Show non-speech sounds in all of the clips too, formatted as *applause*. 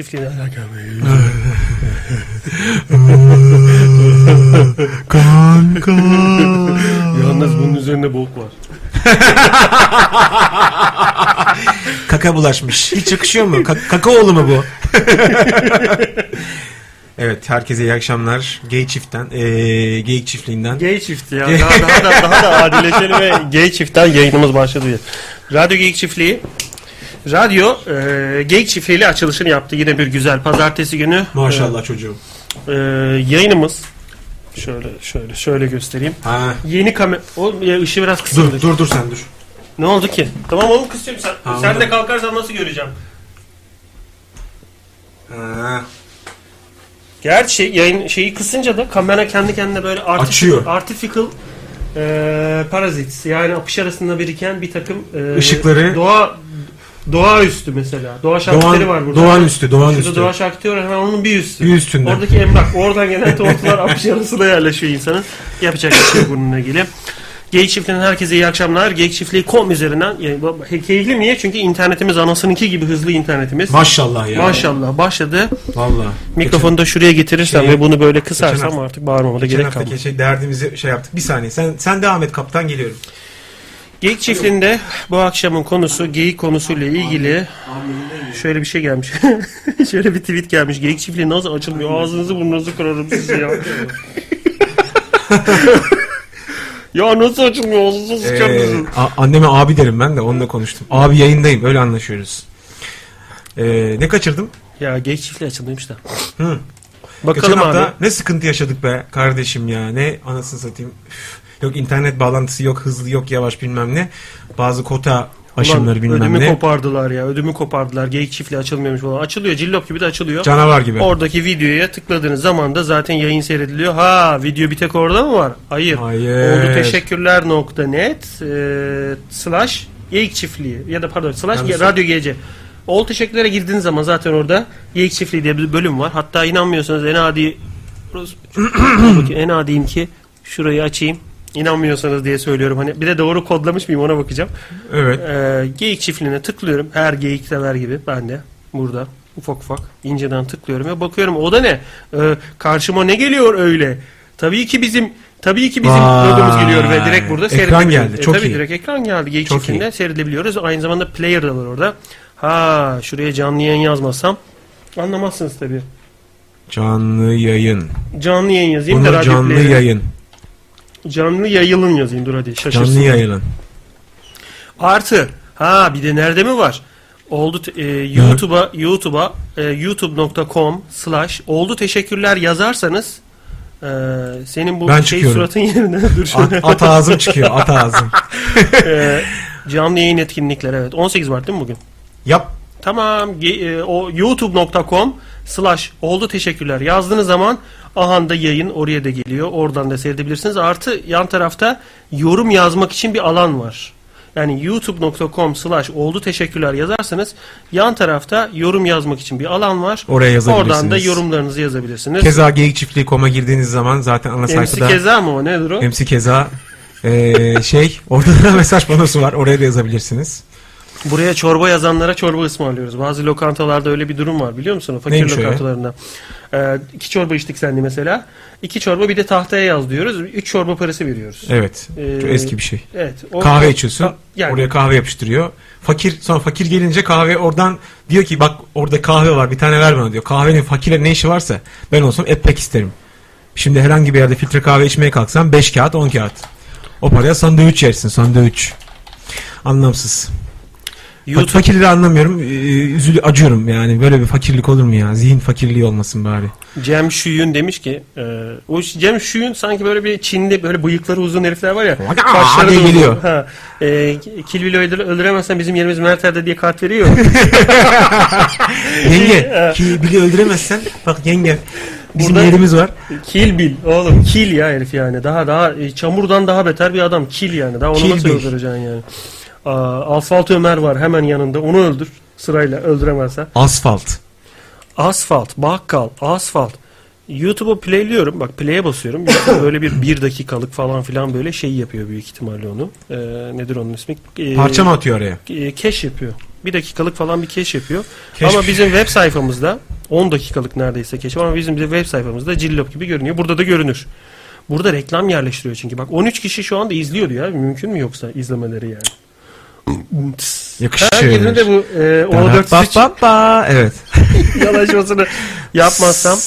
Çiftliğine. Kanka. *laughs* Yalnız bunun üzerinde bok var. *laughs* Kaka bulaşmış. Hiç yakışıyor mu? Ka- kaka oğlu mu bu? *laughs* evet herkese iyi akşamlar. Gay çiftten, ee, geyik çiftliğinden. Gay çifti ya. Daha, *laughs* daha, da, daha da *laughs* adileşelim ve gay çiftten yayınımız başladı. diye. Radyo Geyik Çiftliği. Radyo e, Geyik Çiftliği ile açılışını yaptı. Yine bir güzel pazartesi günü. Maşallah çocuğum. E, e, yayınımız. Şöyle şöyle şöyle göstereyim. Ha. Yeni kamera... Oğlum ya ışığı biraz kısıldı. Dur dur dur sen dur. Ne oldu ki? Tamam oğlum kısacağım sen. Ha, sen de anladım. kalkarsan nasıl göreceğim? Ha. Gerçi şey, yayın şeyi kısınca da kamera kendi kendine böyle artificial, Açıyor. artificial e, parazits yani akış arasında biriken bir takım e, Işıkları- doğa doğa üstü mesela. Doğa şarküteri Doğan, var burada. Doğan üstü, Doğan Şurada üstü. doğa şarküteri var hemen onun bir üstü. Bir üstünde. Oradaki emlak oradan gelen tortular akış arasına yerleşiyor insanın. Yapacak bir şey yok bununla ilgili. Geyik Çiftliği'nin herkese iyi akşamlar. Geyik Çiftliği com üzerinden. Yani, bu- keyifli niye? Çünkü internetimiz anasınınki gibi hızlı internetimiz. Maşallah ya. Maşallah başladı. Valla. Mikrofonu da şuraya getirirsem Şey- ve bunu böyle geçen kısarsam hafta- artık bağırmama da Geçen gerek kalmaz. haftaki şey, derdimizi şey yaptık. Bir saniye. Sen sen devam et kaptan geliyorum. Geyik çiftliğinde bu akşamın konusu geyik konusuyla ilgili şöyle bir şey gelmiş. *laughs* şöyle bir tweet gelmiş. Geyik çiftliği nasıl açılmıyor? Ağzınızı burnunuzu kırarım sizi ya. *laughs* ya nasıl açılmıyor? Ağzınızı sıçarım Ee, sizi. a- anneme abi derim ben de onunla konuştum. Abi yayındayım öyle anlaşıyoruz. Ee, ne kaçırdım? Ya geyik çiftliği açılmıyormuş da. Hı. Bakalım Geçen hafta abi. ne sıkıntı yaşadık be kardeşim ya. Ne anasını satayım. Üf. Yok internet bağlantısı yok hızlı yok yavaş bilmem ne. Bazı kota *laughs* aşımları Ulan bilmem ödümü ne. kopardılar ya. Ödümü kopardılar. Geyik çiftliği açılmıyormuş falan. Açılıyor. Cillop gibi de açılıyor. Canavar gibi. Oradaki videoya tıkladığınız zaman da zaten yayın seyrediliyor. Ha video bir tek orada mı var? Hayır. Hayır. Oldu teşekkürler nokta net e, slash geyik çiftliği ya da pardon slash Yalnız- radyo gece. Ol teşekkürlere girdiğiniz zaman zaten orada geyik çiftliği diye bir bölüm var. Hatta inanmıyorsanız en adi Bakayım, en adiyim ki şurayı açayım. İnanmıyorsanız diye söylüyorum. Hani bir de doğru kodlamış mıyım ona bakacağım. Evet. Ee, geyik çiftliğine tıklıyorum. Her geyik sever gibi ben de burada ufak ufak inceden tıklıyorum ve bakıyorum o da ne? Ee, karşıma ne geliyor öyle? Tabii ki bizim tabii ki bizim Vay. logomuz geliyor ve direkt burada Ekran seyredebiliyoruz. E, geldi, çok tabii iyi. direkt ekran geldi. Geyik Çok çiftliğinde seyredilebiliyoruz. Aynı zamanda player da var orada. Ha şuraya canlı yayın yazmasam anlamazsınız tabii. Canlı yayın. Canlı yayın yazayım da Bunu radyo canlı player'e- yayın. Canlı yayılın yazayım dur hadi şaşırsın. Canlı yayın. Artı ha bir de nerede mi var? Oldu te- e, YouTube'a YouTube'a e, youtube.com slash oldu teşekkürler yazarsanız e, senin bu Ben şey çıkıyorum. suratın *laughs* yerine dur At, şöyle. at ağzım çıkıyor at ağzım. *laughs* E, canlı yayın etkinlikleri evet 18 Mart değil mi bugün? Yap. Tamam ge- e, o youtube.com slash oldu teşekkürler yazdığınız zaman ahanda yayın oraya da geliyor. Oradan da seyredebilirsiniz. Artı yan tarafta yorum yazmak için bir alan var. Yani youtube.com slash oldu teşekkürler yazarsanız yan tarafta yorum yazmak için bir alan var. Oraya yazabilirsiniz. Oradan da yorumlarınızı yazabilirsiniz. Keza geyik çiftliği koma girdiğiniz zaman zaten ana MC sayfada Keza mı o nedir o? MC Keza eee, şey orada *laughs* da mesaj panosu var. Oraya da yazabilirsiniz. Buraya çorba yazanlara çorba ısmarlıyoruz. Bazı lokantalarda öyle bir durum var biliyor musun? O Fakir Neymiş o ya? lokantalarında. Ee, iki çorba içtik seninle mesela. İki çorba bir de tahtaya yaz diyoruz. Üç çorba parası veriyoruz. Evet. Çok Ee, eski bir şey. Evet. o- Kahve içiyorsun. Ka- yani- Oraya kahve yapıştırıyor. Fakir sonra fakir gelince kahve oradan diyor ki bak orada kahve var bir tane ver bana diyor. Kahvenin fakirle ne işi varsa ben olsam epek isterim. Şimdi herhangi bir yerde filtre kahve içmeye kalksan 5 kağıt 10 kağıt. O paraya sandviç yersin sandviç. Anlamsız. Fak- YouTube, Fakirliği anlamıyorum. Ee, Üzülü acıyorum yani. Böyle bir fakirlik olur mu ya? Zihin fakirliği olmasın bari. Cem Şüyün demiş ki e, o Cem Şüyün sanki böyle bir Çinli böyle bıyıkları uzun herifler var ya. Aa, Kaşları da diye uzun. geliyor. Ha, e, Kill Bill'i öldür- öldüremezsen bizim yerimiz Merter'de diye kart veriyor. E, Yenge ki bile öldüremezsen bak yenge bizim Burada- yerimiz var. Kill Bill oğlum kill ya herif yani daha daha e, çamurdan daha beter bir adam kill yani daha onu Kill nasıl Bill. öldüreceksin yani. Aa, Asfalt Ömer var hemen yanında onu öldür sırayla öldüremezsen. Asfalt. Asfalt, bakkal, asfalt. YouTube'u playliyorum. Bak play'e basıyorum. YouTube böyle bir bir dakikalık falan filan böyle şey yapıyor büyük ihtimalle onu. Ee, nedir onun ismi? Ee, Parça mı atıyor araya? e, Cache yapıyor. bir dakikalık falan bir keş yapıyor. Keşf- Ama bizim web sayfamızda 10 dakikalık neredeyse keş ama bizim de web sayfamızda cillop gibi görünüyor. Burada da görünür. Burada reklam yerleştiriyor çünkü. Bak 13 kişi şu anda izliyordu ya. Mümkün mü yoksa izlemeleri yani? Her Yakışıyor. birinin de bu e, Ba- ba- 4 ba- ba. Evet. *laughs* yalaşmasını yapmazsam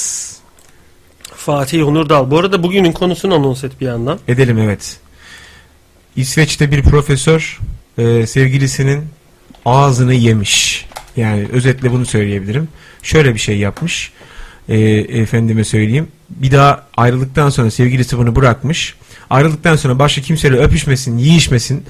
Fatih Onur Dal. Bu arada bugünün konusunu anons et bir yandan. Edelim evet. İsveç'te bir profesör e, sevgilisinin ağzını yemiş. Yani özetle bunu söyleyebilirim. Şöyle bir şey yapmış. E, efendime söyleyeyim. Bir daha ayrıldıktan sonra sevgilisi bunu bırakmış. Ayrıldıktan sonra başka kimseyle öpüşmesin, yiyişmesin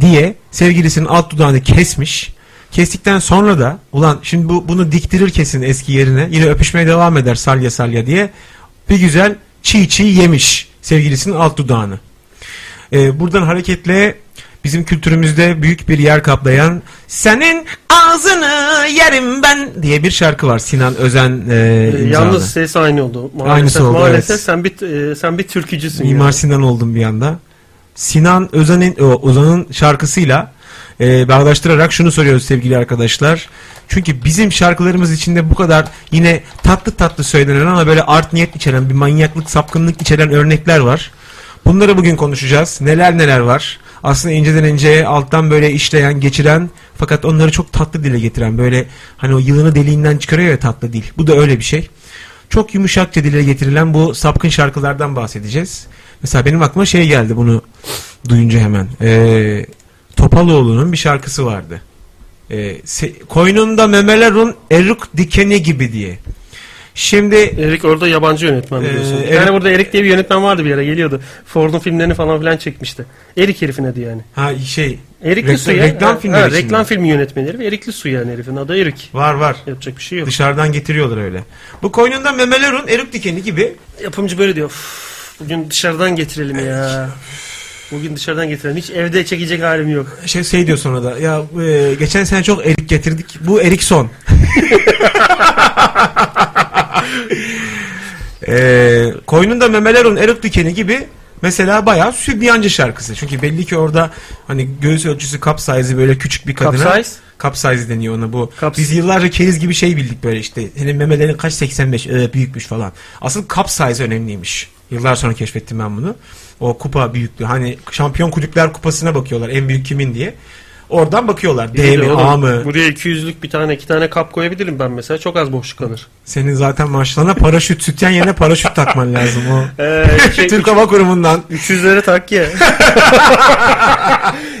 diye sevgilisinin alt dudağını kesmiş. Kestikten sonra da ulan şimdi bu bunu diktirir kesin eski yerine. Yine öpüşmeye devam eder salya salya diye bir güzel çiğ çiğ yemiş sevgilisinin alt dudağını. Ee, buradan hareketle bizim kültürümüzde büyük bir yer kaplayan Senin ağzını yerim ben diye bir şarkı var Sinan Özen e, E, imzalı. yalnız ses aynı oldu. Maalesef, Aynısı oldu, maalesef evet. sen bir e, sen bir türkücüsün. Mimar yani. Sinan oldum bir anda. Sinan Özen'in o, Ozan'ın şarkısıyla e, bağdaştırarak şunu soruyoruz sevgili arkadaşlar. Çünkü bizim şarkılarımız içinde bu kadar yine tatlı tatlı söylenen ama böyle art niyet içeren bir manyaklık sapkınlık içeren örnekler var. Bunları bugün konuşacağız. Neler neler var. Aslında inceden ince alttan böyle işleyen, geçiren fakat onları çok tatlı dile getiren böyle hani o yılını deliğinden çıkarıyor ya tatlı dil. Bu da öyle bir şey çok yumuşakça dile getirilen bu sapkın şarkılardan bahsedeceğiz. Mesela benim aklıma şey geldi bunu duyunca hemen. Ee, Topaloğlu'nun bir şarkısı vardı. Ee, se- koynunda memelerun eruk dikeni gibi diye. Şimdi Erik orada yabancı yönetmen biliyorsun. Ee, Bir Erik- tane burada Erik diye bir yönetmen vardı bir ara geliyordu. Ford'un filmlerini falan filan çekmişti. Erik herifin adı yani. ha şey Erikli Reklam- Su ya. reklam Ha, filmleri ha, için reklam mi? filmi yönetmenleri ve Erikli Su yani herifin adı Erik. var var. Yapacak bir şey yok. Dışarıdan getiriyorlar öyle. Bu koynunda memelerun eruk dikeni gibi. Yapımcı böyle diyor. "Üf, Bugün dışarıdan getirelim ya. Bugün dışarıdan getirelim. Hiç evde çekecek halim yok. Şey, şey diyor sonra da ya e, geçen sene çok erik getirdik. Bu erik son. e, koynunda memelerun erik dikeni gibi mesela bayağı sübyancı şarkısı. Çünkü belli ki orada hani göğüs ölçüsü cup size'ı böyle küçük bir kadına. Capsize? Cup size deniyor ona bu. Cup- Biz yıllarca keriz gibi şey bildik böyle işte. Senin memelerin kaç 85 e, büyükmüş falan. Asıl cup size önemliymiş. Yıllar sonra keşfettim ben bunu. O kupa büyüklüğü. Hani şampiyon kulüpler kupasına bakıyorlar en büyük kimin diye. Oradan bakıyorlar. D İyi de mi oğlum, A mı? Buraya 200'lük bir tane iki tane kap koyabilirim ben mesela. Çok az boşluk kalır. Senin zaten maaşlarına paraşüt sütyen yerine paraşüt takman lazım *laughs* o. Ee, şey, Türk Hava Kurumu'ndan. 300'lere takye. *laughs*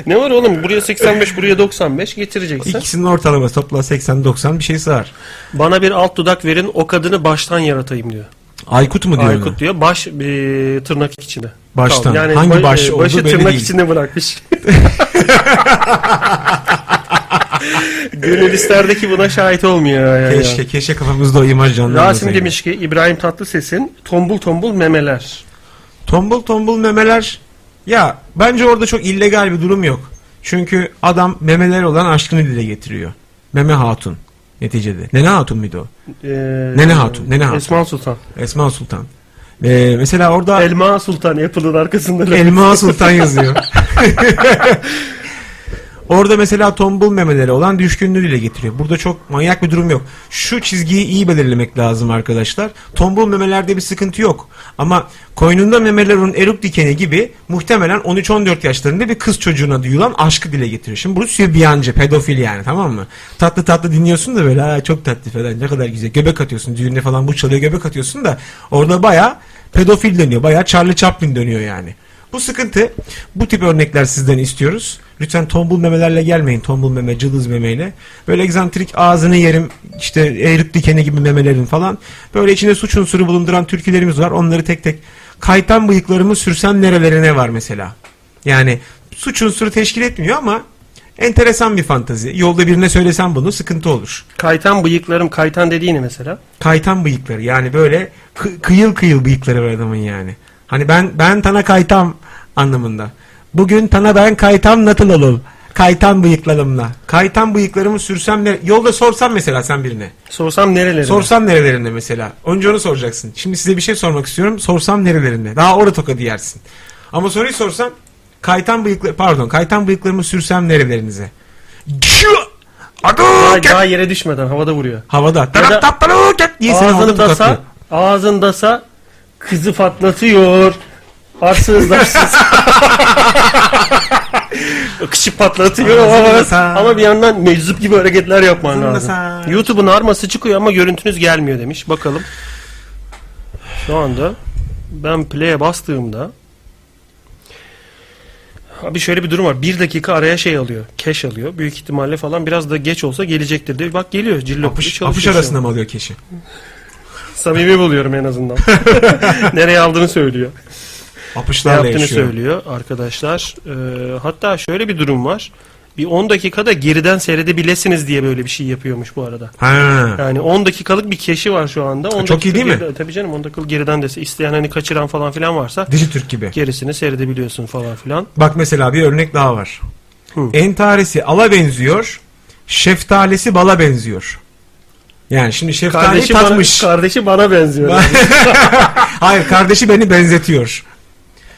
ne var oğlum? Buraya 85, buraya 95 getireceksin. İkisinin ortalaması topla 80-90 bir şey sığar. Bana bir alt dudak verin, o kadını baştan yaratayım diyor. Aykut mu diyor? Aykut diyor. Baş e, tırnak içinde. Baştan. Tamam, Yani Hangi ba- baş e, olduğu başı belli tırnak değil. içinde bırakmış. *laughs* Gönül *laughs* ister de ki buna şahit olmuyor. Yani. Keşke, keşke kafamızda o imaj canlanmasaydı. Rasim demiş ki İbrahim Tatlıses'in tombul tombul memeler. Tombul tombul memeler ya bence orada çok illegal bir durum yok. Çünkü adam memeler olan aşkını dile getiriyor. Meme hatun neticede. Nene hatun muydu o? Ee, Nene Hatun, Nene Hatun. Esma Sultan. Esma Sultan. Ee, mesela orada Elma Sultan Apple'ın arkasında. Elma Sultan yazıyor. Orada mesela tombul memeleri olan düşkünlüğü dile getiriyor. Burada çok manyak bir durum yok. Şu çizgiyi iyi belirlemek lazım arkadaşlar. Tombul memelerde bir sıkıntı yok. Ama koynunda memelerin eruk dikeni gibi muhtemelen 13-14 yaşlarında bir kız çocuğuna duyulan aşkı dile getiriyor. Şimdi bu sübyancı, pedofil yani tamam mı? Tatlı tatlı dinliyorsun da böyle "Aa, çok tatlı falan ne kadar güzel. Göbek atıyorsun düğünde falan bu çalıyor göbek atıyorsun da orada baya pedofil dönüyor. Baya Charlie Chaplin dönüyor yani. Bu sıkıntı. Bu tip örnekler sizden istiyoruz. Lütfen tombul memelerle gelmeyin. Tombul meme, cılız memeyle. Böyle egzantrik ağzını yerim, işte erik dikeni gibi memelerin falan. Böyle içinde suç unsuru bulunduran türkülerimiz var. Onları tek tek kaytan bıyıklarımı sürsem nerelerine var mesela. Yani suç unsuru teşkil etmiyor ama enteresan bir fantazi. Yolda birine söylesem bunu sıkıntı olur. Kaytan bıyıklarım. Kaytan dediğini mesela. Kaytan bıyıkları yani böyle kı- kıyıl kıyıl bıyıkları var adamın yani. Hani ben ben tana kaytam anlamında. Bugün tana ben kaytam natıl olur. Kaytan bıyıklarımla. Kaytan bıyıklarımı sürsem ne? Yolda sorsam mesela sen birine. Sorsam nerelerine? Sorsam nerelerinde mesela. Önce onu soracaksın. Şimdi size bir şey sormak istiyorum. Sorsam nerelerinde? Daha orada tokadı yersin. Ama soruyu sorsam kaytan bıyıkları pardon kaytan bıyıklarımı sürsem nerelerinize? Cü! Daha, Hadouken! daha yere düşmeden havada vuruyor. Havada. da- Tarap tap Hadouken! diye seni havada Ağzındasa, tokatlıyor. ağzındasa kızı patlatıyor. *laughs* Arsız darsız. Kışıp patlatıyor ama, Ağzındasa. ama bir yandan meczup gibi hareketler yapman lazım. Ağzındasa. YouTube'un arması çıkıyor ama görüntünüz gelmiyor demiş. Bakalım. Şu anda ben play'e bastığımda Abi şöyle bir durum var. Bir dakika araya şey alıyor. Cash alıyor. Büyük ihtimalle falan biraz da geç olsa gelecektir diye. Bak geliyor. Cillo Apış, apış arasında mı alıyor keşi? Samimi buluyorum en azından. *laughs* Nereye aldığını söylüyor. Ne Apışlarla yaptığını yaşıyor. söylüyor arkadaşlar. Ee, hatta şöyle bir durum var. Bir 10 dakikada geriden seyredebilirsiniz diye böyle bir şey yapıyormuş bu arada. Ha. Yani 10 dakikalık bir keşi var şu anda. Çok 10 iyi dakika değil mi? geriden- Tabii canım 10 dakikalık geriden de isteyen hani kaçıran falan filan varsa Dijitürk gibi. gerisini seyredebiliyorsun falan filan. Bak mesela bir örnek daha var. Hı. Entaresi ala benziyor. Şeftalesi bala benziyor. Yani şimdi şeftali Kardeşi bana, tatmış. *laughs* kardeşi bana benziyor. Hayır kardeşi beni benzetiyor.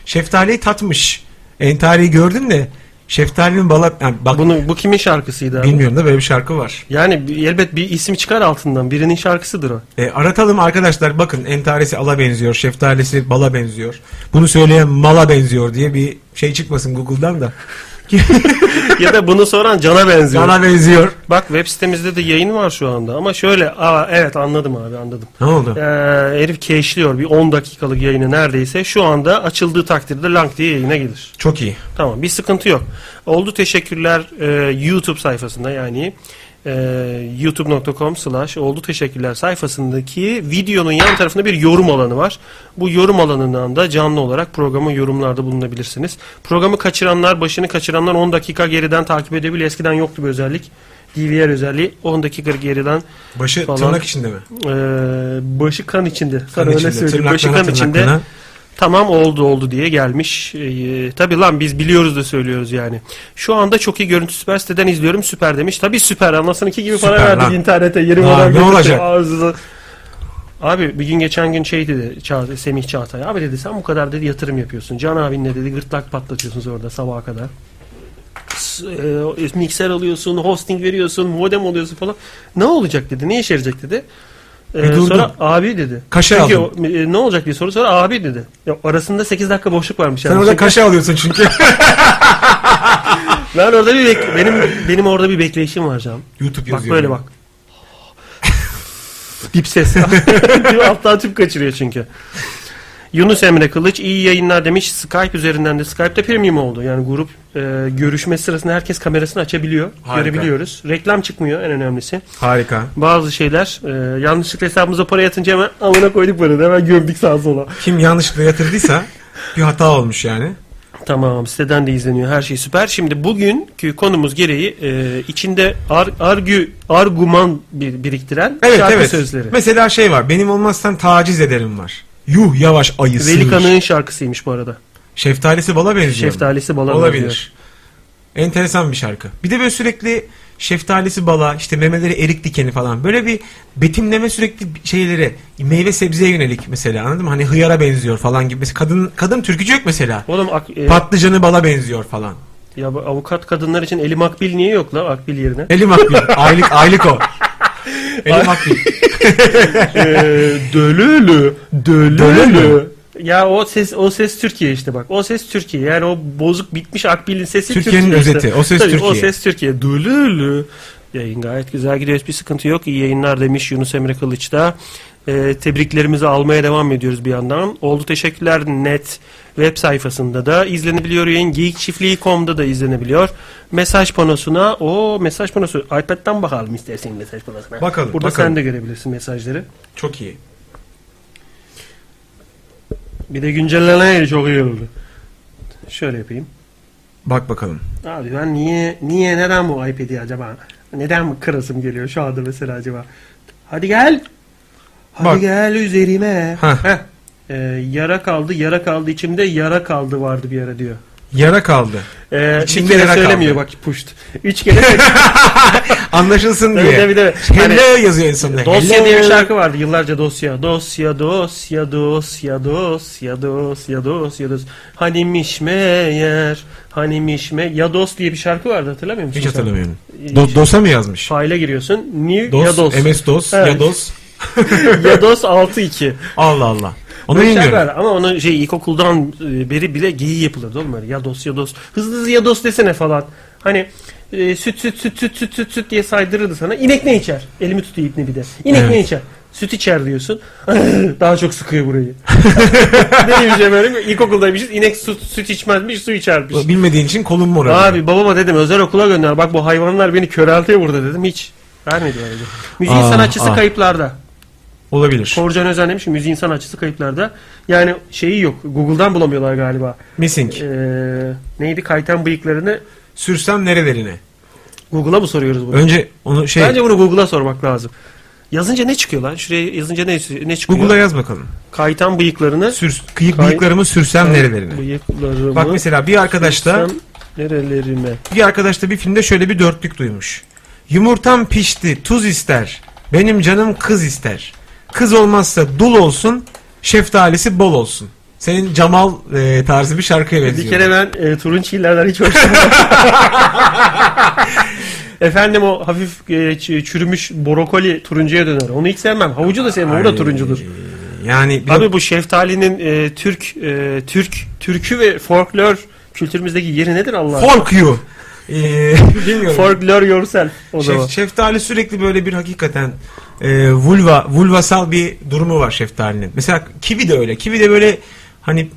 Şeftaliyi tatmış. Entariyi gördün de şeftalinin bala... Yani bak Bunu bu kimin şarkısıydı abi? bilmiyorum da böyle bir şarkı var. Yani bir- elbet bir isim çıkar altından. Birinin şarkısıdır o. E, aratalım arkadaşlar bakın entaresi ala benziyor. Şeftalesi bala benziyor. Bunu söyleyen mala benziyor diye bir şey çıkmasın Google'dan da. ya *laughs* da bunu soran cana benziyor. Bana benziyor. Bak web sitemizde de yayın var şu anda ama şöyle aa evet anladım abi anladım. Ne oldu? Ee, herif keşliyor bir 10 dakikalık yayını neredeyse şu anda açıldığı takdirde lang diye yayına gelir. Çok iyi. Tamam bir sıkıntı yok. Oldu teşekkürler e, YouTube sayfasında yani e, youtube.com slash oldu teşekkürler sayfasındaki videonun yan tarafında bir yorum alanı var. Bu yorum alanından da canlı olarak programın yorumlarda bulunabilirsiniz. Programı kaçıranlar, başını kaçıranlar 10 dakika geriden takip edebilir. Eskiden yoktu bir özellik. DVR özelliği 10 dakika geriden Başı Falan. tırnak içinde mi? e, başı kan içinde. Sana Kan öyle içinde, söyleyeyim. tırnaklarına, Başı kan içinde. tırnaklarına. Tamam oldu oldu diye gelmiş. Ee, tabii lan biz biliyoruz da söylüyoruz yani. Şu anda çok iyi görüntü süper siteden izliyorum süper demiş. Tabii süper anlasınınki gibi para Süper verdik lan. internete yerim Aa, olan ne görüntü, olacak? ağzı- Abi bir gün geçen gün şey dedi Çağatay, Semih Çağatay. Abi dedi sen bu kadar dedi yatırım yapıyorsun. Can abinle dedi gırtlak patlatıyorsunuz orada sabaha kadar. S- e, mikser alıyorsun, hosting veriyorsun, modem oluyorsun falan. Ne olacak dedi, ne işe yarayacak dedi. Ee, Bir durdum. sonra abi dedi. Kaşe Peki aldım. o- e, ne olacak diye soru sonra abi dedi. Ya, arasında 8 dakika boşluk varmış Sen yani. orada Çünkü kaşe alıyorsun çünkü. ben orada bir bek- benim benim orada bir bekleyişim var canım. YouTube Bak yazıyor. böyle bak. Dip ses. Alttan tüp kaçırıyor çünkü. Yunus Emre Kılıç iyi yayınlar demiş. Skype üzerinden de Skype'de premium oldu. Yani grup e, görüşme sırasında herkes kamerasını açabiliyor. Harika. Görebiliyoruz. Reklam çıkmıyor en önemlisi. Harika. Bazı şeyler e, yanlışlıkla hesabımıza para yatınca hemen amına koyduk paranı. Hemen gömdük sağa sola. Kim yanlışlıkla *laughs* yatırdıysa bir hata olmuş yani. Tamam siteden de izleniyor her şey süper. Şimdi bugünkü konumuz gereği e, içinde ar, argü, argüman bir, biriktiren Evet şarkı evet. sözleri. Mesela şey var. Benim olmazsan taciz ederim var. Yuh yavaş ayısı. Velika'nın şarkısıymış bu arada. Şeftalisi bala benziyor. Şeftalisi bala Olabilir. benziyor. Enteresan bir şarkı. Bir de böyle sürekli şeftalisi bala, işte memeleri erik dikeni falan. Böyle bir betimleme sürekli şeylere, meyve sebzeye yönelik mesela anladın mı? Hani hıyara benziyor falan gibi. Mesela kadın, kadın türkücü yok mesela. Oğlum ak- e, Patlıcanı bala benziyor falan. ya bu avukat kadınlar için Eli Makbil niye yok la Akbil yerine? Elim akbil. Aylık, aylık o. Elim akbil. E, dölülü, Dölülü. *laughs* Ya o ses o ses Türkiye işte bak. O ses Türkiye. Yani o bozuk bitmiş Akbil'in sesi Türkiye'nin Türkiye işte. özeti. O ses Tabii, O Türkiye. ses Türkiye. Dölülü. Yayın gayet güzel gidiyoruz. Bir sıkıntı yok. İyi yayınlar demiş Yunus Emre Kılıç da. Ee, tebriklerimizi almaya devam ediyoruz bir yandan. Oldu teşekkürler net web sayfasında da izlenebiliyor yayın. Geekçiftliği.com'da da izlenebiliyor. Mesaj panosuna o mesaj panosu iPad'den bakalım istersen mesaj panosuna. Bakalım, Burada bakalım. sen de görebilirsin mesajları. Çok iyi. Bir de güncelleneydi çok iyi oldu. Şöyle yapayım. Bak bakalım. Abi ben niye niye neden bu iPad'i acaba? Neden bu kırasım geliyor şu anda mesela acaba? Hadi gel. Hadi Bak. gel üzerime. Heh. Heh. Ee, yara kaldı, yara kaldı içimde yara kaldı vardı bir ara diyor. Yara kaldı. Ee, bir İçinde kere yara söylemiyor kaldı. bak puşt. Üç kere *laughs* Anlaşılsın Tabii, diye. tabii, tabii. Hani Hello yazıyor insanlar. Dosya Hello. diye bir şarkı vardı yıllarca dosya. Dosya dosya dosya dosya dosya dosya dosya. Hani mişmeyer hani mişme ya dos diye bir şarkı vardı hatırlamıyor musun? Hiç sen? hatırlamıyorum. Ee, Do- dosa mı yazmış? Faile giriyorsun. New Dos, ya dos. MS DOS, Evet. ya DOS. *laughs* ya dos 62. Allah *laughs* Allah. Onu Böyle şarkı bilmiyorum. vardı. Ama onun şey ilkokuldan e, beri bile geyiği yapılırdı oğlum böyle. Ya dos ya dos. Hızlı hızlı ya dos desene falan. Hani e, süt süt süt süt süt süt süt diye saydırırdı sana. İnek ne içer? Elimi tutuyor ipni bir de. İnek ne Evet. içer? Süt içer diyorsun. *laughs* Daha çok sıkıyor burayı. Neymiş efendim? İlkokuldaymışız. İnek süt, süt içmezmiş, su içermiş. Bilmediğin için kolun mor. herhalde. Abi babama dedim özel okula gönder. Bak bu hayvanlar beni köreltiyor burada dedim. Hiç vermediler. öyle. Müziğin Aa, sanatçısı aa. kayıplarda. Olabilir. Korcan Özen demiş ki müziğin sanatçısı kayıplarda. Yani şeyi yok. Google'dan bulamıyorlar galiba. Missing. Ee, neydi? Kaytan bıyıklarını Sürsem nerelerine? Google'a mı soruyoruz bunu? Önce onu şey Bence bunu Google'a sormak lazım. Yazınca ne çıkıyor lan? Şuraya yazınca ne, ne çıkıyor? Google'a yaz bakalım. Kaytan bıyıklarını Sürs, kıyık Kay- bıyıklarımı sürsem nerelerine? Bıyıklarımı Bak mesela bir arkadaş da sürsem nerelerime? bir arkadaş da bir filmde şöyle bir dörtlük duymuş. Yumurtam pişti, tuz ister. Benim canım kız ister. Kız olmazsa dul olsun, şeftalisi bol olsun. Senin Cemal e, tarzı bir şarkıya benziyor. Bir kere ben e, turunçgillerden *laughs* hiç hoşlanmıyorum. Efendim o hafif e, ç- çürümüş brokoli turuncuya döner. Onu hiç sevmem. Havucu da sevmem. O da Ay, turuncudur. Yani bir Abi bu şeftalinin e, Türk e, Türk türkü ve folklor kültürümüzdeki yeri nedir Allah? aşkına? fork *laughs* you. E, *laughs* bilmiyorum. folklor yourself o Şef- zaman. şeftali sürekli böyle bir hakikaten e, vulva, vulvasal bir durumu var şeftalinin. Mesela kivi de öyle. Kivi de böyle hani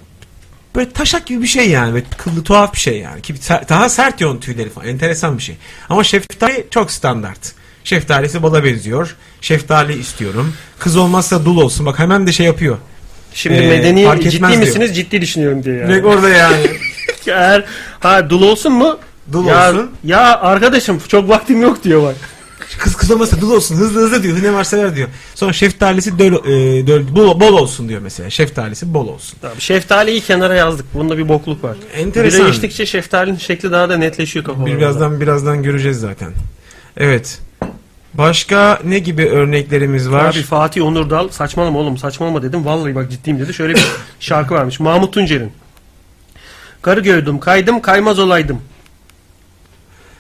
böyle taşak gibi bir şey yani. Böyle kıllı tuhaf bir şey yani. Kivi ser- daha sert yoğun tüyleri falan. Enteresan bir şey. Ama şeftali çok standart. Şeftalisi bala benziyor. Şeftali istiyorum. Kız olmazsa dul olsun. Bak hemen de şey yapıyor. Şimdi Ee, fark medeni ciddi etmez diyor. misiniz? Ciddi düşünüyorum diyor yani. Direkt orada yani. *laughs* Eğer ha dul olsun mu? Dul ya, olsun. Ya arkadaşım çok vaktim yok diyor bak. Kız kız olmazsa dul olsun. Hızlı hızlı diyor. Ne varsa ver diyor. Sonra şeftalisi döl, e, döl- bol, bol olsun diyor mesela. Şeftalisi bol olsun. Tamam, şeftaliyi kenara yazdık. Bunda bir bokluk var. Enteresan. Bire geçtikçe şeftalinin şekli daha da netleşiyor kafamda. Bir birazdan birazdan göreceğiz zaten. Evet. Başka ne gibi örneklerimiz var? Abi Fatih Onur Dal saçmalama oğlum saçmalama dedim. Vallahi bak ciddiyim dedi. Şöyle *coughs* bir şarkı varmış. Mahmut Tuncer'in. Karı gördüm kaydım kaymaz olaydım.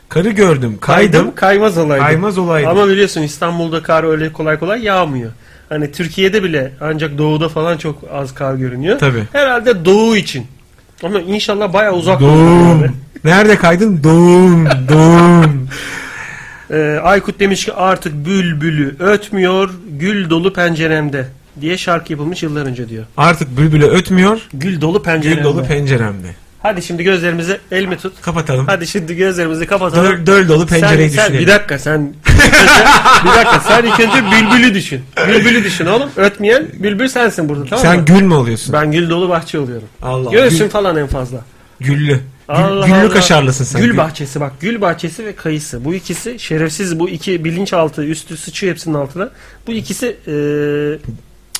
Karı gördüm, kaydım. kaymaz olaydım. Kaymaz olaydım. Ama biliyorsun İstanbul'da kar öyle kolay kolay yağmıyor. Hani Türkiye'de bile ancak doğuda falan çok az kar görünüyor. Tabii. Herhalde doğu için. Ama inşallah bayağı uzak. doğudur abi. Doğum. Nerede kaydın? Doğum, doğum. Ee, Aykut demiş ki artık bülbülü ötmüyor gül dolu penceremde diye şarkı yapılmış yıllar önce diyor. Artık bülbülü ötmüyor, Gül dolu penceremde. gül dolu penceremde. Hadi şimdi gözlerimizi el mi tut? Kapatalım. Hadi şimdi gözlerimizi kapatalım. Döl, döl dolu pencereyi sen, sen, bir düşünelim. dakika sen bir dakika sen ilk önce bülbülü düşün. Bülbülü düşün oğlum. Ötmeyen bülbül sensin burada tamam Sen mı? gül mü oluyorsun? Ben gül dolu bahçe oluyorum. Allah. Göğsün Gül, falan en fazla. güllü. Gül- Allah güllü Allah. kaşarlısın sen. Gül bahçesi bak. Gül bahçesi ve kayısı. Bu ikisi şerefsiz bu iki bilinçaltı üstü sıçıyor hepsinin altına. Bu ikisi e,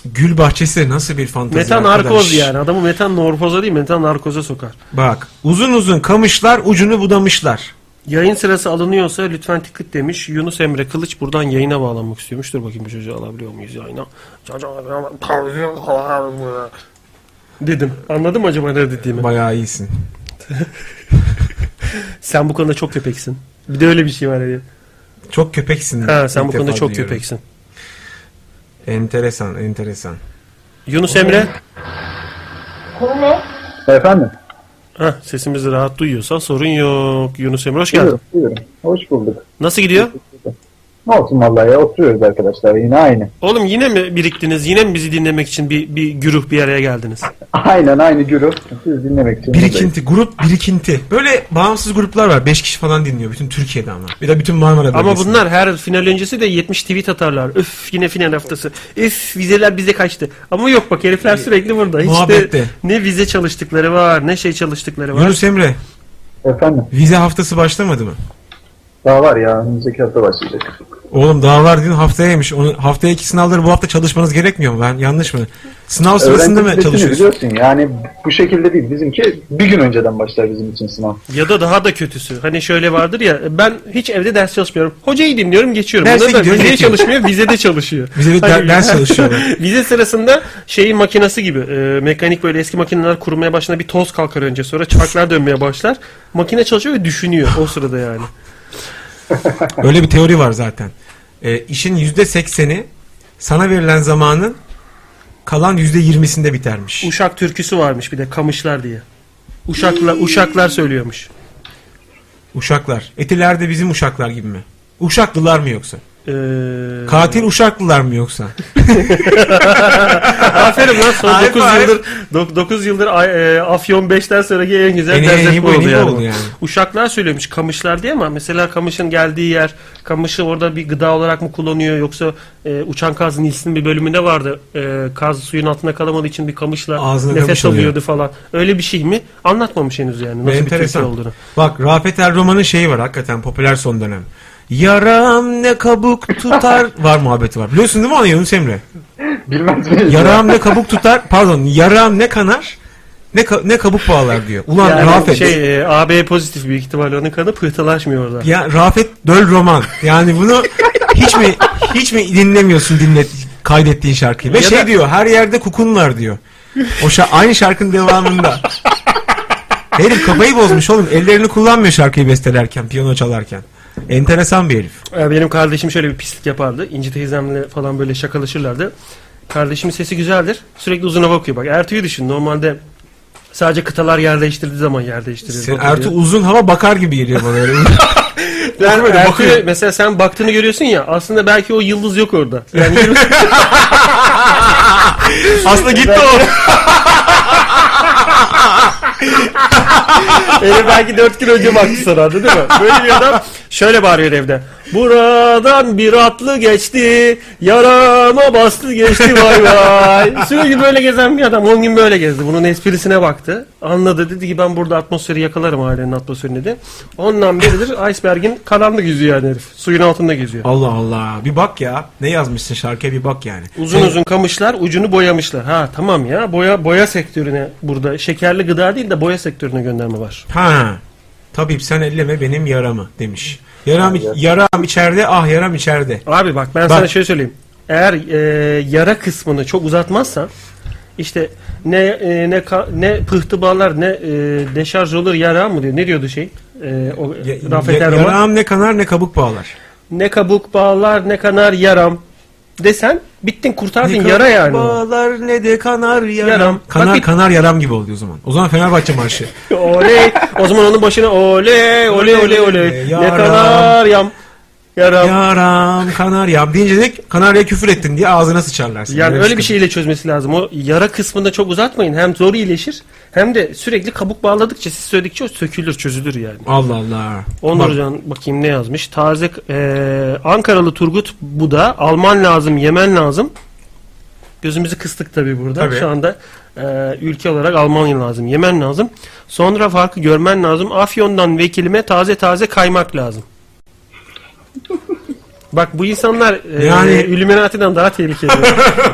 Gül bahçesi nasıl bir fantezi metan arkadaş? narkoz yani. Adamı metan norkoza değil metan narkoza sokar. Bak uzun uzun kamışlar ucunu budamışlar. Yayın sırası alınıyorsa lütfen tıkıt demiş. Yunus Emre Kılıç buradan yayına bağlanmak istiyormuş. Dur bakayım bu çocuğu alabiliyor muyuz yayına? Dedim. Anladın mı acaba ne dediğimi? Bayağı iyisin. *laughs* Sen bu konuda çok köpeksin. Bir de öyle bir şey var. hani. Çok köpeksin. Ha, sen İlk bu konuda defa çok duyuyorum. köpeksin. Enteresan, enteresan. Yunus Emre. Efendim? Ha, sesimizi rahat duyuyorsan sorun yok. Yunus Emre *laughs* hoş geldin. Buyurun, buyurun. Hoş bulduk. Nasıl gidiyor? Ne olsun vallahi ya, oturuyoruz arkadaşlar yine aynı. Oğlum yine mi biriktiniz? Yine mi bizi dinlemek için bir, bir güruh bir araya geldiniz? Aynen aynı güruh. Siz dinlemek için. buradayız. Birikinti, grup birikinti. Böyle bağımsız gruplar var. 5 kişi falan dinliyor bütün Türkiye'de ama. Bir de bütün Marmara Ama bölgesinde. bunlar her final öncesi de 70 tweet atarlar. Öf yine final haftası. Öf vizeler bize kaçtı. Ama yok bak herifler sürekli burada. Hiç de Ee, Muhabbette. ne vize çalıştıkları var ne şey çalıştıkları var. Yunus Emre, Efendim? vize haftası başlamadı mı? Daha var ya. Önümüzdeki hafta başlayacak. Oğlum daha var diyor haftayaymış. Onu, haftaya iki sınavları bu hafta çalışmanız gerekmiyor mu? Ben yanlış mı? Sınav sırasında Öğrenci mı sürecini çalışıyorsun? biliyorsun yani bu şekilde değil. Bizimki bir gün önceden başlar bizim için sınav. Ya da daha da kötüsü. Hani şöyle vardır ya ben hiç evde ders çalışmıyorum. Hocayı dinliyorum geçiyorum. Derse Bunlar da gidiyor, vizeye geçiyor. *laughs* çalışmıyor vizede çalışıyor. Bize de Hani- der- ders çalışıyorlar. *laughs* Vize sırasında şeyin makinası gibi e, mekanik böyle eski makineler kurumaya başladığında bir toz kalkar önce sonra çarklar dönmeye başlar. Makine çalışıyor ve düşünüyor o sırada yani. Öyle bir teori var zaten. E, işin yüzde sekseni sana verilen zamanın kalan yüzde yirmisinde bitermiş. Uşak türküsü varmış bir de kamışlar diye. Uşakla, uşaklar söylüyormuş. Uşaklar. Etiler de bizim uşaklar gibi mi? Uşaklılar mı yoksa? Ee, Katil uşaklılar mı *laughs* yoksa? *laughs* aferin lan son Arif, 9 Arif. yıldır 9 yıldır ay- e, Afyon 5'ten sonraki en güzel En iyi- en lezzet iyi bu bu, en oldu iyi bu yani. oldu yani. Uşaklar söylüyormuş kamışlar diye ama mesela kamışın geldiği yer kamışı orada bir gıda olarak mı kullanıyor yoksa e, uçan kaz Nils'in bir bölümünde vardı. E, kaz suyun altında kalamadığı için bir kamışla Ağzına nefes kamış alıyor. alıyordu falan. Öyle bir şey mi? Anlatmamış henüz yani nasıl bir türkü Enteresan. olduğunu. Bak Rafet Erroman'ın şeyi var hakikaten popüler son dönem. Yaram ne kabuk tutar *laughs* var muhabbeti var. Biliyorsun değil mi onu Yunus Emre? Bilmez miyiz? Yaram ne kabuk tutar pardon yaram ne kanar ne, ka- ne kabuk bağlar diyor. Ulan Yani Rafet. şey e, AB pozitif büyük ihtimalle onun kanı pıhtılaşmıyor orada. Ya Rafet Döl Roman. Yani bunu hiç mi hiç mi dinlemiyorsun dinlet kaydettiğin şarkıyı? Ve Ya şey da- diyor her yerde kukun var diyor. O şa- aynı şarkının devamında. Herif kafayı bozmuş oğlum. Ellerini kullanmıyor şarkıyı bestelerken, piyano çalarken. Enteresan bir herif. Ya Ee, benim kardeşim şöyle bir pislik yapardı. İnci teyzemle falan böyle şakalaşırlardı. Kardeşimin sesi güzeldir. Sürekli uzun hava okuyor. Bak Ertuğ'yu düşün. Normalde sadece kıtalar yer değiştirdiği zaman yer değiştirir. Sen bakıyor. Ertuğ uzun hava bakar gibi geliyor bana. öyle. *laughs* Yani Bakıyor, Ertuğ- bakıyor. mesela sen baktığını görüyorsun ya aslında belki o yıldız yok orada. *laughs* Yani yıldız- Aslında gitti o. Eve belki 4 gün önce baktı sana değil mi? Böyle bir adam şöyle bağırıyor evde. Buradan bir atlı geçti, yarama bastı geçti vay vay. Sürekli böyle gezen bir adam 10 gün böyle gezdi. Bunun esprisine baktı. Anladı dedi ki ben burada atmosferi yakalarım ailenin atmosferini de. Ondan beridir iceberg'in karanlık yüzü yani herif. Suyun altında geziyor. Allah Allah. Bir bak ya. Ne yazmışsın şarkıya bir bak yani. Uzun uzun kamışlar ucunu boyamışlar. Ha tamam ya boya boya sektörüne burada şekerli gıda değil de boya sektörüne gönderme var. Ha. Tabip sen elleme benim yaramı demiş. Yaram, yaram içeride ah yaram içeride. Abi bak ben Bak. sana şey söyleyeyim. Eğer e, yara kısmını çok uzatmazsan işte ne e, ne ka- ne pıhtı bağlar ne e, deşarj olur yara mı diyor. Ne diyordu şey? E, o, Ya, Rafet ya- Erroman. yarağım ne kanar ne kabuk bağlar. Ne kabuk bağlar ne kanar yaram desen bittin kurtardın Ne kabuk yara yani. Bağlar ne de kanar yaram. Yaram. Kanar Bak bir- kanar yaram gibi oluyor o zaman. O zaman Fenerbahçe marşı. *laughs* oley. O zaman onun başına oley *laughs* oley oley oley. Ne Ee, Yaram. kanar yam. Yaram. yaram kanar yaram deyince de kanarya küfür ettin diye ağzına sıçarlar. seni. Yani öyle bir sıkıntı. şeyle çözmesi lazım. O yara kısmında çok uzatmayın. Hem zor iyileşir hem de sürekli kabuk bağladıkça siz söyledikçe o sökülür, çözülür yani. Allah Allah. Onur Bak, Hocam bakayım ne yazmış. Taze eee, Ankaralı Turgut bu da Alman lazım, Yemen lazım. Gözümüzü kıstık tabii burada. Tabii. Şu anda eee, ülke olarak Almanya lazım, Yemen lazım. Sonra farkı görmen lazım. Afyon'dan vekilime taze taze kaymak lazım. Bak bu insanlar eee Yani- Illuminati'den *laughs* daha tehlikeli.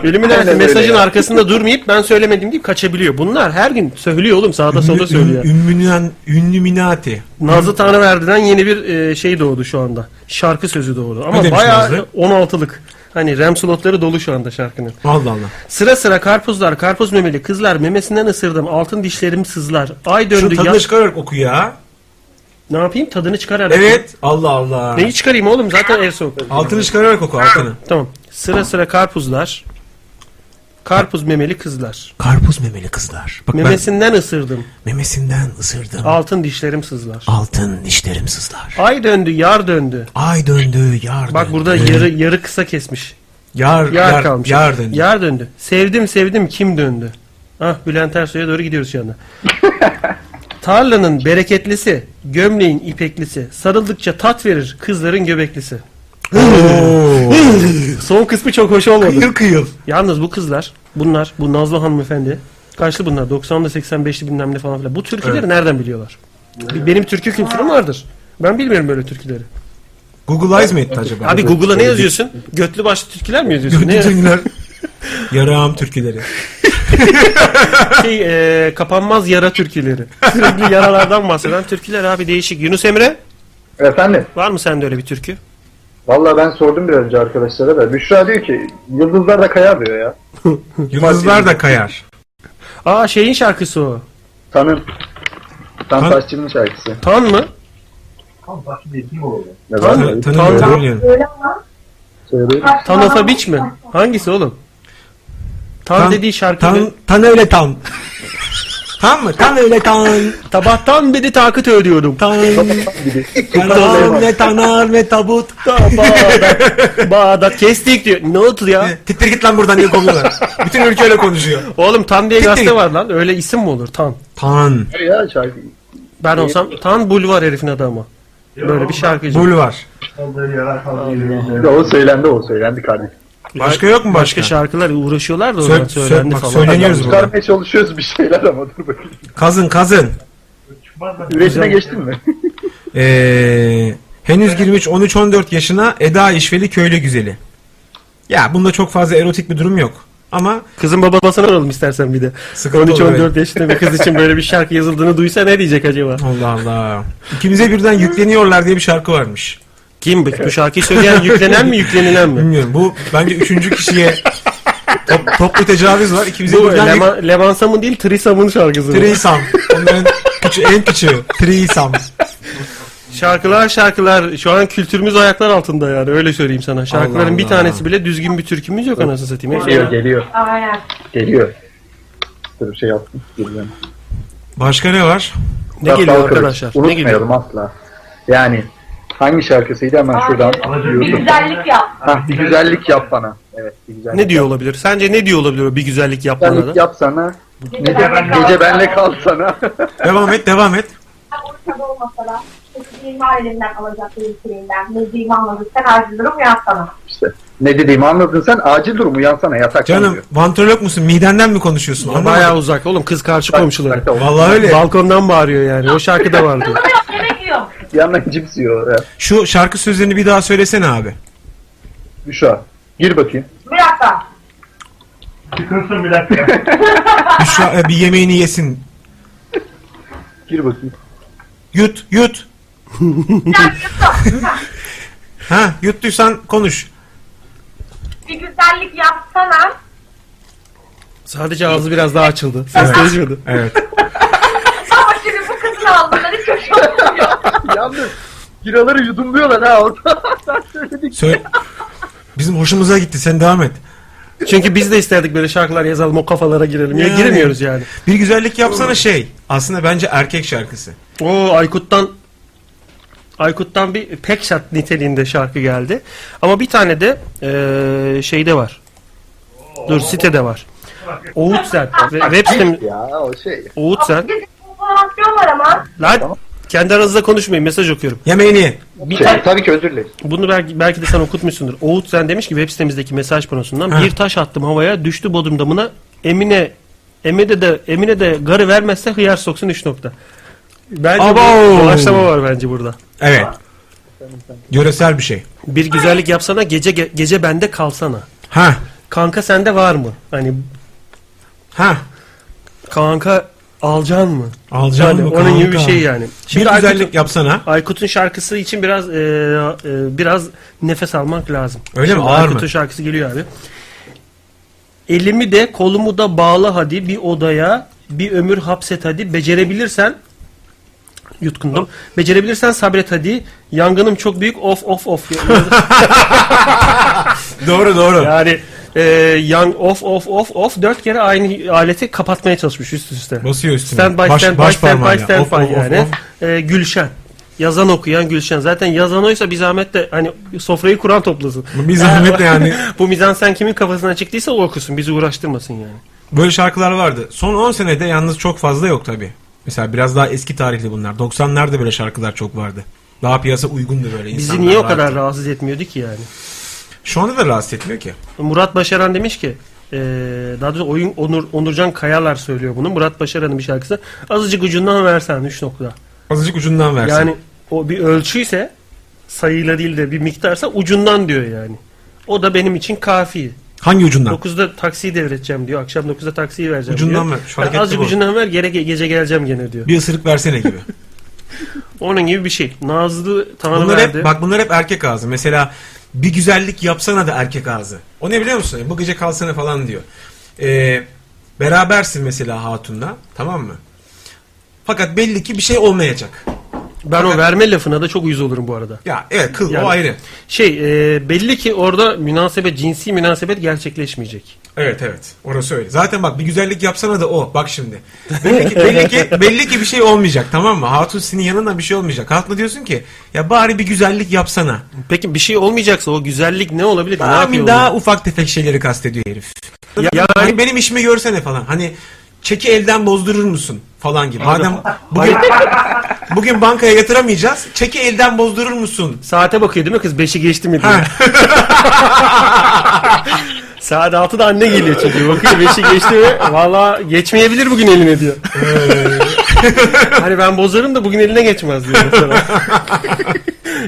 Illuminati Aynen mesajın öyle ya. arkasında durmayıp ben söylemedim deyip kaçabiliyor. Bunlar her gün söylüyor oğlum sağda solda ünlü- ün- söylüyor. Ümmünen, ünlü minati. Nazlı Tanrıverdi'den yeni bir e, şey doğdu şu anda. Şarkı sözü doğdu. Ama Ne demiş bayağı Nazlı? 16'lık. Hani rem slotları dolu şu anda şarkının. Allah Allah. Sıra sıra karpuzlar, karpuz memeli kızlar memesinden ısırdım. Altın dişlerim sızlar. Ay Şunu döndü ya. tadını çıkararak oku ya. Ne yapayım? Tadını çıkararak. Evet. Allah Allah. Neyi çıkarayım oğlum? Zaten ev soğuk. Altını çıkararak oku altını. Tamam. Sıra sıra karpuzlar. Karpuz memeli kızlar. Karpuz memeli kızlar. Bak Memesinden ısırdım. ben memesinden ısırdım. Altın dişlerim sızlar. Altın dişlerim sızlar. Ay döndü, yar döndü. Ay döndü yar Bak döndü. burada yarı yarı kısa kesmiş. yar, Yar, yar, kalmış. Yar döndü. Yar döndü. Sevdim sevdim kim döndü? Ah Bülent Ersoy'a doğru gidiyoruz şu anda. Tarlanın bereketlisi, gömleğin ipeklisi, sarıldıkça tat verir kızların göbeklisi. Oo. Son kısmı çok hoş olmadı. kıyıl kıyıl. Yalnız bu kızlar, bunlar, bu Nazlı hanımefendi, kaçlı bunlar? 90'lı 85'li bilmem ne falan filan. Bu türküleri Evet. nereden biliyorlar? Benim türkü kültürüm vardır. Ben bilmiyorum böyle türküleri. Google Eyes mi etti acaba? Abi Google'a ne yazıyorsun? Götlü başlı türküler mi yazıyorsun? Gördüğün Ne cümleler. Yarağım türküleri. *laughs* şey e, kapanmaz yara türküleri. Sürekli yaralardan bahseden türküler abi değişik. Yunus Emre Efendim? var mı sende öyle bir türkü? Vallahi ben sordum biraz önce arkadaşlara da. Büşra diyor ki yıldızlar da kayar diyor ya. *laughs* Yıldızlar da kayar. Aa şeyin şarkısı o. Tanın. Tan Tan- Taşçı'nın şarkısı. Tan mı? Ne Tan- var? Tanımıyorum Tanrı- bilmiyorum. Öyle ama Söyleyeyim. Tanofa Beach mi? Hangisi oğlum? Tan, dediği şarkı. Tan, tan öyle tan. Tam mı? Tan öyle tan. Tabahtan beri takıt ödüyorum. Tan. Gibi. Karan ve tanar ve tabut. Ta- Bağdat, Bağdat kestik diyor. Ne oldu ya? Tittir git lan buradan diye kovuyorlar. Bütün ülke öyle konuşuyor. Oğlum Tan diye Ciddi. gazete var lan. Öyle isim mi olur Tan? Tan. ya şarkı. Ben olsam Tan Bulvar herifin adı ama. Böyle bir şarkıcı. Bulvar. Ya o söylendi o söylendi kardeşim. Başka yok mu başka? Başka şarkılar uğraşıyorlar da Sö- oradan sö- söylendi bak, falan. söyleniyoruz Adam burada. Çıkarmaya çalışıyoruz bir şeyler ama dur bakayım. Kazın kazın. Üretime geçtin mi? Ee, henüz 23 13 14 yaşına Eda İşveli köylü güzeli. Ya bunda çok fazla erotik bir durum yok. Ama Kızın babasına soralım istersen bir de. Sıkıntı olur, 13-14 yaşında bir kız için böyle bir şarkı yazıldığını duysa ne diyecek acaba? Allah Allah. İkimize birden yükleniyorlar diye bir şarkı varmış. Kim bu? Bu şarkıyı söyleyen yüklenen mi yüklenilen mi? Bilmiyorum. Bu bence üçüncü kişiye top- toplu tecavüz var. İkimize Bu birden yük- Leman, Levansam'ın değil Trisam'ın şarkısı. bu. Threesome. Onların küçü, en küçüğü. Threesome. *laughs* Şarkılar şarkılar. Şu an kültürümüz ayaklar altında yani öyle söyleyeyim sana. Şarkıların Allah bir Allah. tanesi bile düzgün bir türkümüz yok anasını satayım. Hepsi Geliyor ya. geliyor. aynen. Geliyor. Dur şey yaptım. Geliyor. Başka ne var? Ne geliyor Battal Kılıç. arkadaşlar? Ne geliyor? Unutmayalım asla. Yani hangi şarkısıydı hemen şuradan. Bir güzellik yap. Ha, bir güzellik yap bana. Evet bir güzellik. Ne diyor olabilir? Sence ne diyor olabilir o bir güzellik yapmana Güzellik da? yap sana. Gece Gece benle kal sana. Devam et, devam et. Ortada olmasa da Müziğimi ailemden alacak ülkeliğinden. Müziğimi almadıktan harcılırım uyan sana. işte. Ne dediğimi anladın sen. Acil durum uyansana yataktan. Canım, diyor. vantrolog musun? Midenden mi konuşuyorsun? Ya Anlamadım. bayağı uzak oğlum kız karşı komşuları. Yatakta o. Vallahi öyle. Balkondan bağırıyor yani. O şarkı da vardı. Kızım yemek yiyorum. Yandan cips yiyor. ya. Şu şarkı sözlerini bir daha söylesene abi. Büşra. Gir bakayım. Bir dakika. Çıkırsın bir *laughs* dakika. Bir, şu, e, bir yemeğini yesin. Gir bakayım. Yut, yut. Sen yutun. Ha, *laughs* Ha, yuttuysan konuş. bir güzellik yapsana. Sadece ağzı biraz daha açıldı. Ses değişmedi. Evet. Ama şimdi bu kızın ağzından hiç hoş olmuyor. Yalnız biraları yudumluyorlar ha orada. *laughs* Sen söyledik. Söyle. Bizim hoşumuza gitti. Sen devam et. Çünkü biz de isterdik böyle şarkılar yazalım o kafalara girelim. Ya Yani. giremiyoruz yani. Bir güzellik yapsana şey. Aslında bence erkek şarkısı. Oo Aykut'tan Aykut'tan bir pek şart niteliğinde şarkı geldi. Ama bir tane de eee, şeyde var. Dur sitede var. Oğuz Sen. Ve- Web sitem Ya o şey. Oğuz Sen. Bir informasyon var ama. Lan kendi aranızda konuşmayın mesaj okuyorum. Yemeğini ye. Bir şey tane- tabii ki özür dilerim. bunu belki, belki de sen okutmuşsundur. Oğuz Sen demiş ki web sitemizdeki mesaj panosundan Ha. bir taş attım havaya düştü bodrum damına Emine Emine de Emine de garı vermezse hıyar soksun 3 nokta. Bence bu Abo! dolaşlama var bence burada. Evet. Yöresel bir şey. Bir güzellik yapsana gece ge- gece bende kalsana. Ha. Kanka sende var mı? Hani Ha. kanka alcan mı? Alacağım Yani mı onun gibi bir kanka? şey yani. Şimdi bir güzellik Aykut'un, yapsana. Aykut'un şarkısı için biraz e, e, biraz nefes almak lazım. Öyle mi? Şimdi Ağır mı? Aykut'un şarkısı geliyor abi. Elimi de kolumu da bağla hadi bir odaya bir ömür hapset hadi becerebilirsen yutkundum. Becerebilirsen sabret hadi. Yangınım çok büyük. Of of of. *laughs* Doğru doğru. Yani e, yan of of of of dört kere aynı aleti kapatmaya çalışmış üst üste. Basıyor üstüne. Stand by Baş- stand by baş stand by parmağıyla. stand Of, by of, of, yani. of. E, Gülşen. Yazan okuyan Gülşen. Zaten yazan oysa bir zahmet de hani sofrayı kuran toplasın. Bir *laughs* zahmet de yani. Bu mizansen kimin kafasından çıktıysa o okusun. Bizi uğraştırmasın yani. Böyle şarkılar vardı. Son 10 senede yalnız çok fazla yok tabi. Mesela biraz daha eski tarihli bunlar. 90'larda böyle şarkılar çok vardı. Daha piyasa uygundu böyle insanlar. Bizi niye o vardı. kadar rahatsız etmiyordu ki yani? Şu anda da rahatsız etmiyor ki. Murat Başaran demiş ki e, daha doğrusu oyun Onur, Onurcan Kayalar söylüyor bunu. Murat Başaran'ın bir şarkısı. Azıcık ucundan versen 3 nokta. Azıcık ucundan versin. Yani o bir ölçüyse sayıyla değil de bir miktarsa ucundan diyor yani. O da benim için kafi. Hangi ucundan? 9'da taksiyi devredeceğim diyor. Akşam 9'da taksiyi vereceğim Ucundan diyor. ver. Şu Ben hareketli Azıcık bu. ucundan ver gere, gece geleceğim gene diyor. Bir ısırık versene gibi. *laughs* Onun gibi bir şey. Nazlı Tanrı bunlar verdi. hep, bak bunlar hep erkek ağzı. Mesela bir güzellik yapsana da erkek ağzı. O ne biliyor musun? E, Bu gece kalsana falan diyor. Ee, berabersin mesela hatunla. Tamam mı? Fakat belli ki bir şey olmayacak. ben o verme lafına da çok uyuz olurum bu arada. Ya evet kıl Yani- o ayrı. Şey e, belli ki orada münasebet cinsi münasebet gerçekleşmeyecek. Evet evet. Orası öyle. Zaten bak bir güzellik yapsana da o. Bak şimdi. *laughs* Belli ki, belli ki, belli ki bir şey olmayacak tamam mı? Hatun senin yanında bir şey olmayacak. Hatun diyorsun ki ya bari bir güzellik yapsana. Peki bir şey olmayacaksa o güzellik ne olabilir? ki? ne Daha, yapıyor? daha ufak tefek şeyleri kastediyor herif. Yani- Hani benim işimi görsene falan. Hani çeki elden bozdurur musun falan gibi. Madem bugün bugün bankaya yatıramayacağız. Çeki elden bozdurur musun? Saate bakıyor değil mi kız? Beşi geçti mi diyor. *laughs* Saat 6'da anne geliyor çünkü. Bakıyor beşi geçti mi? Valla geçmeyebilir bugün eline diyor. hani ben bozarım da bugün eline geçmez diyor mesela.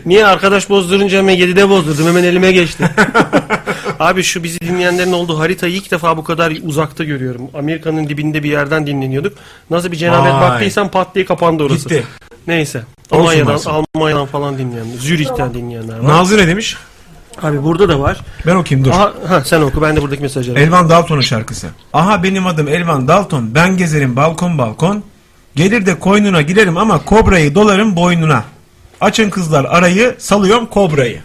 Niye arkadaş bozdurunca hemen 7'de bozdurdum hemen elime geçti. Abi şu bizi dinleyenlerin olduğu haritayı ilk defa bu kadar uzakta görüyorum. Amerika'nın dibinde bir yerden dinleniyorduk. Nasıl bir cenabet Vay. baktıysan pat diye kapandı orası. Gitti. Neyse. Olsun Almanya'dan, varsın. Almanya'dan falan dinleyenler, Zürih'ten dinleyenler var. Nazlı ne demiş? Abi burada da var. Ben okuyayım dur. Aha, ha, sen oku ben de buradaki mesajları. Elvan Dalton'un şarkısı. Aha benim adım Elvan Dalton. Ben gezerim balkon balkon. Gelir de koynuna girerim ama kobrayı dolarım boynuna. Açın kızlar arayı salıyorum kobrayı.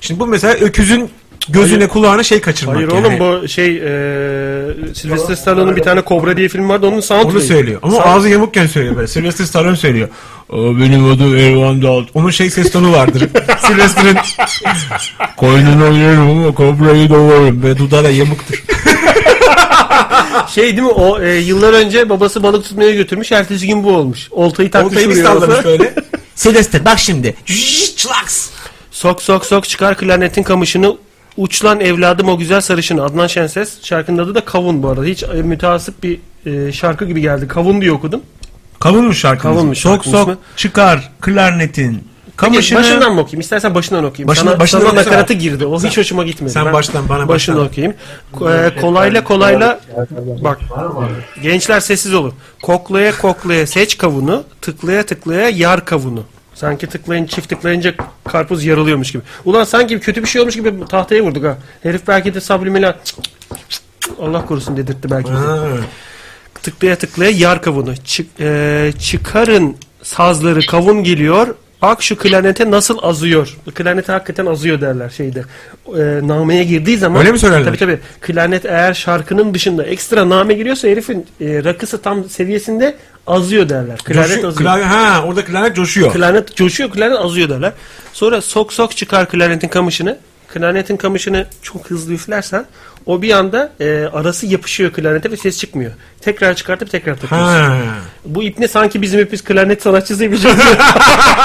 Şimdi bu mesela öküzün gözüne kulağına şey kaçırmak. Hayır yani. oğlum bu şey eee Sylvester Stallone'un bir tane Kobra diye film vardı onun soundtrack'ı. Onu söylüyor. Ama Sound- ağzı yamukken söylüyor böyle. Sylvester Stallone söylüyor. "Aa, benim adım Elvan Dalton. Onun şey ses tonu *laughs* vardır. *laughs* Sylvester'ın koynuna girerim ama kobrayı dolarım. Ve dudağı da yamuktır. Şey değil mi o eee, yıllar önce babası balık tutmaya götürmüş ertesi gün bu olmuş. Oltayı takmış Oltayı bir vuruyor olsa. sallamış *laughs* böyle. Sylvester bak şimdi. Şşş, Çılaks. Sok sok sok çıkar klarnetin kamışını uçlan evladım o güzel sarışını Adnan Şenses şarkının adı da Kavun bu arada hiç e, müteasip bir eee, şarkı gibi geldi Kavun diye okudum. Kavunmuş şarkımız. Kavunmuş sok şarkımız sok mı? çıkar klarnetin. Peki, Kamışını... Başından mı okuyayım? İstersen başından okuyayım. Başından- sana, başından sana okusana. nakaratı girdi. O hiç hoşuma gitmedi. sen Ben baştan, bana başını baştan. okuyayım. Ko- e, kolayla kolayla bak. Gençler sessiz olun. Koklaya koklaya seç kavunu, tıklaya tıklaya yar kavunu. Sanki tıklayın çift tıklayınca karpuz yarılıyormuş gibi. Ulan sanki kötü bir şey olmuş gibi tahtaya vurduk ha. Herif belki de subliminal Allah korusun dedirtti belki bize Ha, tıklaya tıklaya yar kavunu. Çık, e, çıkarın sazları kavun geliyor. Bak şu klarnete nasıl azıyor. Klarnete hakikaten azıyor derler şeyde. E, nameye girdiği zaman. Öyle mi söylerler? Tabii tabii. Klarnet eğer şarkının dışında ekstra name giriyorsa herifin e, rakısı tam seviyesinde azıyor derler. Klarnet coşuyor, azıyor. klavye, ha orada klarnet coşuyor. Klarnet coşuyor, klarnet azıyor derler. Sonra sok sok çıkar klarnetin kamışını. Klarnetin kamışını çok hızlı üflersen o bir anda e, arası yapışıyor klarnete ve ses çıkmıyor. Tekrar çıkartıp tekrar takıyorsun. ha. Bu ipne sanki bizim hepimiz klarnet sanatçısıymış. *laughs*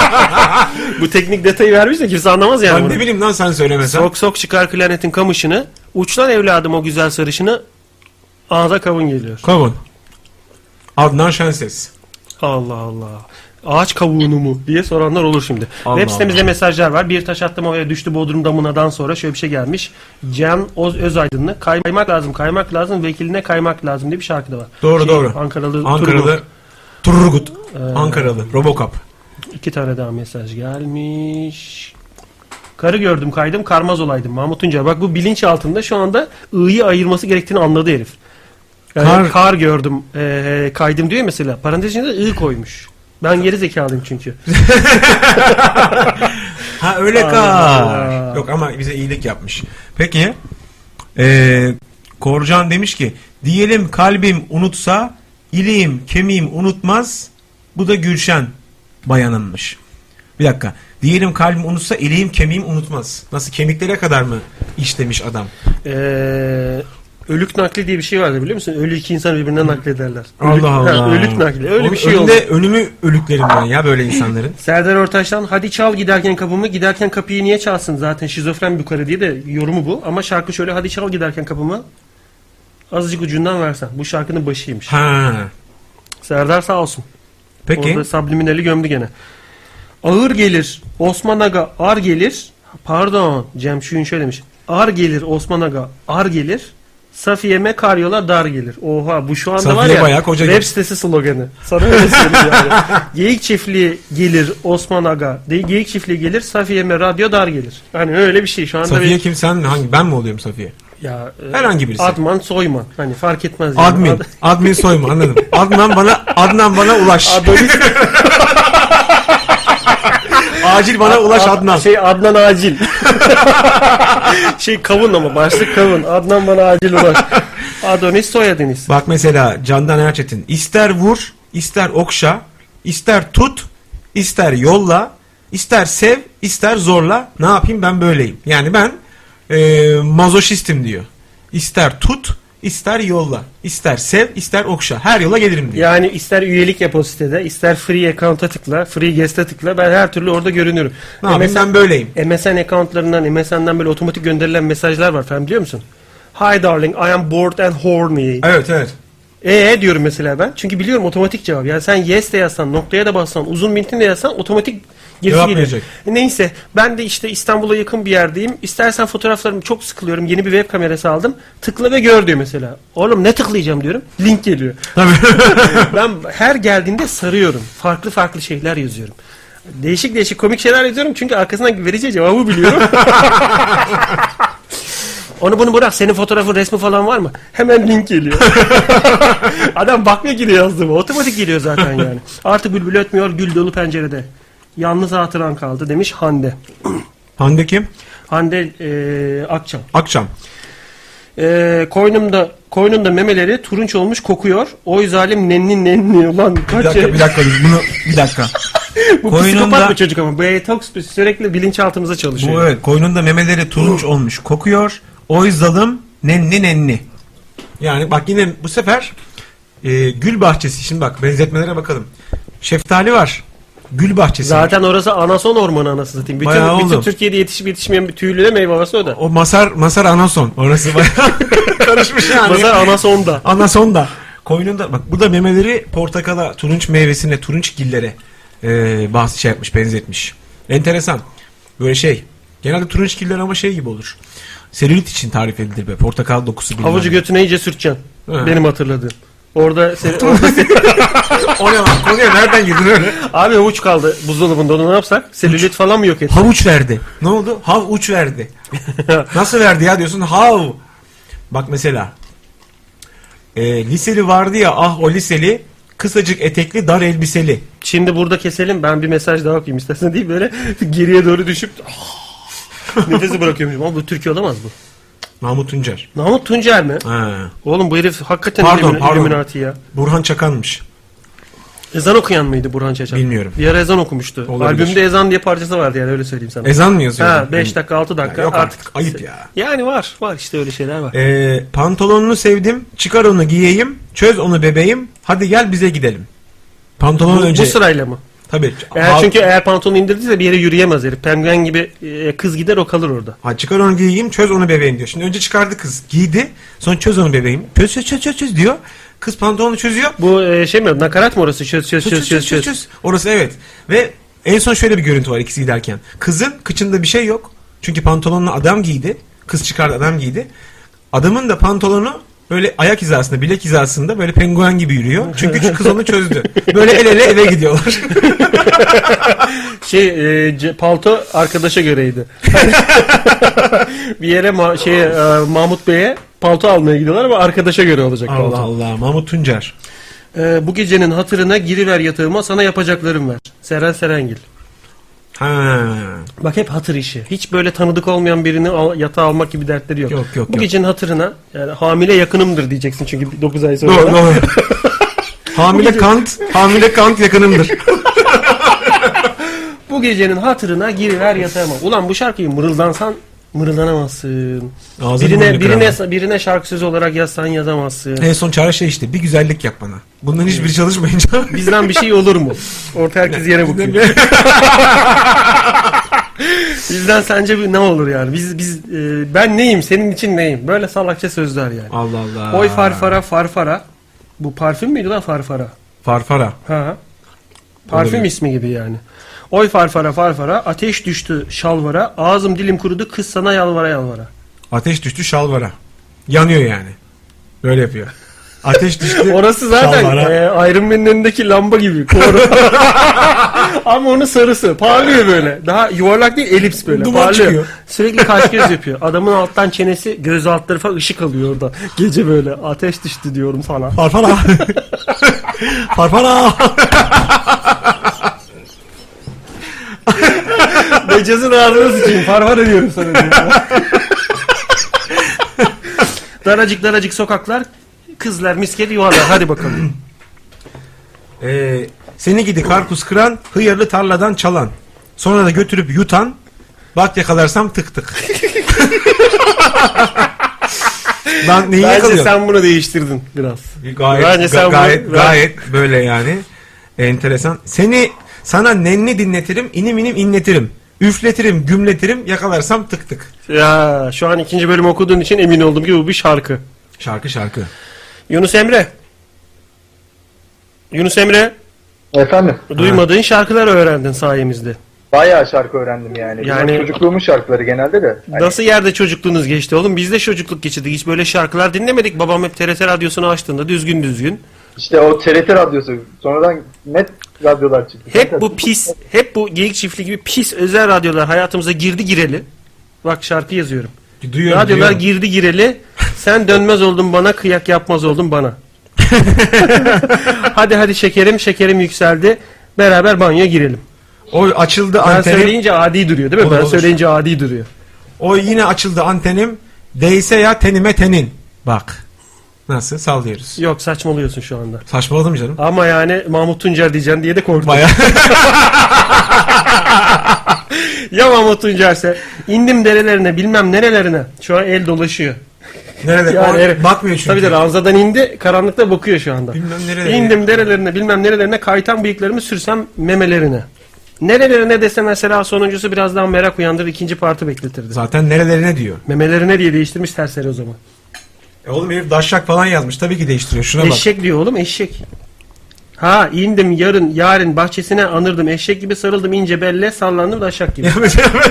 Bu teknik detayı vermiş de kimse anlamaz yani. Ben bunu. ne bileyim lan sen söylemesen. Sok sok çıkar klarnetin kamışını. Uçlan evladım o güzel sarışını. Ağza kavun geliyor. Kavun. Adnan Şenses. Allah Allah. Ağaç kavuğunu mu diye soranlar olur şimdi. Allah Web sitemizde mesajlar var. Bir taş atlama ve düştü Bodrum damınadan sonra şöyle bir şey gelmiş. Can Oz Özaydın'la kaymak lazım, kaymak lazım, vekiline kaymak lazım diye bir şarkı da var. Doğru Şey, doğru. Ankaralı, Ankaralı. Ankaralı. Turgut. Ee. Ankaralı. Robocop. İki tane daha mesaj gelmiş. Karı gördüm kaydım karmaz olaydım Mahmut Tuncer. Bak bu bilinç altında şu anda ı'yı ayırması gerektiğini anladı herif. Yani Kar- kar, gördüm ee, kaydım diyor ya mesela parantez içinde ı koymuş. Ben geri zekalıyım çünkü. *laughs* Ha öyle Allah. kar. Yok ama bize iyilik yapmış. Peki. Ee, Korcan demiş ki diyelim kalbim unutsa iliğim kemiğim unutmaz. Bu da Gülşen bayanınmış. Bir dakika. Diyelim kalbim unutsa iliğim kemiğim unutmaz. Nasıl kemiklere kadar mı işlemiş adam? Ee, ölük nakli diye bir şey vardır biliyor musun? Ölü iki insan birbirinden naklederler. Ölük- Allah Allah. Ha, ölük nakli. Öyle Onun bir şey oldu. önünde Önümü ölüklerimden ya *laughs* böyle insanların. Serdar Ortaç'tan hadi çal giderken kapımı giderken kapıyı niye çalsın zaten şizofren bir karı diye de yorumu bu ama şarkı şöyle hadi çal giderken kapımı azıcık ucundan versen bu şarkının başıymış. Ha. Serdar sağ olsun. Peki. Orada subliminali gömdü gene. Ağır gelir Osman Aga ar gelir. Pardon Cem Şuyun şöyle demiş. Ar gelir Osman Aga ar gelir. Safiye'me karyola dar gelir. Oha bu şu anda Safiye var ya bayağı koca web gelmiş. sitesi sloganı. Sana öyle söyleyeyim yani. *laughs* Geyik çiftliği gelir Osman Aga. De, geyik çiftliği gelir Safiye'me radyo dar gelir. Hani öyle bir şey şu anda. Safiye bir- kim sen mi? Hangi, ben mi oluyorum Safiye? ya, e, Herhangi birisi. Adman soyman. Hani fark etmez. yani. Admin. Ad- Admin soyma anladım. Adnan bana Adnan bana ulaş. Adonis- *laughs* Acil bana ulaş Adnan. Şey Adnan acil. *laughs* şey kavun ama başlık kavun. Adnan bana *laughs* acil ulaş. Adonis soyadınız. Bak mesela Candan Erçetin. İster vur, ister okşa, ister tut, ister yolla, ister sev, ister zorla. Ne yapayım ben böyleyim. Yani ben eee, mazoşistim diyor. İster tut, ister yolla, ister sev, ister okşa. Her yola gelirim diyor. Yani ister üyelik yap o sitede, ister free account'a tıkla, free guest'e tıkla. Ben her türlü orada görünüyorum. ne yapayım ben böyleyim. MSN accountlarından, MSN'den böyle otomatik gönderilen mesajlar var falan biliyor musun? Hi darling, I am bored and horny. Evet evet. Ee diyorum mesela ben. Çünkü biliyorum otomatik cevap. Yani sen yes de yazsan, noktaya da bassan, uzun metin de yazsan otomatik gerisi Cevap geliyor. E, verecek. Neyse ben de işte İstanbul'a yakın bir yerdeyim. İstersen fotoğraflarımı çok sıkılıyorum. Yeni bir web kamerası aldım. Tıkla ve gör diyor mesela. Oğlum ne tıklayacağım diyorum. Link geliyor. *laughs* ben her geldiğinde sarıyorum. Farklı farklı şeyler yazıyorum. Değişik değişik komik şeyler yazıyorum çünkü arkasından vereceği cevabı biliyorum. Onu bunu bırak senin fotoğrafın resmi falan var mı? Hemen *laughs* link geliyor. Adam bakmıyor ki ne yazdığıma. Otomatik geliyor zaten yani. Artık bülbül ötmüyor gül dolu pencerede. Yalnız hatıran kaldı demiş Hande. Hande kim? Hande e, Akçam. Akşam. E, koynumda koynumda memeleri turunç olmuş kokuyor. Oy zalim nenni nenni ulan Bir kaç dakika şey- bir dakika biz bunu bir dakika. *laughs* Bu psikopat Koynumda- bir çocuk ama. Beytoks sürekli bilinçaltımıza çalışıyor. Bu evet koynunda memeleri turunç olmuş kokuyor. Oy zalım nenni nenni. Yani bak yine bu sefer e, gül bahçesi. Şimdi bak benzetmelere bakalım. Şeftali var. Gül bahçesi. var. Zaten orası anason ormanı anasını satayım. Bütün, Bayağı bütün oldu. Türkiye'de yetişip yetişmeyen bir tüylü de meyve havası o da. O masar masar anason. Orası *laughs* bayağı karışmış yani. Mesela anason da. Anason da. Koynunda bak burada memeleri portakala, turunç meyvesine, turunç gillere e, bahsi şey yapmış, benzetmiş. Enteresan. Böyle şey. Genelde turunç giller ama şey gibi olur. Selülit için tarif edilir be. Portakal dokusu bilmem Havucu ne. götüne iyice sürteceksin. He. Benim hatırladığım. Orada seni, orada *laughs* seni- O ne lan? Konuya nereden girdin öyle? abi havuç kaldı buzdolabında onu ne yapsak? Selülit falan mı yok et? Havuç verdi. Ne oldu? Havuç verdi. Nasıl verdi ya diyorsun? Hav. Bak mesela. E, liseli vardı ya ah o liseli. Kısacık etekli dar elbiseli. Şimdi burada keselim ben bir mesaj daha okuyayım istersen değil böyle *laughs* geriye doğru düşüp ah, nefesi bırakıyormuşum ama bu Türkiye olamaz bu. Mahmut Tuncer. Namık Tuncer mi? Ha. Oğlum bu herif hakikaten Pardon, Illumi- pardon. Illuminati ya. Burhan Çakan'mış. Ezan okuyan mıydı Burhan Çeçen? Bilmiyorum. Bir ara ezan okumuştu. Olabilir. Albümde ezan diye parçası vardı yani öyle söyleyeyim sana. Ezan mı yazıyor? ha 5 dakika 6 dakika yok artık. artık. Ayıp ya. Yani var var işte öyle şeyler var. Ee, pantolonunu sevdim. Çıkar onu giyeyim. Çöz onu bebeğim. Hadi gel bize gidelim. Pantolon bu, önce. bu sırayla mı? Tabii. Eğer Ha- çünkü eğer pantolonu indirdiyse bir yere yürüyemez herif. Penguen gibi e, kız gider o kalır orada. Ha çıkar onu giyeyim çöz onu bebeğim diyor. Şimdi önce çıkardı kız giydi sonra çöz onu bebeğim. Çöz çöz çöz çöz, çöz diyor. Kız pantolonu çözüyor. Bu e, şey mi nakarat mı orası? Çöz çöz Çöz çöz çöz çöz, çöz. Orası evet. Ve en son şöyle bir görüntü var ikisi giderken. Kızın kıçında bir şey yok. Çünkü pantolonunu adam giydi. Kız çıkardı adam giydi. Adamın da pantolonu böyle ayak hizasında, bilek hizasında böyle penguen gibi yürüyor. Çünkü şu kız onu *laughs* çözdü. Böyle el ele eve gidiyorlar. Şey e, ce- palto arkadaşa göreydi. *laughs* bir yere ma- şey e, Mahmut Bey'e palto almaya gidiyorlar ama arkadaşa göre olacak Allah palto. Allah Mahmut Tuncer. E, bu gecenin hatırına giriver yatağıma sana yapacaklarım ver. Seren Serengil. Ha. Bak hep hatır işi. Hiç böyle tanıdık olmayan birini al, yatağa almak gibi dertleri yok. Yok, yok, Bu yok. gecenin hatırına yani hamile yakınımdır diyeceksin çünkü 9 ay sonra. Doğru *laughs* doğru. hamile Kant, hamile Kant yakınımdır. Bu gecenin hatırına giriver yatağıma. Ulan bu şarkıyı mırıldansan mırıldanamazsın. Ağzını birine burnunu birine kıramam. birine şarkı sözü olarak yazsan yazamazsın. En son çare şey işte bir güzellik yap bana. Bunların hiçbiri Hmm. çalışmayınca. *laughs* Bizden bir şey olur mu? Orta herkes yere bakıyor. *laughs* Bizden sence bir ne olur yani? Biz biz e, ben neyim senin için neyim? Böyle salakça sözler yani. Allah Allah. Oy farfara farfara. Bu parfüm müydü lan farfara? Farfara. Ha. Parfüm Olabilir. ismi gibi yani. Oy farfara farfara, ateş düştü şalvara, ağzım dilim kurudu kız sana yalvara yalvara. Ateş düştü şalvara. Yanıyor yani. Böyle yapıyor. Ateş düştü. Orası zaten şalvara. e, Iron Man'in önündeki lamba *laughs* gibi. Koru. Ama onun sarısı. Parlıyor böyle. Daha yuvarlak değil elips böyle. Duman parlıyor. çıkıyor. Sürekli kaş göz yapıyor. Adamın alttan çenesi göz altları falan ışık alıyor orada. Gece böyle ateş düştü diyorum sana. *laughs* Farfara. Farfara. Becazın ağzını sıçayım. Farfar ediyorum *laughs* sana. diyor. daracık daracık sokaklar. Kızlar miskeli yuvarlar. Hadi bakalım. Ee, seni gidi karpuz kıran, hıyarlı tarladan çalan. Sonra da götürüp yutan, bak yakalarsam tık tık. Lan neyi Bence yakalıyorsun? sen bunu değiştirdin biraz. Gayet, Bence sen ga- gayet, bunu- gayet böyle yani. Enteresan. Seni sana nenni dinletirim, inim inim inletirim. Üfletirim, gümletirim, yakalarsam tık tık. Ya şu an ikinci bölüm okuduğun için emin oldum ki bu bir şarkı. Şarkı şarkı. Yunus Emre. Yunus Emre Efendim? duymadığın şarkılar öğrendin sayemizde. Bayağı şarkı öğrendim yani. Yani- Bunlar çocukluğumun şarkıları genelde de. Hani Nasıl yerde çocukluğunuz geçti oğlum? Biz de çocukluk geçirdik. Hiç böyle şarkılar dinlemedik. Babam hep TRT radyosunu açtığında düzgün düzgün. İşte o TRT radyosu. Sonradan net radyolar çıktı. Hep bu pis, hep bu geyik çiftliği gibi pis özel radyolar hayatımıza girdi gireli. Bak şarkı yazıyorum. Duyuyorum, Radyolar duyuyorum. girdi gireli. Sen dönmez oldun bana, kıyak yapmaz *laughs* oldun bana. hadi hadi şekerim, şekerim yükseldi. Beraber banyoya girelim. Oy açıldı Ben antenim. söyleyince adi duruyor değil mi? Olur, ben olur. söyleyince adi duruyor. O yine açıldı antenim. Değse ya tenime tenin. Bak. Nasıl sallıyoruz. Yok saçmalıyorsun şu anda. Saçmaladım canım. Ama yani Mahmut Tuncer diyeceksin diye de korktum. Baya *laughs* Ya Mahmut Tuncer'se indim derelerine bilmem nerelerine. Şu an el dolaşıyor. nerede? Yani O- evet. bakmıyor çünkü. Tabii de ranzadan indi karanlıkta bakıyor şu anda. Bilmem nerelere. İndim derelerine bilmem nerelerine kaytan bıyıklarımı sürsem memelerine. Nerelerine dese mesela sonuncusu biraz daha merak uyandırır ikinci parti bekletirdi. Zaten nerelerine diyor. Memelerine diye değiştirmiş terseri o zaman. E oğlum herif daşşak falan yazmış. Tabii ki değiştiriyor. Şuna bak. Eşek diyor oğlum eşek. Ha indim yarın yarın bahçesine anırdım eşek gibi sarıldım ince belle sallandım da *laughs* aşak gibi.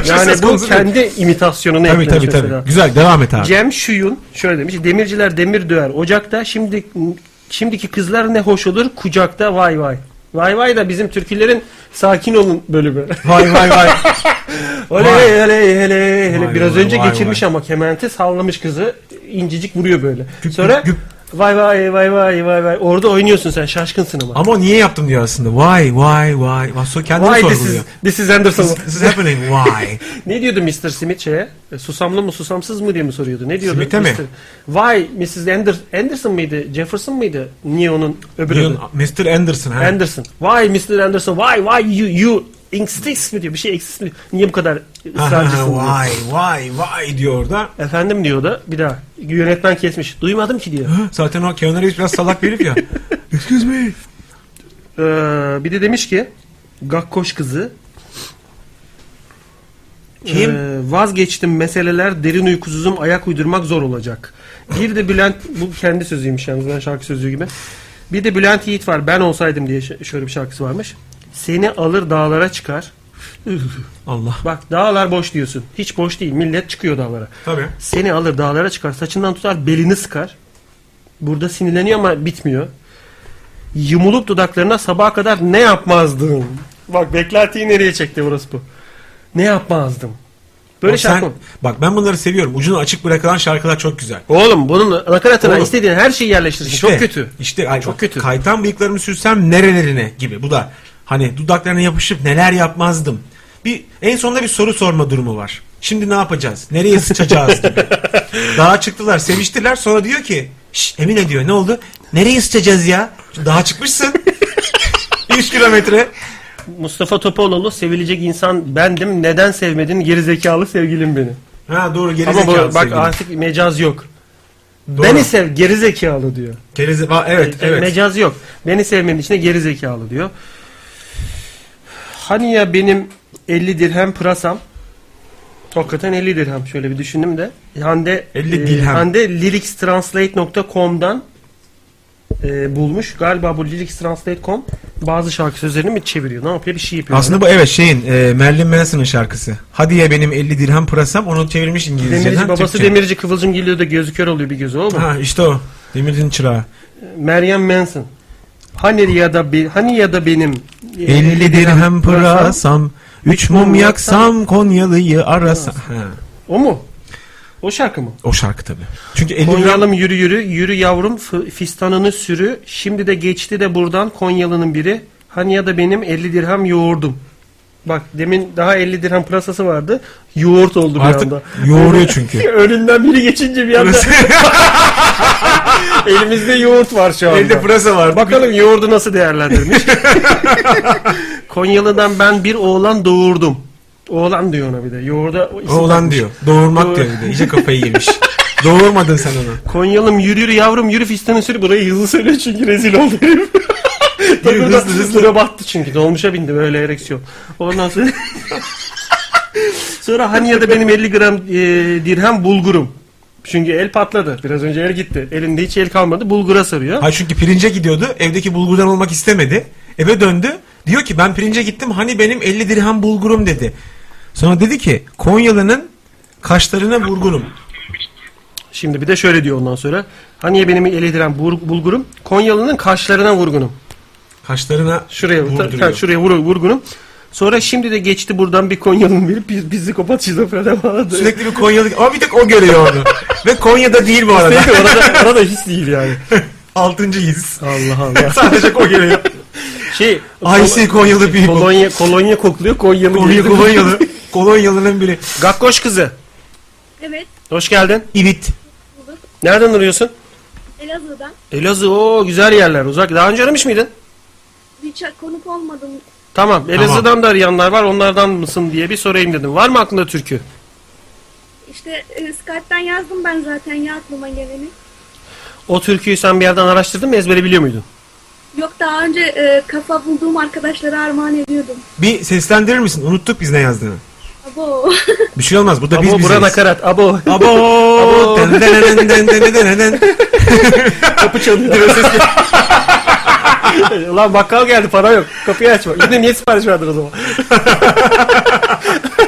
Yani bu kendi imitasyonunu Tabii eklemiş tabii tabii. mesela. Güzel devam et abi. Cem Şuyun şöyle demiş. Demirciler demir döver ocakta. Şimdi şimdiki kızlar ne hoş olur kucakta vay vay. Vay vay da bizim türkülerin sakin olun bölümü. Vay vay vay. Oley Vay. oley hele hele Vay, biraz vay, önce vay, geçirmiş ama kemente sallamış kızı incecik vuruyor böyle. Güp, Sonra güp, güp. vay vay vay vay vay vay orada oynuyorsun sen şaşkınsın ama. Ama o niye yaptım diyor aslında. Vay vay vay. Vay, so- Kendini Vay this is, sorguluyor. this is Anderson. This, this is happening. Why? *laughs* Ne diyordu Mr. Smith şeye? E, Susamlı mı susamsız mı diye mi soruyordu? Ne diyordu? Smith'e Mr. mi? Why Mrs. Ander- Anderson mıydı? Jefferson mıydı? Niye onun öbürü? Diyorsun, adı? Mr. Anderson. Ha. Anderson. Why Mr. Anderson? Why why you you insist mi diyor? Bir şey eksik mi? Niye bu kadar ısrarcısın? diyor. Vay vay vay diyor orada. Efendim diyor da bir daha yönetmen kesmiş. Duymadım ki diyor. Zaten o Keanu Reeves biraz salak bir herif *laughs* ya. Excuse me. Ee, bir de demiş ki Gakkoş kızı Kim? Ee, vazgeçtim meseleler derin uykusuzum ayak uydurmak zor olacak. Bir de Bülent bu kendi sözüymüş yalnız ben şarkı sözü gibi. Bir de Bülent Yiğit var ben olsaydım diye ş- şöyle bir şarkısı varmış. Seni alır dağlara çıkar. Allah. Bak dağlar boş diyorsun. Hiç boş değil. Millet çıkıyor dağlara. Tabii. Seni alır dağlara çıkar. Saçından tutar belini sıkar. Burada sinirleniyor ama bitmiyor. Yumulup dudaklarına sabaha kadar ne yapmazdım? Bak beklentiyi nereye çekti orası bu. Ne yapmazdım? Böyle Bak şarkı sen- mı? Bak ben bunları seviyorum. Ucunu açık bırakılan şarkılar çok güzel. Oğlum bunun nakaratına Oğlum. istediğin her şeyi yerleştirsin. Çok kötü. İşte ay, Çok bak, kötü. Kaytan bıyıklarımı sürsem nerelerine gibi. Bu da hani dudaklarına yapışıp neler yapmazdım. Bir en sonunda bir soru sorma durumu var. Şimdi ne yapacağız? Nereye sıçacağız *laughs* gibi. Dağa çıktılar, seviştiler. Sonra diyor ki, Şş, Emine diyor ne oldu? Nereye sıçacağız ya? Şimdi Dağa çıkmışsın. *laughs* 3 kilometre. Mustafa Topaloğlu sevilecek insan bendim. Neden sevmedin gerizekalı sevgilim beni? Ha doğru geri Ama bu, zekalı bak sevgili. artık mecaz yok. Doğru. Beni sev gerizekalı diyor. Geri ze- Va- evet E, evet. Mecaz yok. Beni sevmenin içinde geri zekalı diyor. Hani ya benim 50 dirhem pırasam Hakikaten 50 dirhem şöyle bir düşündüm de Hande 50 dirhem. Hande lyricstranslate.com'dan e, bulmuş. Galiba bu lyrics.translate.com bazı şarkı sözlerini mi çeviriyor? Ne yapıyor? Bir şey yapıyor. Aslında bu evet şeyin e, Merlin Manson'ın şarkısı. Hadi ya benim 50 dirhem pırasam onu çevirmiş İngilizceden. Demirci babası Türkçe. Demirci Kıvılcım geliyor da gözü kör oluyor bir gözü o mu? Ha işte o. Demirci'nin çırağı. Meryem Manson. Hani ya da be- hani ya da benim 50 dirhem pırasam, 3 mum yaksam Konyalı'yı arasam. Ha, O mu? O şarkı mı? o şarkı tabii. Çünkü 50 dirhem Konyalım yürü yürü, yürü yavrum fı- fistanını sürü. Şimdi de geçti de buradan Konyalı'nın biri. Hani ya da benim 50 dirhem yoğurdum. Bak demin daha 50 dirhem pırasası vardı. Yoğurt oldu bir artık anda. Hani yoğuruyor çünkü. *laughs* Önünden biri geçince bir anda *laughs* elimizde yoğurt var şu anda. Elde pırasa var. Bak Bakalım yoğurdu nasıl değerlendirmiş. *laughs* Konyalı'dan ben bir oğlan doğurdum. Oğlan diyor ona bir de. Yoğurda o isim oğlan takmış. diyor. Doğurmak Doğru. diyor bir de. İyice kafayı *laughs* yemiş. Doğurmadın sen onu. Konyalım yürü yürü yavrum yürü fistanı sür. Burayı hızlı söyle çünkü rezil oldu *laughs* herif. Tabii hızlı, da hızlı. dura battı çünkü. Dolmuşa bindi böyle ereksiyon. Ondan sonra... *laughs* sonra hani ya da benim 50 gram e, dirhem bulgurum. Çünkü el patladı. Biraz önce el gitti. Elinde hiç el kalmadı. Bulgura sarıyor. Hayır çünkü pirince gidiyordu. Evdeki bulgurdan olmak istemedi. Eve döndü. Diyor ki ben pirince gittim. Hani benim 50 dirhem bulgurum dedi. Sonra dedi ki Konyalı'nın kaşlarına vurgunum. Şimdi bir de şöyle diyor ondan sonra. Hani ya benim el dirhem bur- bulgurum. Konyalı'nın kaşlarına vurgunum. Kaşlarına Şuraya ta- vurduruyor. ta- şuraya vur, vurgunum. Sonra şimdi de geçti buradan bir Konyalı'nın biri biz, bizi kopat şizofrene bağladı. Sürekli bir Konyalı ama bir tek o görüyor onu. Ve Konya'da değil bu arada. Neyse orada, orada his değil yani. *laughs* Altıncı iz. Allah Allah. *laughs* Sadece o görüyor. Şey, I see Konyalı people. Kolonya, Kolonya, Kolonya kokluyor, Konyalı geliyor. Konyalı. Kolonyalı'nın biri. Gakkoş kızı, Evet, hoş geldin. İvit. Nereden arıyorsun? Elazığ'dan. Elazığ, o güzel yerler uzak. Daha önce aramış mıydın? Hiç konuk olmadım. Tamam, Elazığ'dan da arayanlar var, onlardan mısın diye bir sorayım dedim. Var mı aklında türkü? İşte e, Skype'den yazdım ben zaten ya aklıma geleni. O türküyü sen bir yerden araştırdın mı, ezbere biliyor muydun? Yok daha önce e, kafa bulduğum arkadaşlara armağan ediyordum. Bir seslendirir misin? Unuttuk biz ne yazdığını. Abo. *laughs* Bir şey olmaz. Bu da biz abo, bura bizeyiz. nakarat, *laughs* abo. Abo. Den, den, den, den, den, den, den. Kapı çalıyor. *laughs* Ulan bakkal geldi, para yok. Kapıyı açma. Yine niye sipariş verdin o zaman? *laughs*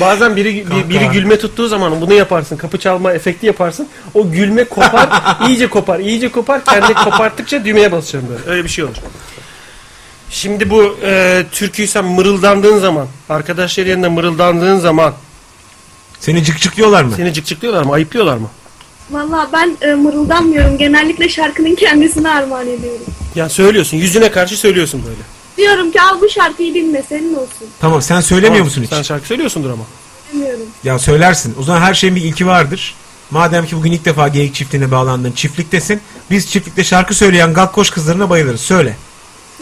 Bazen biri bir- biri Kanka. gülme tuttuğu zaman bunu yaparsın. Kapı çalma efekti yaparsın. O gülme kopar, iyice kopar, iyice kopar. Kendi koparttıkça düğmeye basacağım böyle. Öyle bir şey olur. Şimdi bu e, türküyü sen mırıldandığın zaman, arkadaşlar yanında mırıldandığın zaman Seni cık cıklıyorlar mı? seni cıkcıklıyorlar mı, ayıplıyorlar mı? Valla ben e, mırıldanmıyorum. Genellikle şarkının kendisine armağan ediyorum. Ya söylüyorsun, yüzüne karşı söylüyorsun böyle. Diyorum ki al bu şarkıyı dinle senin olsun. Tamam sen söylemiyor musun hiç? Sen şarkı söylüyorsundur ama. Demiyorum. Ya söylersin. O zaman her şeyin bir ilki vardır. Madem ki bugün ilk defa geyik çiftliğine bağlandın, çiftliktesin. Biz çiftlikte şarkı söyleyen gakkoş kızlarına bayılırız. Söyle.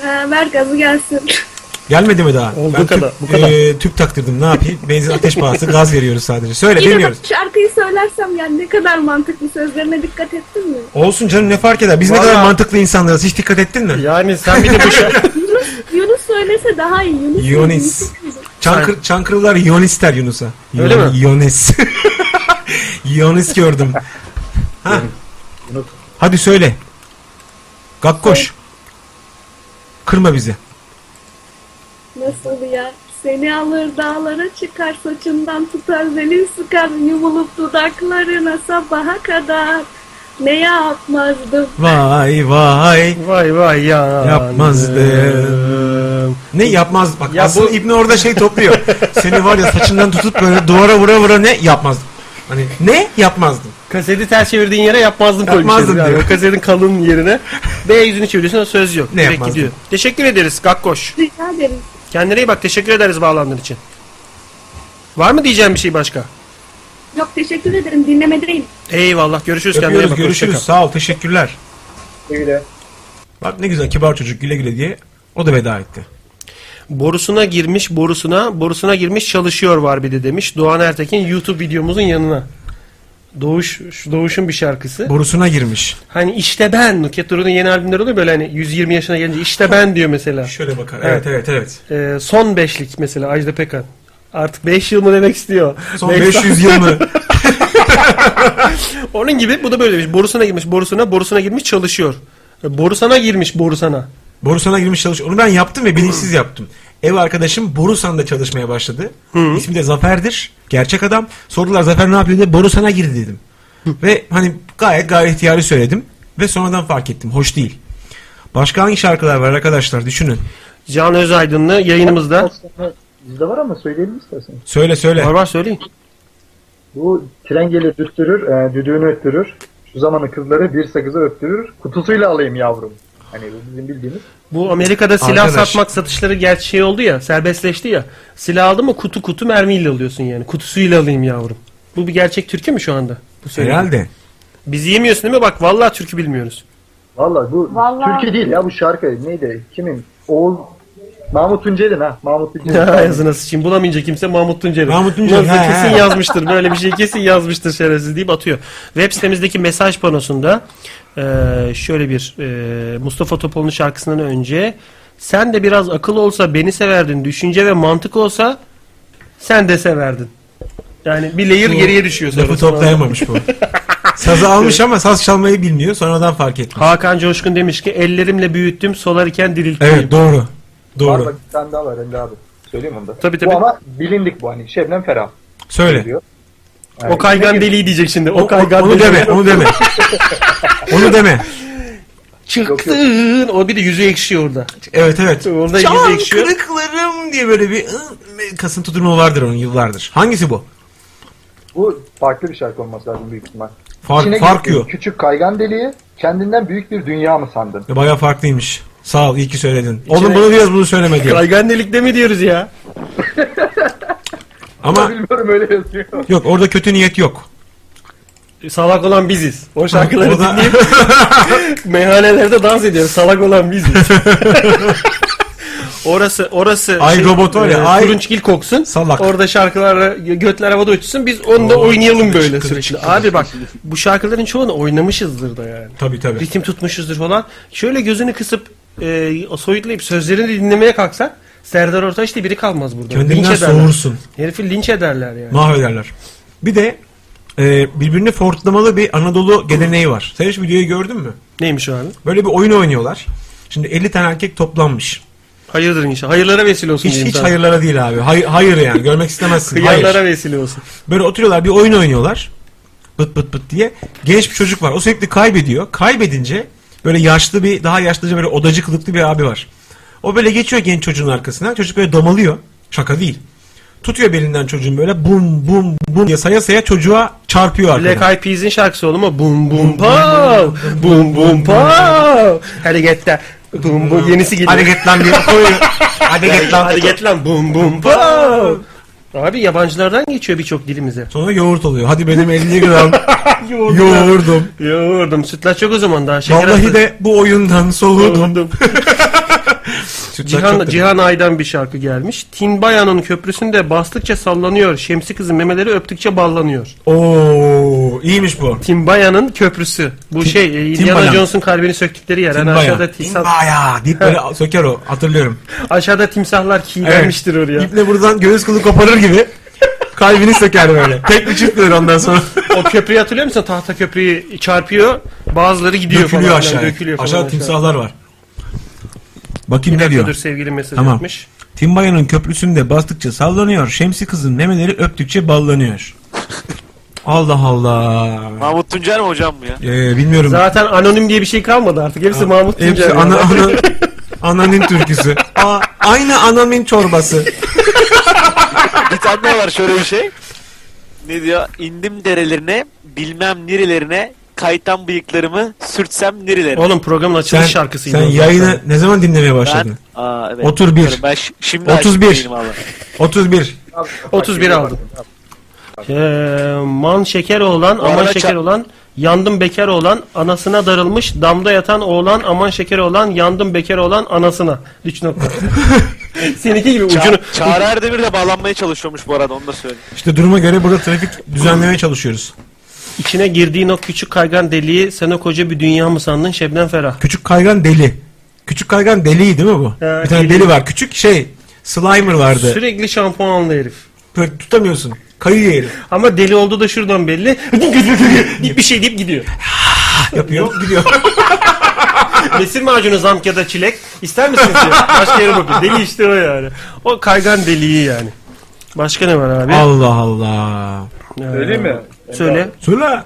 Ha, ver gazı gelsin. Gelmedi mi daha? Oldu Ben kadar, tüp, bu kadar. e, tüp taktırdım ne yapayım? Benzin ateş pahası gaz veriyoruz sadece. Söyle *laughs* Yine demiyoruz. bak şarkıyı söylersem yani ne kadar mantıklı sözlerine dikkat ettin mi? Olsun canım ne fark eder? Biz ne kadar Vallahi- mantıklı insanlarız hiç dikkat ettin mi? Yani sen bir de bu şarkı... Yunus, Yunus söylese daha iyi. Yunus. Yunus. Çankır, Çankırılar Yonis der Yunus'a. Öyle mi? *laughs* Yonis. Yonis gördüm. ha. Hadi söyle. Gakkoş. Kırma bizi. Nasıl ya? Seni alır dağlara çıkar saçından tutar zelin sıkar yumulup dudaklarına sabaha kadar ne yapmazdım Vay vay. Vay vay ya. Yapmazdım. Ne yapmaz bak Ya aslında bu- İbni orada şey *laughs* topluyor. Seni var ya saçından tutup böyle duvara vura vura ne yapmazdım. Hani ne yapmazdım. Kaseti ters çevirdiğin yere yapmazdım koymuşuz. Yapmazdım yani. diyor. O kasetin kalın *laughs* yerine. B yüzünü çeviriyorsun ama söz yok. Ne Direkt yapmazdım? gidiyor. Teşekkür ederiz Gakkoş. rica ederim. Kendine iyi bak. Teşekkür ederiz bağlandığın için. Var mı diyeceğim bir şey başka? Yok teşekkür ederim dinlemedeyim. Eyvallah. Görüşürüz. Kendine iyi Öpüyoruz bak. hoşça görüşürüz kal. sağ ol teşekkürler. Sevgili. Bak ne güzel kibar çocuk güle güle diye o da veda etti. Borusuna girmiş borusuna, borusuna girmiş çalışıyor var bir de demiş. Doğan Ertekin YouTube videomuzun yanına. Doğuş, şu Doğuş'un bir şarkısı. Borusuna girmiş. Hani işte ben Nuket Duru'nun yeni albümleri oluyor böyle hani 120 yaşına gelince işte ben diyor mesela. Şöyle bakar. Evet evet evet. Ee, son beşlik mesela Ajda Pekan. Artık 5 yıl mı demek istiyor? Son Beş- 500 yıl *laughs* mı? Onun gibi bu da böyle demiş. Borusuna girmiş, borusuna, borusuna girmiş çalışıyor. E, Borusan'a girmiş Borusan'a. Borusan'a girmiş çalış. Onu ben yaptım ve bilinçsiz yaptım. Ev arkadaşım Borusan'da çalışmaya başladı. İsmi de Zafer'dir. Gerçek adam. Sordular Zafer ne yapıyor diye Borusan'a girdi dedim. ve hani gayet gayet ihtiyarı söyledim. Ve sonradan fark ettim. Hoş değil. Başka hangi şarkılar var arkadaşlar düşünün. Can Özaydınlı yayınımızda. Aslında Bizde var ama söyleyelim istersen. Söyle söyle. Var var söyleyin. Bu tren gelir düttürür, e, düdüğünü öttürür. Şu zamanın kızları bir sakızı öttürür. Kutusuyla alayım yavrum. Hani bu bizim bildiğimiz. Bu Amerika'da silah Arkadaş. satmak satışları gerçi şey oldu ya serbestleşti ya. Silah aldın mı kutu kutu mermiyle alıyorsun yani. Kutusuyla alayım yavrum. Bu bir gerçek türkü mü şu anda? Bu söylediğin? Herhalde. Bizi yemiyorsun değil mi? Bak vallahi türkü bilmiyoruz. Valla bu Vallahi- Türkiye değil ya bu şarkı. Neydi? Kimin? Oğuz Mahmut Tuncel'in ha. Mahmut Tuncel'in. Yazına sıçayım. Bulamayınca kimse Mahmut Tuncer'i. Mahmut Tuncer, Ulan he, kesin he. yazmıştır. Böyle bir şey kesin yazmıştır şerefsiz deyip atıyor. Web sitemizdeki mesaj panosunda e, şöyle bir e, Mustafa Topal'ın şarkısından önce sen de biraz akıl olsa beni severdin. Düşünce ve mantık olsa sen de severdin. Yani bir layer Bu geriye düşüyor. Lafı sonrasında. toplayamamış bu. Sazı almış ama saz çalmayı bilmiyor. Sonradan fark ettim. Hakan Coşkun demiş ki ellerimle büyüttüm solarken dirilteyim. Evet doğru. Var bak Doğru. bir tane daha var Emre abi. Söyleyeyim onu da. Tabii, tabii. Bu ama bilindik bu hani. Şebnem Ferah Söyle. diyor. O kaygan deliği diyecek şimdi. O kaygan onu deliği. deme, onu deme. onu deme. Çıktın. O bir de yüzü ekşiyor orada. Evet evet. Orada yüzü Çam ekşiyor. kırıklarım diye böyle bir ı, kasıntı durumu vardır onun yıllardır. Hangisi bu? Bu farklı bir şarkı olması lazım büyük ihtimal. Fark, İçine fark girdiğin yok. Küçük kaygan deliği kendinden büyük bir dünya mı sandın? Baya farklıymış. Sağ ol iyi ki söyledin. Oğlum bunu diyoruz bunu söyleme diyor. Kaygan delikte mi diyoruz ya? *laughs* Ama Bilmiyorum öyle yazıyor. yok orada kötü niyet yok. E, Salak olan biziz. O şarkıları Orada- *laughs* dinleyip meyhanelerde dans ediyoruz. Salak olan biziz. orası orası şey, Ay robot var ya, ay- Turunçgil e, koksun. Salak. Orada şarkılara götler havada uçsun. Biz onu da Oo, oynayalım çıkı, böyle çıkı, sürekli. çıkı, Abi bak bu şarkıların çoğunu oynamışızdır da yani. Tabii tabii. ritim tutmuşuzdur falan. Şöyle gözünü kısıp e, soyutlayıp sözlerini dinlemeye kalksak Serdar Ortaç diye biri kalmaz burada. Kendinden linç ederler. soğursun. Herifi linç ederler yani. Mahvederler. Bir de e, birbirini fortlamalı bir Anadolu geleneği var. Sen hiç videoyu gördün mü? Neymiş o abi? Böyle bir oyun oynuyorlar. Şimdi 50 tane erkek toplanmış. Hayırdır inşallah. Hayırlara vesile olsun. Hiç, diyeyim hiç sana. hayırlara değil abi. Hayır, hayır yani görmek istemezsin. Hayır. Hıyarlara vesile olsun. Böyle oturuyorlar bir oyun oynuyorlar. Bıt bıt bıt diye. Genç bir çocuk var. O sürekli kaybediyor. Kaybedince böyle yaşlı bir daha yaşlıca böyle odacı kılıklı bir abi var. O böyle geçiyor genç çocuğun arkasına. Çocuk böyle damalıyor. Şaka değil. Tutuyor belinden çocuğun böyle bum bum bum diye saya saya çocuğa çarpıyor arkadan. Black Eyed Peas'in şarkısı oğlum o. Bum bum pow. Bum bum pow. Hareketler. Bum bum. Yenisi geliyor. Hadi git lan diye koyuyor. Hadi git lan. Hadi get lan. Bum bum pow. Abi yabancılardan geçiyor birçok dilimize. Sonra yoğurt oluyor. Hadi benim 50 *laughs* gram yoğurdum. Yoğurdum. Sütlaç yok o zaman daha. Şeker Vallahi hastası. de bu oyundan soğudum. *laughs* Sütler çok Cihan, da- Cihan Ay'dan bir şarkı gelmiş. Tinbaya'nın köprüsünde bastıkça sallanıyor. Şemsi kızın memeleri öptükçe ballanıyor. Oo, iyiymiş bu. Tinbaya'nın köprüsü. Bu şey e, Indiana Timbaya. Jones'un kalbini söktükleri yer. Hani aşağıda, Timbaya. timsah, Timbaya deyip böyle söker o hatırlıyorum. aşağıda timsahlar kilitlenmiştir oraya. İple buradan göğüs kılı koparır gibi kalbini söker böyle. Tek bir çift verir ondan sonra. o köprüyü hatırlıyor musun? Tahta köprüyü çarpıyor. Bazıları gidiyor dökülüyor falan. aşağıya. Dökülüyor falan aşağıda timsahlar var. Bakayım ne Dakikadır diyor. sevgili mesaj Tamam. atmış. Timbaya'nın köprüsünde bastıkça sallanıyor. Şemsi kızın memeleri öptükçe ballanıyor. Allah Allah. Mahmut Tuncer mi hocam bu ya? Ee, bilmiyorum. Zaten anonim diye bir şey kalmadı artık. Hepsi Mahmut Hepsi Tuncer. ana, ana, *laughs* ananin türküsü. Aa, aynı anamin çorbası. bir tane daha var şöyle bir şey. Ne diyor? İndim derelerine, bilmem nerelerine, kaytan bıyıklarımı sürtsem nerelerine. Oğlum programın Sen, açılış şarkısıydı. sen o zaten. yayını ne zaman dinlemeye ben, başladın? aa, evet. Otur bir. Ben şi- şimdi 31. açtım yayını valla. 31. 31 aldım. Ee, man şeker olan, aman arada şeker ça- olan, yandım bekar olan, anasına darılmış, damda yatan oğlan, aman şeker olan, yandım bekar olan, anasına. *laughs* Üç nokta. Seninki gibi Ça- ucunu. Çağrı Erdemir de bağlanmaya çalışıyormuş bu arada onu da söyleyeyim. İşte duruma göre burada trafik düzenlemeye çalışıyoruz. içine girdiğin o küçük kaygan deliği sen o koca bir dünya mı sandın Şebnem Ferah? Küçük kaygan deli. Küçük kaygan deli değil mi bu? Ha, bir tane deli. deli var. Küçük şey Slimer vardı. Ee, Sürekli şampuanlı herif. Böyle tutamıyorsun. Kayıyor herif. Ama deli oldu da *laughs* şuradan belli. bir şey deyip gidiyor. *laughs* Yapıyor gidiyor. Mesir macunu zamk ya da çilek. İster misiniz? diyor. Başka yere bakın. Deli işte o yani. O kaygan deliği yani. Başka ne var abi? Allah Allah. Ee, Söyleyeyim mi? Söyle. Söyle.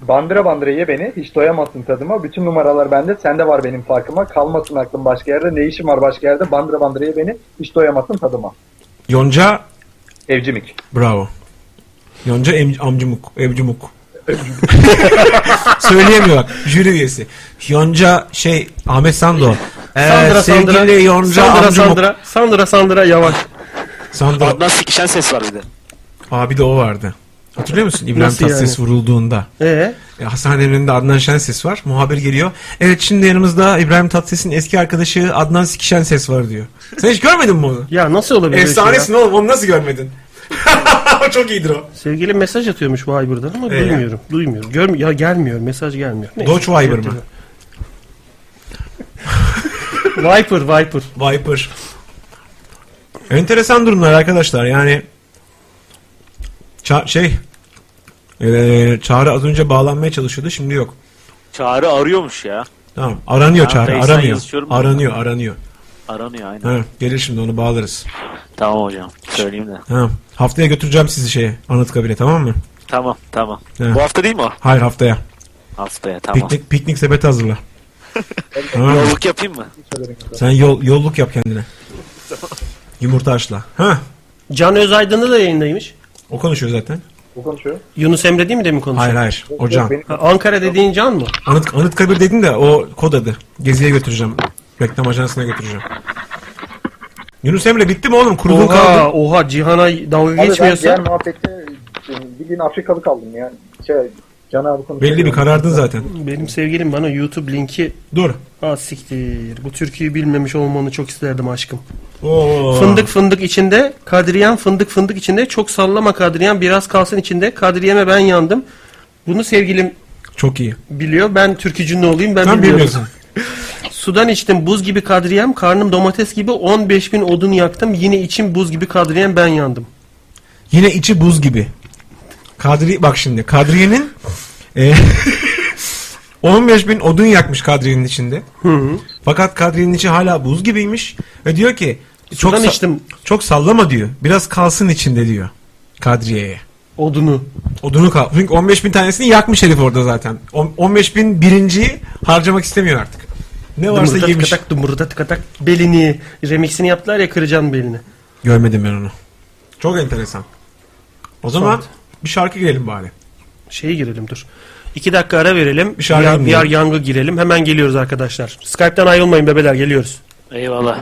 Bandıra bandıra ye beni. Hiç doyamazsın tadıma. Bütün numaralar bende. Sende var benim farkıma. Kalmasın aklım başka yerde. Ne işim var başka yerde. Bandıra bandıra ye beni. Hiç doyamazsın tadıma. Yonca Evcimik. bravo. Yonca em, amcumuk, evcumuk. Söyleyemiyor bak. Jüri üyesi. Yonca şey Ahmet *laughs* Sando. Ee, Sandıra sevgili sandıra. Yonca sandıra, amcumuk. sandıra. Sandıra sandıra yavaş. Sandro. Adnan sikişen ses var bir de. Abi de o vardı. Hatırlıyor musun? İbrahim Nasıl yani? Tatlıses vurulduğunda. Ee, E, Hastanelerin önünde Adnan Şenses var. Muhabir geliyor. Evet şimdi yanımızda İbrahim Tatlıses'in eski arkadaşı Adnan Sikişenses var diyor. Sen hiç görmedin mi onu? ya nasıl olabilir? öyle şey ya? Efsanesin oğlum *laughs* onu nasıl görmedin? Çok iyidir o. Sevgili mesaj atıyormuş Viber'dan ama Ee? duymuyorum. Duymuyorum. Görm ya gelmiyor. Mesaj gelmiyor. Dodge Viber mı? Viper, Viper. Viper. Enteresan durumlar arkadaşlar yani ça- şey e, Çağrı az önce bağlanmaya çalışıyordu şimdi yok. Çağrı arıyormuş ya. Tamam aranıyor Ha, Çağrı Face'den aramıyor. yazışıyorum ben. Aranıyor aranıyor. Aranıyor aynen. Ha, gelir şimdi onu bağlarız. Tamam hocam. Söyleyeyim de. Ha, haftaya götüreceğim sizi şeye Anıtkabir'e tamam mı? Tamam tamam. Evet. Bu hafta değil mi o? Hayır haftaya. Haftaya tamam. Piknik piknik *laughs* sepeti hazırla. tamam mı? Yolluk yapayım mı? Sen yol, yolluk yap kendine. Yumurta haşla. Ha, Can Özaydın'da da yayındaymış. o konuşuyor zaten. Bu konuşuyor. Yunus Emre değil mi demin konuşuyor? Hayır hayır. O Can. Benim Ha, Ankara dediğin Can mı? Anıt, Anıtkabir dedin de o kod adı. Geziye götüreceğim. Reklam ajansına götüreceğim. Yunus Emre bitti mi oğlum? Kurudun Oha, kaldı. oha Cihan'a dalga Abi ben diğer geçmiyorsa. muhabbette e, bir gün Afrikalı kaldım ya. Şey, Can abi konuşuyor. Belli bir karardın zaten. Benim sevgilim bana YouTube linki Dur. Ha siktir. Bu türküyü bilmemiş olmanı çok isterdim aşkım. Oo. Fındık fındık içinde, Kadriyen fındık fındık içinde. Çok sallama Kadriyen biraz kalsın içinde. Kadriyeme ben yandım. Bunu sevgilim Çok iyi. biliyor. Ben türkücünün olayım ben Sen bilmiyorum. bilmiyorsun. *laughs* Sudan içtim buz gibi kadriyem, karnım domates gibi 15 bin odun yaktım. Yine içim buz gibi kadriyem ben yandım. Yine içi buz gibi. Kadri bak şimdi Kadriye'nin e, *laughs* 15 bin odun yakmış Kadriye'nin içinde. Fakat Kadriye'nin içi hala buz gibiymiş ve diyor ki çok Sudan sa- içtim çok sallama diyor. Biraz kalsın içinde diyor Kadriye'ye. odunu. Odunu kal. Çünkü 15 bin tanesini yakmış herif orada zaten. On- 15 bin birinciyi harcamak istemiyor artık. Ne varsa Dımırda yemiş. tıkatak dımırda tıkatak belini. Remixini yaptılar ya kıracan belini. Görmedim ben onu. Çok enteresan. O zaman bir şarkı girelim bari. Şeye girelim dur. İki dakika ara verelim. Bir şarkı VR, VR dinleyelim. yangı girelim. Hemen geliyoruz arkadaşlar. Skype'tan ayrılmayın bebeler geliyoruz. Eyvallah.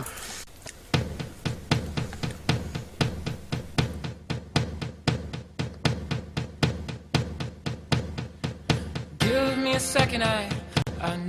Give me a second, I I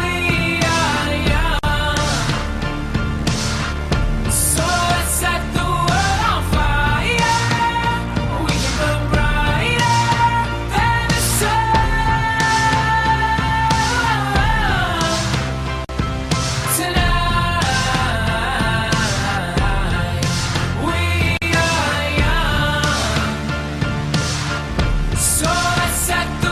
We are young, so let's set the world on fire. We can burn brighter than the sun tonight. We are young, so let's set the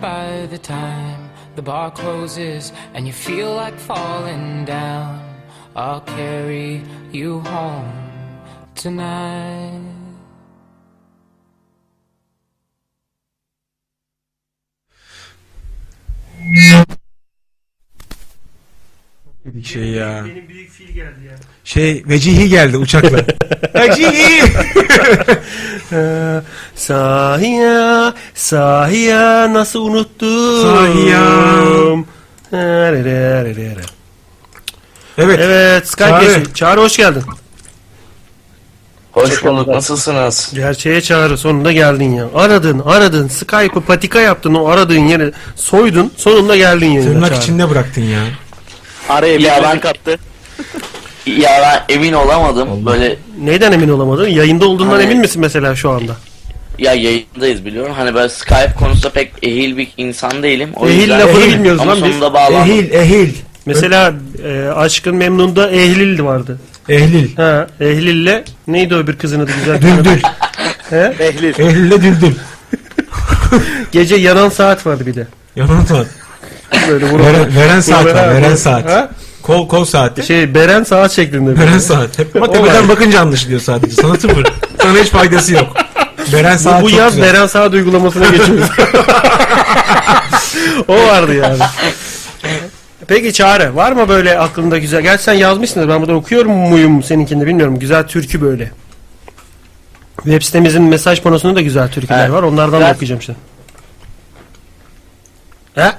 by the time the bar closes and you feel like falling down, I'll carry you home tonight. *laughs* Dedik şey ya. Benim büyük fil geldi ya. Şey Vecihi geldi *laughs* uçakla. Vecihi! Sahiya, sahiya nasıl unuttum? Sahiya. Sahiya. evet. Evet Skype Çağrı. geçiyor. Çağrı hoş geldin. Hoş bulduk. Nasılsınız? Gerçeğe Çağrı sonunda geldin ya. Aradın aradın Skype'ı patika yaptın o aradığın yere soydun sonunda geldin yayına *laughs* Tırnak Çağrı. içinde bıraktın ya. Araya bir Ya müzik ben- kattı. *laughs* Ya ben emin olamadım. Böyle Neyden emin olamadın? Yayında olduğundan Hani- emin misin mesela şu anda? ya yayındayız biliyorum. Hani ben Skype konusunda pek ehil bir insan değilim. O Ehil yüzden- *laughs* lafını bilmiyoruz Ama lan biz. sonunda bağlandım. Ehil, ehil. Mesela e, Aşkın Memnun'da Ehlil vardı. Ehlil. Ha, Ehlil'le neydi öbür kızın adı güzel? Düldül. He? Ehlil. Ehlil'le düldül. *laughs* Gece yanan saat vardı bir de. Yalan lan. Böyle vura- Veren, veren saat var. vura- Veren vura- saat. Ha? Kol kol saati. Şey Beren saat şeklinde. Veren saat. Hep ama tepeden bakınca anlaşılıyor sadece. Sanatı bu. Sana hiç faydası yok. Veren saat Bu, bu çok yaz güzel. Beren saat uygulamasına geçiyoruz. *laughs* o vardı yani. Peki Çağrı var mı böyle aklında güzel? Gerçi sen yazmışsın da ben burada okuyorum muyum seninkinde bilmiyorum. Güzel türkü böyle. Web sitemizin mesaj panosunda da güzel türküler Evet. var. Onlardan da Güzel. okuyacağım şimdi. He?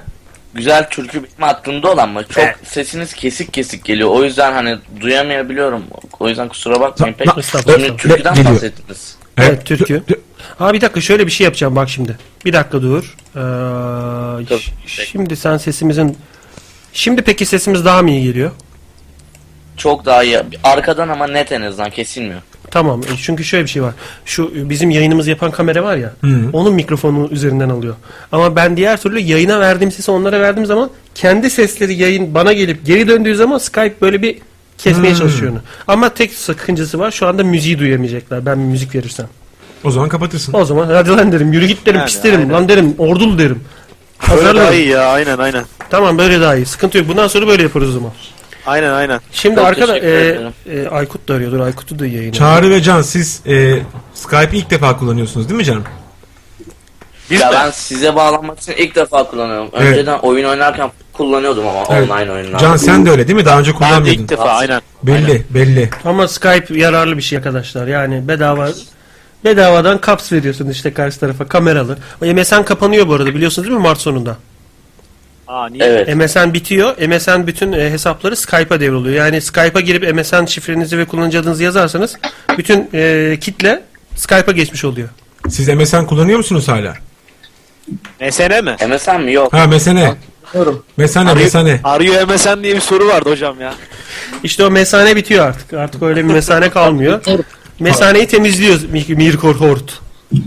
Güzel türkü benim aklımda olan mı? Çok sesiniz kesik kesik geliyor. O yüzden hani duyamayabiliyorum. O yüzden kusura bakmayın. Na- Pek na- Şimdi türküden Geliyor. bahsettiniz. Evet, türkü. Ha bir dakika şöyle bir şey yapacağım bak şimdi. Bir dakika dur. Ee, Tabii. ş- şimdi sen sesimizin Şimdi peki sesimiz daha mı iyi geliyor? Çok daha iyi. Arkadan ama net en azından kesilmiyor. Tamam. e, Çünkü şöyle bir şey var. Şu e, bizim yayınımız yapan kamera var ya. Hı. Onun mikrofonu üzerinden alıyor. Ama ben diğer türlü yayına verdiğim sesi onlara verdiğim zaman kendi sesleri yayın bana gelip geri döndüğü zaman Skype böyle bir kesmeye Hı. çalışıyor onu. Ama tek sakıncası var. Şu anda müziği duyamayacaklar. Ben bir müzik verirsem. O zaman kapatırsın. O zaman hadi lan derim. Yürü git derim. Yani, pis derim. aynen. Lan derim. Ordulu derim. Böyle daha Pazarlarım. iyi ya aynen aynen. Tamam böyle daha iyi. Sıkıntı yok. Bundan sonra böyle yaparız o zaman. Aynen aynen. Şimdi Çok arkada teşekkür e, ederim. e, Aykut da arıyor. Dur Aykut'u da yayına. Çağrı ve Can siz e, Skype'i ilk defa kullanıyorsunuz değil mi canım? Biz ya de- ben size bağlanmak için ilk defa kullanıyorum. Evet. Önceden oyun oynarken kullanıyordum ama Evet. online oyunlarda. Can sen de öyle değil mi? Daha önce ben de ilk kullanmıyordun. defa aynen. Belli belli. Ama Skype yararlı bir şey arkadaşlar. Yani bedava bedavadan kaps veriyorsun işte karşı tarafa kameralı. O MSN kapanıyor bu arada biliyorsunuz değil mi Mart sonunda? Aa, niye? Evet. MSN bitiyor. MSN bütün e, hesapları Skype'a devroluyor. Yani Skype'a girip MSN şifrenizi ve kullanıcı adınızı yazarsanız bütün e, kitle Skype'a geçmiş oluyor. Siz MSN kullanıyor musunuz hala? MSN mi? MSN mi? Yok. Ha mesene. Bilmiyorum. Mesane mesane. Are you MSN diye bir soru vardı hocam ya. İşte o mesane bitiyor artık. Artık öyle bir mesane *laughs* kalmıyor. Mesaneyi temizliyoruz Mir- Mirkor Hort.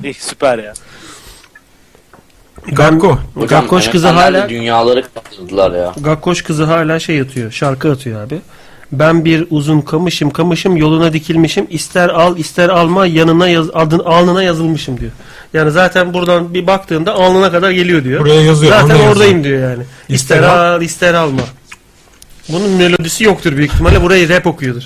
İh, süper ya. Gakko. Hocam, Gakkoş kızı MSN'lerle hala- Dünyaları kaptırdılar ya. Gakkoş kızı hala şey atıyor. Şarkı atıyor abi. Ben bir uzun kamışım kamışım yoluna dikilmişim. İster al ister alma yanına yaz, adın alnına yazılmışım diyor. Yani zaten buradan bir baktığında alnına kadar geliyor diyor. Buraya yazıyor, Zaten alnına oradayım diyor yani. İster, İster al- al ister alma. Bunun melodisi yoktur büyük ihtimalle. Burayı *laughs* rap okuyordur.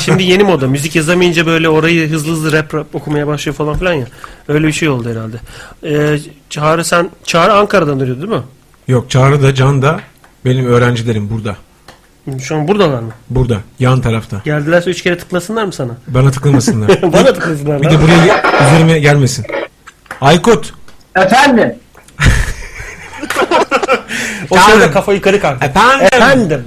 Şimdi yeni moda. Müzik yazamayınca böyle orayı hızlı hızlı rap, rap okumaya başlıyor falan filan ya. Öyle bir şey oldu herhalde. Ee, Çağrı sen Çağrı Ankara'dan arıyordu değil mi? Yok Çağrı da Can da benim öğrencilerim burada. Şu an buradalar mı? Burada. Yan tarafta. Geldilerse üç kere tıklasınlar mı sana? Bana tıklamasınlar. *laughs* Bana tıklasınlar bir lan. de buraya ge- üzerime gelmesin. Aykut. Efendim. O sırada kafa yukarı kalktı. Efendim. Efendim.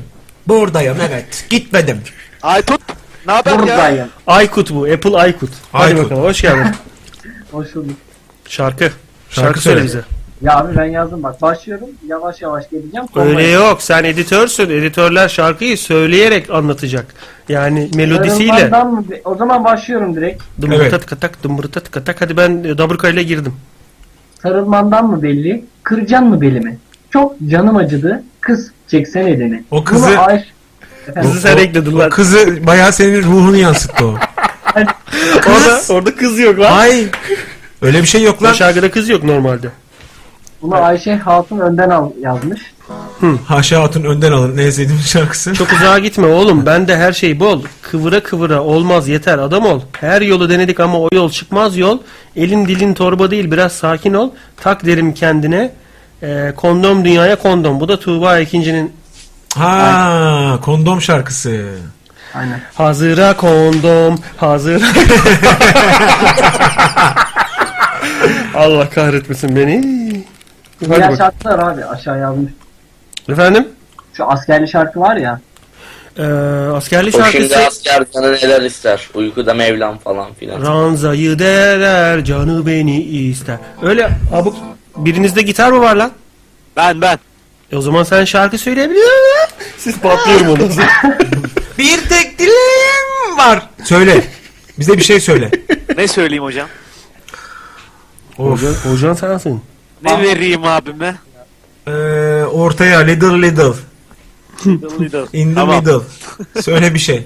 Buradayım evet. Gitmedim. Aykut ne haber ya? Buradayım. Aykut bu. Apple Aykut. Hadi Aykut. bakalım. Hoş geldin. Hoş bulduk. Şarkı. Şarkı, söyle. söyle bize. Ya abi ben yazdım bak. Başlıyorum. Yavaş yavaş geleceğim. Öyle yok. Sen editörsün. Editörler şarkıyı söyleyerek anlatacak. Yani melodisiyle. O zaman başlıyorum direkt. Dımbırı Evet. tat katak dımbırı tat katak. Hadi ben e, dabırkayla girdim. Sarılmandan mı belli, kırcan mı belimi? Çok canım acıdı, kız çeksen elini. O kızı- Bunu aş- Kızı sen ekledin lan. Kızı bayağı senin ruhunu yansıttı o. Orada, orada kız yok lan. Ay. Öyle bir şey yok Bu lan. şarkıda kız yok normalde. Bunu Ayşe Hatun önden al yazmış. Haşa Hatun önden alın. Ne izledim şarkısı. Çok uzağa gitme oğlum. Bende her şey bol. Kıvıra kıvıra olmaz yeter adam ol. Her yolu denedik ama o yol çıkmaz yol. Elin dilin torba değil biraz sakin ol. Tak derim kendine. Ee, kondom dünyaya kondom. Bu da Tuğba ikincinin Ha, kondom şarkısı. Aynen. Hazıra kondom, hazır. *laughs* Allah kahretmesin beni. Hadi Diğer bak. şarkılar abi aşağı yazmış. Efendim? Şu askerli şarkı var ya. Ee, askerli O şimdi şarkısı. asker canı neler ister. Uykuda Mevlam falan filan. Ranzayı derer, canı beni ister. Öyle abuk. Birinizde gitar mı var lan? Ben ben. E o zaman sen şarkı söyleyebiliyor musun? Siz patlıyorum onu. *laughs* Bir tek dileğim var. Söyle. Bize bir şey söyle. ne söyleyeyim hocam? Olcan, Olcan sensin. Ne vereyim abime? Ee, ortaya little little. In the Tamam. middle. Söyle bir şey.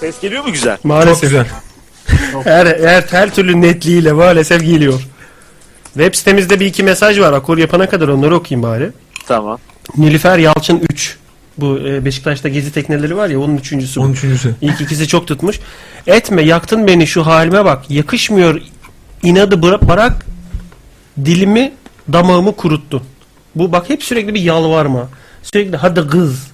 Ses geliyor mu güzel? Maalesef. Çok güzel. *laughs* Her, her, her türlü netliğiyle maalesef geliyor. Web sitemizde bir iki mesaj var. Akor yapana kadar onları okuyayım bari. Tamam. Nilüfer Yalçın 3. Bu e, Beşiktaş'ta gezi tekneleri var ya onun üçüncüsü. bu. 13.sü. İlk ikisi çok tutmuş. Etme yaktın beni şu halime bak. Yakışmıyor inadı bıra- bırak dilimi damağımı kuruttun. Bu bak hep sürekli bir yalvarma. Sürekli hadi kız.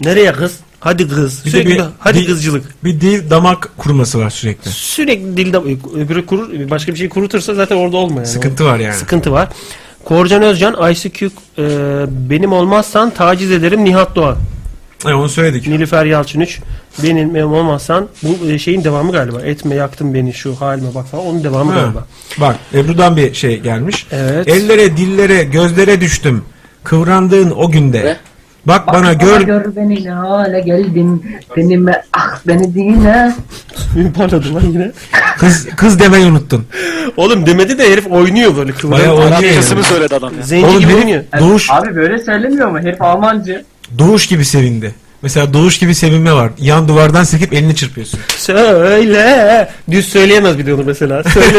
Nereye kız? Hadi kız. Bir de sürekli bir- hadi bir- kızcılık. Bir dil damak kuruması var sürekli. Sürekli dil dam- öbürü kurur, başka bir şey kurutursa zaten orada olma yani. Sıkıntı var yani. Sıkıntı var. Korcan Özcan, Ice Cube, e, benim olmazsan taciz ederim Nihat Doğan. E, onu söyledik. Nilüfer Yalçın 3. Benim Mem Olmazsan bu e, şeyin devamı galiba. Etme yaktın beni şu halime bak falan. Onun devamı Ha. galiba. Bak Ebru'dan bir şey gelmiş. Evet. Ellere, dillere, gözlere düştüm. Kıvrandığın o günde. Ne? Bak, bana gör... beni ne hale geldin. Benime ah beni dinle. Benim parladı lan yine. Kız, kız demeyi unuttun. Oğlum demedi de herif oynuyor böyle kıvırıyor. Bayağı oynuyor yani. Şarkısını söyledi adam ya. Zenci Oğlum gibi herif oynuyor. doğuş, Abi böyle söylemiyor mu? Herif Almancı. *laughs* doğuş gibi sevindi. Mesela doğuş gibi sevinme var. Yan duvardan sekip elini çırpıyorsun. Söyle. Düz söyleyemez bir de onu mesela. Söyle. *laughs*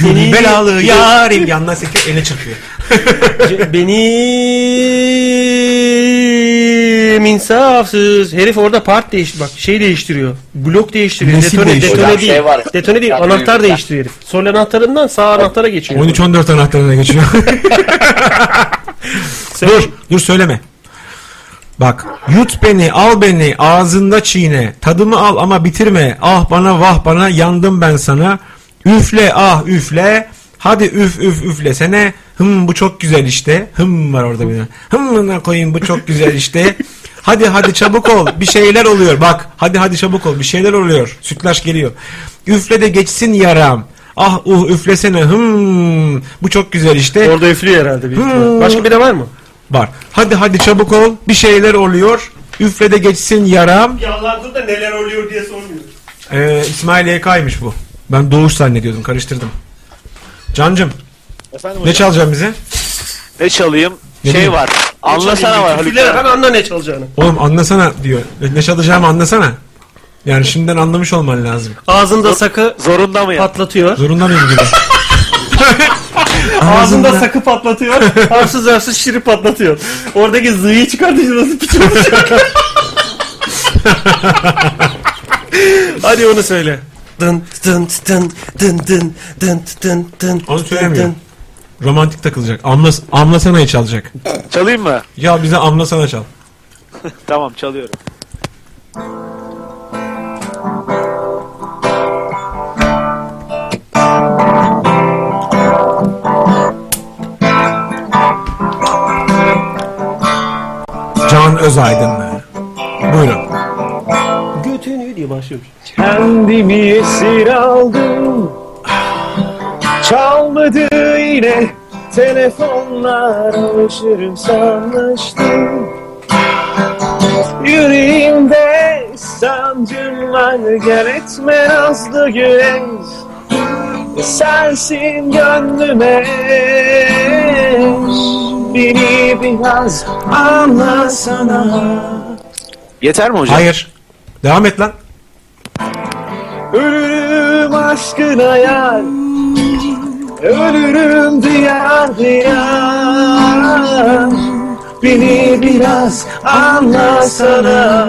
Seni- Gül belalı yarim yandan sekip elini çırpıyor. C- benim insafsız. Herif orada part değiş bak şey değiştiriyor. Blok değiştiriyor. Nesil detone, değiştiriyor. detone Hocam değil. şey var. detone değil. Ya, anahtar benim- değiştiriyor herif. Sol anahtarından sağ anahtara geçiyor. 13-14 anahtarına *laughs* geçiyor. dur, dur söyleme. Bak, yut beni, al beni, ağzında çiğne. Tadımı al ama bitirme. Ah bana vah bana yandım ben sana. Üfle ah üfle. Hadi üf üf üflesene. Hım bu çok güzel işte. Hım var orada bir. de. Hımına koyayım bu çok güzel işte. Hadi hadi çabuk ol. Bir şeyler oluyor. Bak hadi hadi çabuk ol. Bir şeyler oluyor. Sütlaç geliyor. Üfle de geçsin yaram. Ah uh üflesene. Hım bu çok güzel işte. Orada üflüyor herhalde büyük ihtimal. Hmm. Başka bir de var mı? Var. Hadi hadi çabuk ol. Bir şeyler oluyor. Üfle de geçsin yaram. Yalvardı da neler oluyor diye sormuyor. Ee, İsmail YK'ymış bu. Ben doğuş zannediyordum. Karıştırdım. Cancım Efendim ne çalacaksın bize? Ne çalayım? Ne şey diyeyim? var. Anlasana var *laughs* Haluk. Üfleyerek anla ne çalacağını. Oğlum anlasana diyor. E, Ne ne çalacağımı anlasana. Yani şimdiden anlamış olman lazım. Ağzında sakı Zorunda mı ya? patlatıyor. Zorunda mıyım gibi? Ağzında sakı patlatıyor. Hapsız hapsız şiri patlatıyor. Oradaki zıyı çıkartınca nasıl piç olacak? Hadi onu söyle. Dın dın dın dın dın dın dın dın Onu söylemiyor. Romantik takılacak. Amla, amlasana'yı çalacak. Çalayım mı? Ya bize amlasana çal. Tamam çalıyorum. Can Özaydın'la. Buyurun. Götünü diye başlıyormuş. Kendimi esir aldım Çalmadı yine Telefonlar alışırım sanmıştım Yüreğimde sancımlar Gel etme nazlı güneş Sensin gönlüme Beni biraz anlasana Yeter mi hocam? Hayır. Devam et lan. Ölürüm aşkına yar Ölürüm diyar diyar Beni biraz anlasana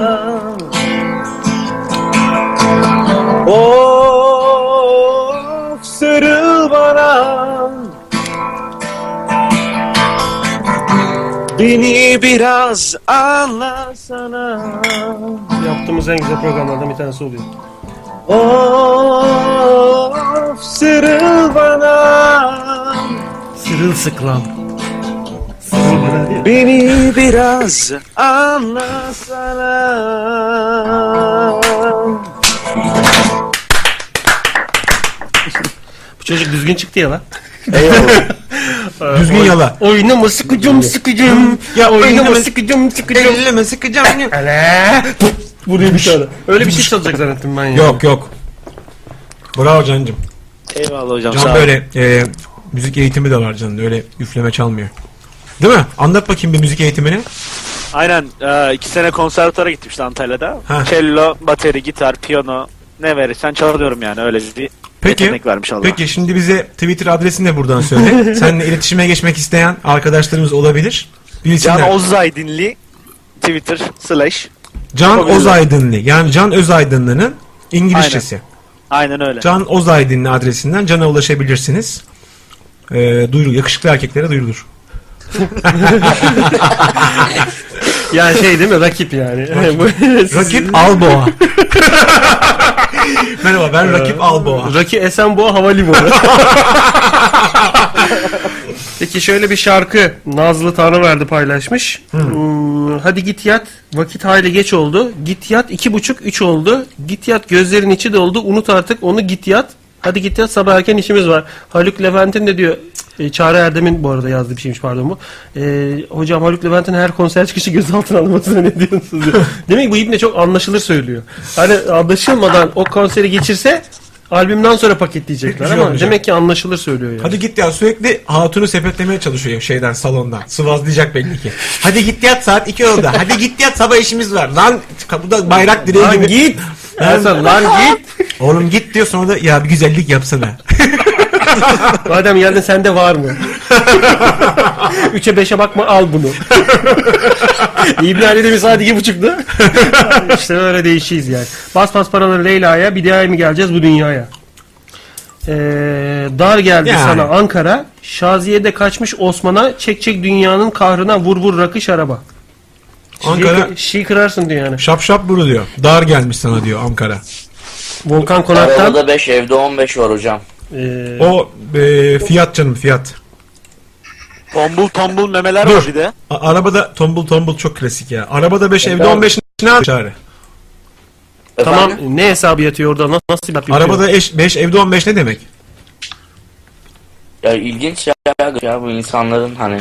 Of sarıl bana Beni biraz anlasana Yaptığımız en güzel programlardan bir tanesi oluyor. Of sarıl bana Sırılsıklam. Beni biraz anlasana Bu çocuk düzgün çıktı ya lan. Eyvallah. Ee, Düzgün yala. Oynama sıkıcım sıkıcım. Ya oynama oynama sıkıcım sıkıcım. Elleme *laughs* sıkıcım. Hele. Buraya bir *laughs* tane. Öyle bir şey çalacak zannettim ben ya. Yok yok. Bravo Can'cım. Eyvallah hocam. Can sağ olun. böyle e, müzik eğitimi de var Can'ın. Öyle üfleme çalmıyor. Değil mi? Anlat bakayım bir müzik eğitimini. Aynen. e, iki sene konservatuara gittim işte Antalya'da. Ha. Cello, bateri, gitar, piyano ne verirsen çalıyorum yani öyle bir Peki, yetenek vermiş Allah. peki şimdi bize Twitter adresini de *laughs* buradan söyle. Seninle iletişime geçmek isteyen arkadaşlarımız olabilir. Bilsinler. Can Ozaydinli Twitter slash Can Çok özür dilerim. Ozaydınlı. Yani Can Özaydınlı'nın İngilizcesi. Aynen öyle. Can Ozaydınlı adresinden Can'a ulaşabilirsiniz. Ee, duyurul. Yakışıklı erkeklere duyurulur. Yani şey değil mi? Rakip yani. *laughs* Rakip Alboa. Merhaba Ee, ben Rakip Alboa. Rakip *laughs* Esenboğa Havalimanı. Peki şöyle bir şarkı Nazlı Tanrıverdi paylaşmış. Hmm, hadi git yat. Vakit hayli geç oldu. Git yat iki buçuk üç oldu. Git yat gözlerin içi doldu. Unut artık onu git yat. Hadi git yat sabah erken işimiz var. Haluk Levent'in de diyor e, Çağrı Erdem'in bu arada yazdığı bir şeymiş pardon bu. E, hocam Haluk Levent'in her konser çıkışı gözaltına alınmasına ne diyorsunuz? diyor. Demek ki bu ibne çok anlaşılır söylüyor. Hani anlaşılmadan o konseri geçirse albümden sonra paketleyecekler Güzel ama olacak. demek ki anlaşılır söylüyor yani. Hadi git ya sürekli hatunu sepetlemeye çalışıyor şeyden salondan. Sıvazlayacak belli ki. Hadi git yat saat 2 oldu. Hadi git yat sabah işimiz var. Lan kapıda bayrak direği Lan gibi. git. Lan, Ersan, lan git. Oğlum git diyor sonra da ya bir güzellik yapsana. Madem geldin sende var *laughs* mı? Üçe beşe bakma al *laughs* bunu. İbn Ali demiş saat iki *laughs* buçukta. işte öyle değişiyiz yani. Bas bas paraları Leyla'ya bir daha mı geleceğiz bu dünyaya? Ee, dar geldi Yani. sana Ankara. Şaziye'de kaçmış Osman'a çek çek dünyanın kahrına vur vur rakı şaraba. Ankara- Şi, şi kırarsın diyor yani. Şap şap bunu diyor. Dar gelmiş sana diyor Ankara. Volkan Konak'tan Ee, Arabada 5 evde 15 var hocam. O e, fiyat canım fiyat. Tombul tombul memeler Dur. var bir de. A- arabada tombul tombul çok klasik ya. Arabada 5 evde abi. 15 ne abi çare? tamam ne hesabı yatıyor orada nasıl, nasıl hesap yapıyor? Arabada 5 evde 15 ne demek? Ya ilginç ya, ya bu insanların hani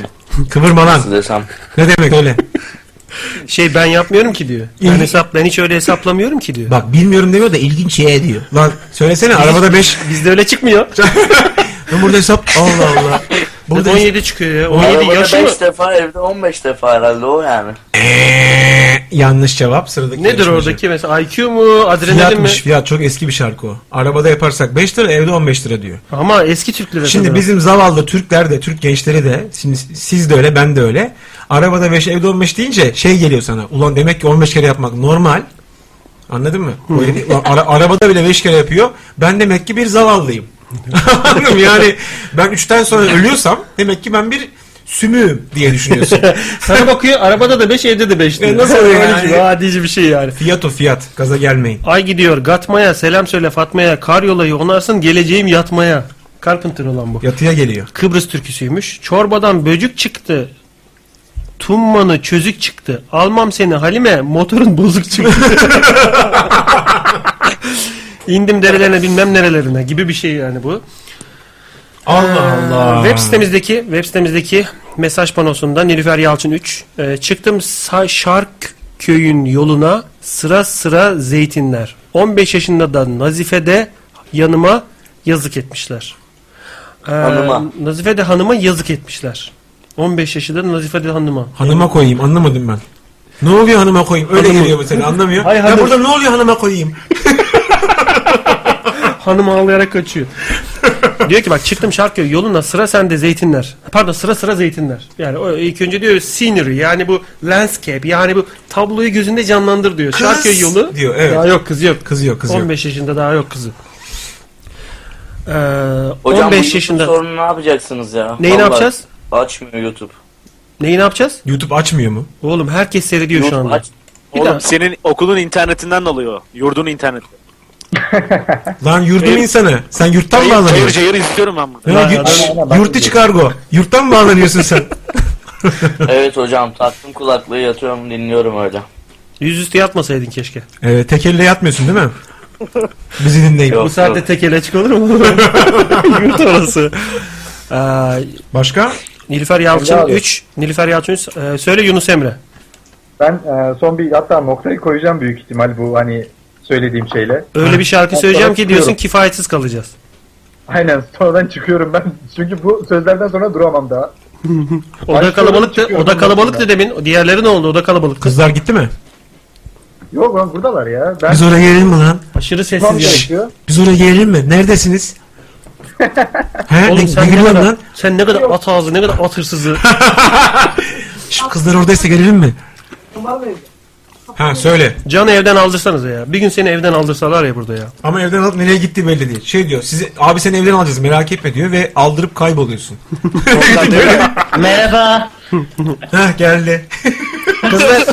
Kıvırma lan. nasıl desem. Ne demek öyle? *laughs* Şey ben yapmıyorum ki diyor. Ben hesap ben hiç öyle hesaplamıyorum ki diyor. Bak bilmiyorum demiyor da ilginç ye diyor. Lan söylesene arabada 5 *laughs* Bizde öyle çıkmıyor. *laughs* Ben burada hesap Allah Allah. Burada 17 çıkıyor ya. 17 Arabada Ee, yaşı mı? 5 defa evde 15 defa herhalde o yani. Yanlış cevap sıradaki. Nedir yarışmacı. oradaki mesela IQ mu, adrenalin mi? Fiyatmış fiyat çok eski bir şarkı o. Arabada yaparsak 5 lira evde 15 lira diyor. Ama eski Türk lirası. Şimdi bizim zavallı Türkler de Türk gençleri de şimdi siz de öyle ben de öyle. Arabada 5 evde 15 deyince şey geliyor sana. Ulan demek ki 15 kere yapmak normal. Anladın mı? O *laughs* yedi- ulan ara- arabada bile 5 kere yapıyor. Ben demek ki bir *laughs* zavallıyım. Anladın mı? Yani ben 3'ten sonra ölüyorsam demek ki ben bir sümüğüm diye düşünüyorsun. *laughs* E, Sana bakıyor arabada da 5 evde de 5 diyor. nasıl Öyle *laughs* yani? gibi, Adici bir şey yani. Fiyat o fiyat. Gaza gelmeyin. Ay gidiyor Gatma'ya selam söyle Fatma'ya kar yolayı onarsın geleceğim yatmaya. Carpenter olan bu. Yatıya geliyor. Kıbrıs türküsüymüş. Çorbadan böcük çıktı. Tummanı çözük çıktı. Almam seni Halime motorun *laughs* bozuk çıktı. İndim derelerine bilmem nerelerine gibi bir şey yani bu. Allah Ee, Allah. Web sitemizdeki web sitemizdeki mesaj panosunda Nilüfer Yalçın 3 e, çıktım Sa- Şark köyün yoluna sıra sıra zeytinler. 15 yaşında da Nazife'de yanıma yazık etmişler. Ee, Hanıma. Nazife'de hanıma yazık etmişler. 15 yaşında Nazife'de hanıma. Hanıma koyayım anlamadım ben. Ne oluyor hanıma koyayım? Öyle Hanımı- geliyor mesela anlamıyor. Ay, hanım- *laughs* Ya burada ne oluyor hanıma koyayım? Hanım ağlayarak kaçıyor. diyor ki bak çıktım Şarköy yoluna sıra sende zeytinler. Pardon sıra sıra zeytinler. Yani o ilk önce diyor scenery yani bu landscape yani bu tabloyu gözünde canlandır diyor. Şarköy yolu. diyor. Evet. Daha yok kız yok. Kız yok kız yok. 15 yaşında daha yok kızı. Ee, Hocam 15 bu yaşında. yaşında. sorunu ne yapacaksınız ya? Neyi ne yapacağız? Açmıyor YouTube. Neyi ne yapacağız? YouTube açmıyor mu? Oğlum herkes seyrediyor şu anda. Bir Oğlum daha- senin okulun internetinden dolayı o. Yurdun interneti. Lan yurdun insanı. Sen yurttan mı Hayır, hayır, bağlanıyorsun? hayır izliyorum ben bunu. Ya, yurt- şşş, yurt içi kargo. Yurttan mı bağlanıyorsun *laughs* sen? *laughs* evet hocam taktım kulaklığı yatıyorum dinliyorum öyle. Yüzüstü yatmasaydın keşke. Evet tek elle yatmıyorsun değil mi? Bizi dinleyin. Bu saatte tek ele açık olur mu? *laughs* Yurt orası. Ee, Başka? Nilüfer Emre Yalçın abi. 3. Nilüfer Yalçın 3. Ee, söyle Yunus Emre. *laughs* Ben e, son bir hatta noktayı koyacağım büyük ihtimal bu hani söylediğim şeyle. Öyle bir şarkı Sonra söyleyeceğim ki çıkıyorum. diyorsun kifayetsiz kalacağız. Aynen sonradan çıkıyorum ben. Çünkü bu sözlerden sonra duramam *laughs* daha. Oda Başlıyorum, kalabalıktı. çıkıyorum Oda ben. kalabalıktı demin. Diğerleri ne oldu? Oda kalabalıktı. Kızlar gitti mi? Yok lan buradalar ya. *laughs* Ben Biz oraya gelelim mi lan? Aşırı Tamam, sessiz gerekiyor. yayın. Biz oraya gelelim mi? Neredesiniz? He, Oğlum ne, sen ne ne gülüyorsun kadar, lan? sen ne kadar at ağzı, ne kadar at hırsızı. Şu kızlar oradaysa gelelim mi? *laughs* Ha söyle. Can'ı evden aldırsanız ya. Bir gün seni evden aldırsalar ya burada ya. Ama evden alıp nereye gittiği belli değil. Şey diyor, sizi, abi seni evden alacağız merak etme diyor ve aldırıp kayboluyorsun. *laughs* Merhaba. Heh geldi. Kızlar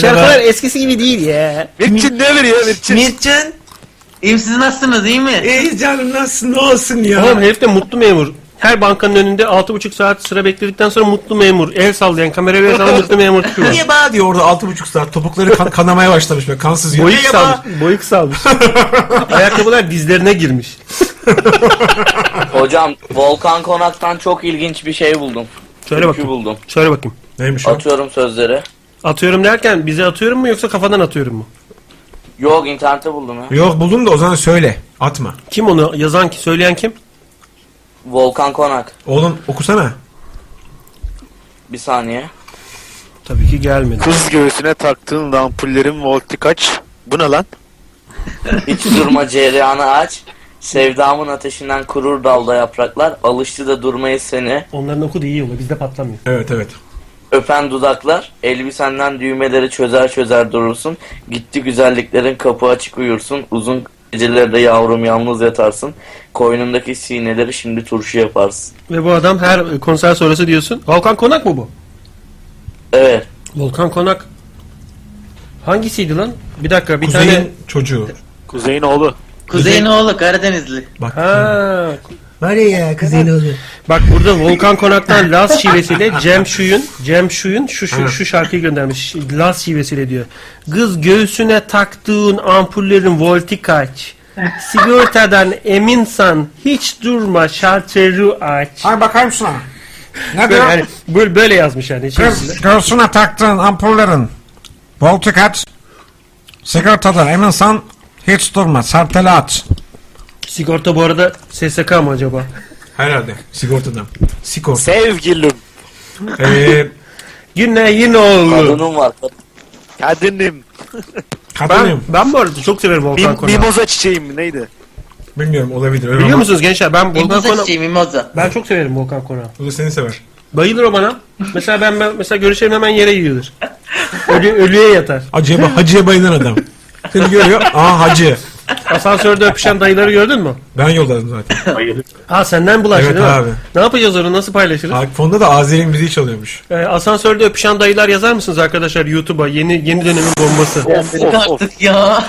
şarkılar eskisi gibi değil ya. Mirçin ne veriyor Mirçin? Mircan. İyiyim siz nasılsınız iyi mi? İyi canım nasılsın ne olsun ya. Oğlum herif de mutlu memur. Her bankanın önünde 6,5 saat sıra bekledikten sonra mutlu memur. El sallayan kameraya el sallayan mutlu memur *laughs* çıkıyor. Niye bağ diyor orada altı buçuk saat topukları kan- kanamaya başlamış böyle kansız Boyu Niye bağ? kısalmış. Boyu kısalmış. Ayakkabılar dizlerine girmiş. *laughs* Hocam Volkan Konak'tan çok ilginç bir şey buldum. Söyle Türkü bakayım. buldum. Şöyle bakayım. Neymiş Atıyorum sözleri. Atıyorum derken bize atıyorum mu yoksa kafadan atıyorum mu? Yok internette buldum ya. Yok buldum da o zaman söyle. Atma. Kim onu yazan ki söyleyen kim? Volkan Konak. Oğlum okusana. Bir saniye. Tabii ki gelmedi. Kız göğsüne taktığın ampullerin volti kaç? Bu ne lan? *laughs* Hiç durma cereyanı aç. Sevdamın ateşinden kurur dalda yapraklar. Alıştı da durmaya seni. Onların oku da iyi oluyor. Bizde patlamıyor. Evet evet. Öpen dudaklar, elbisenden düğmeleri çözer çözer durursun. Gitti güzelliklerin kapı açık uyursun. Uzun gecelerde yavrum yalnız yatarsın. Koynundaki sineleri şimdi turşu yaparsın. Ve bu adam her konser sonrası diyorsun. Volkan Konak mı bu? Evet. Volkan Konak. Hangisiydi lan? Bir dakika bir Kuzeyin tane. çocuğu. Kuzeyin oğlu. Kuzey'in oğlu Karadenizli. Bak. Ha. Var ya kızın oğlu. Bak burada Volkan Konak'tan Laz şivesiyle Cem Şuyun, Cem Şuyun şu, şu, şu şarkıyı göndermiş. Laz şivesiyle diyor. Kız göğsüne taktığın ampullerin *laughs* volti kaç? Sigortadan eminsan hiç durma şalteri aç. Hay bakar mısın ha? Ne Böyle, diyor? yani, böyle, böyle yazmış yani. Şey, içerisinde. Kız göğsüne taktığın ampullerin voltu kaç? Sigortadan eminsen hiç durma sarteli aç. Sigorta bu arada SSK mı acaba? Herhalde sigortadan. Sigorta. Sevgilim. Ee, Yine yine oldu. Kadınım var. Kadinim. Ben, kadınım. ben bu arada çok severim Volkan Mim- Konak'ı. mimoza çiçeğim mi neydi? Bilmiyorum olabilir. Öyle Biliyor ama- musunuz gençler ben Volkan Mimoza Konak çiçeği mimoza. ben çok severim Volkan Konak'ı. Bu da seni sever. Bayılır o bana. Mesela ben, ben- mesela görüşelim hemen yere yiyordur. Ölü, ölüye yatar. Hacıya, ba- hacıya bayılan adam. *laughs* Seni görüyor. Aa hacı. Asansörde öpüşen dayıları gördün mü? Ben yolladım zaten. Ha senden bulaştı Evet değil mi? abi. Ne yapacağız onu nasıl paylaşırız? Aa, Fonda da Azeri müziği çalıyormuş. Ee, asansörde öpüşen dayılar yazar mısınız arkadaşlar YouTube'a? Yeni yeni dönemin bombası. Sık artık ya.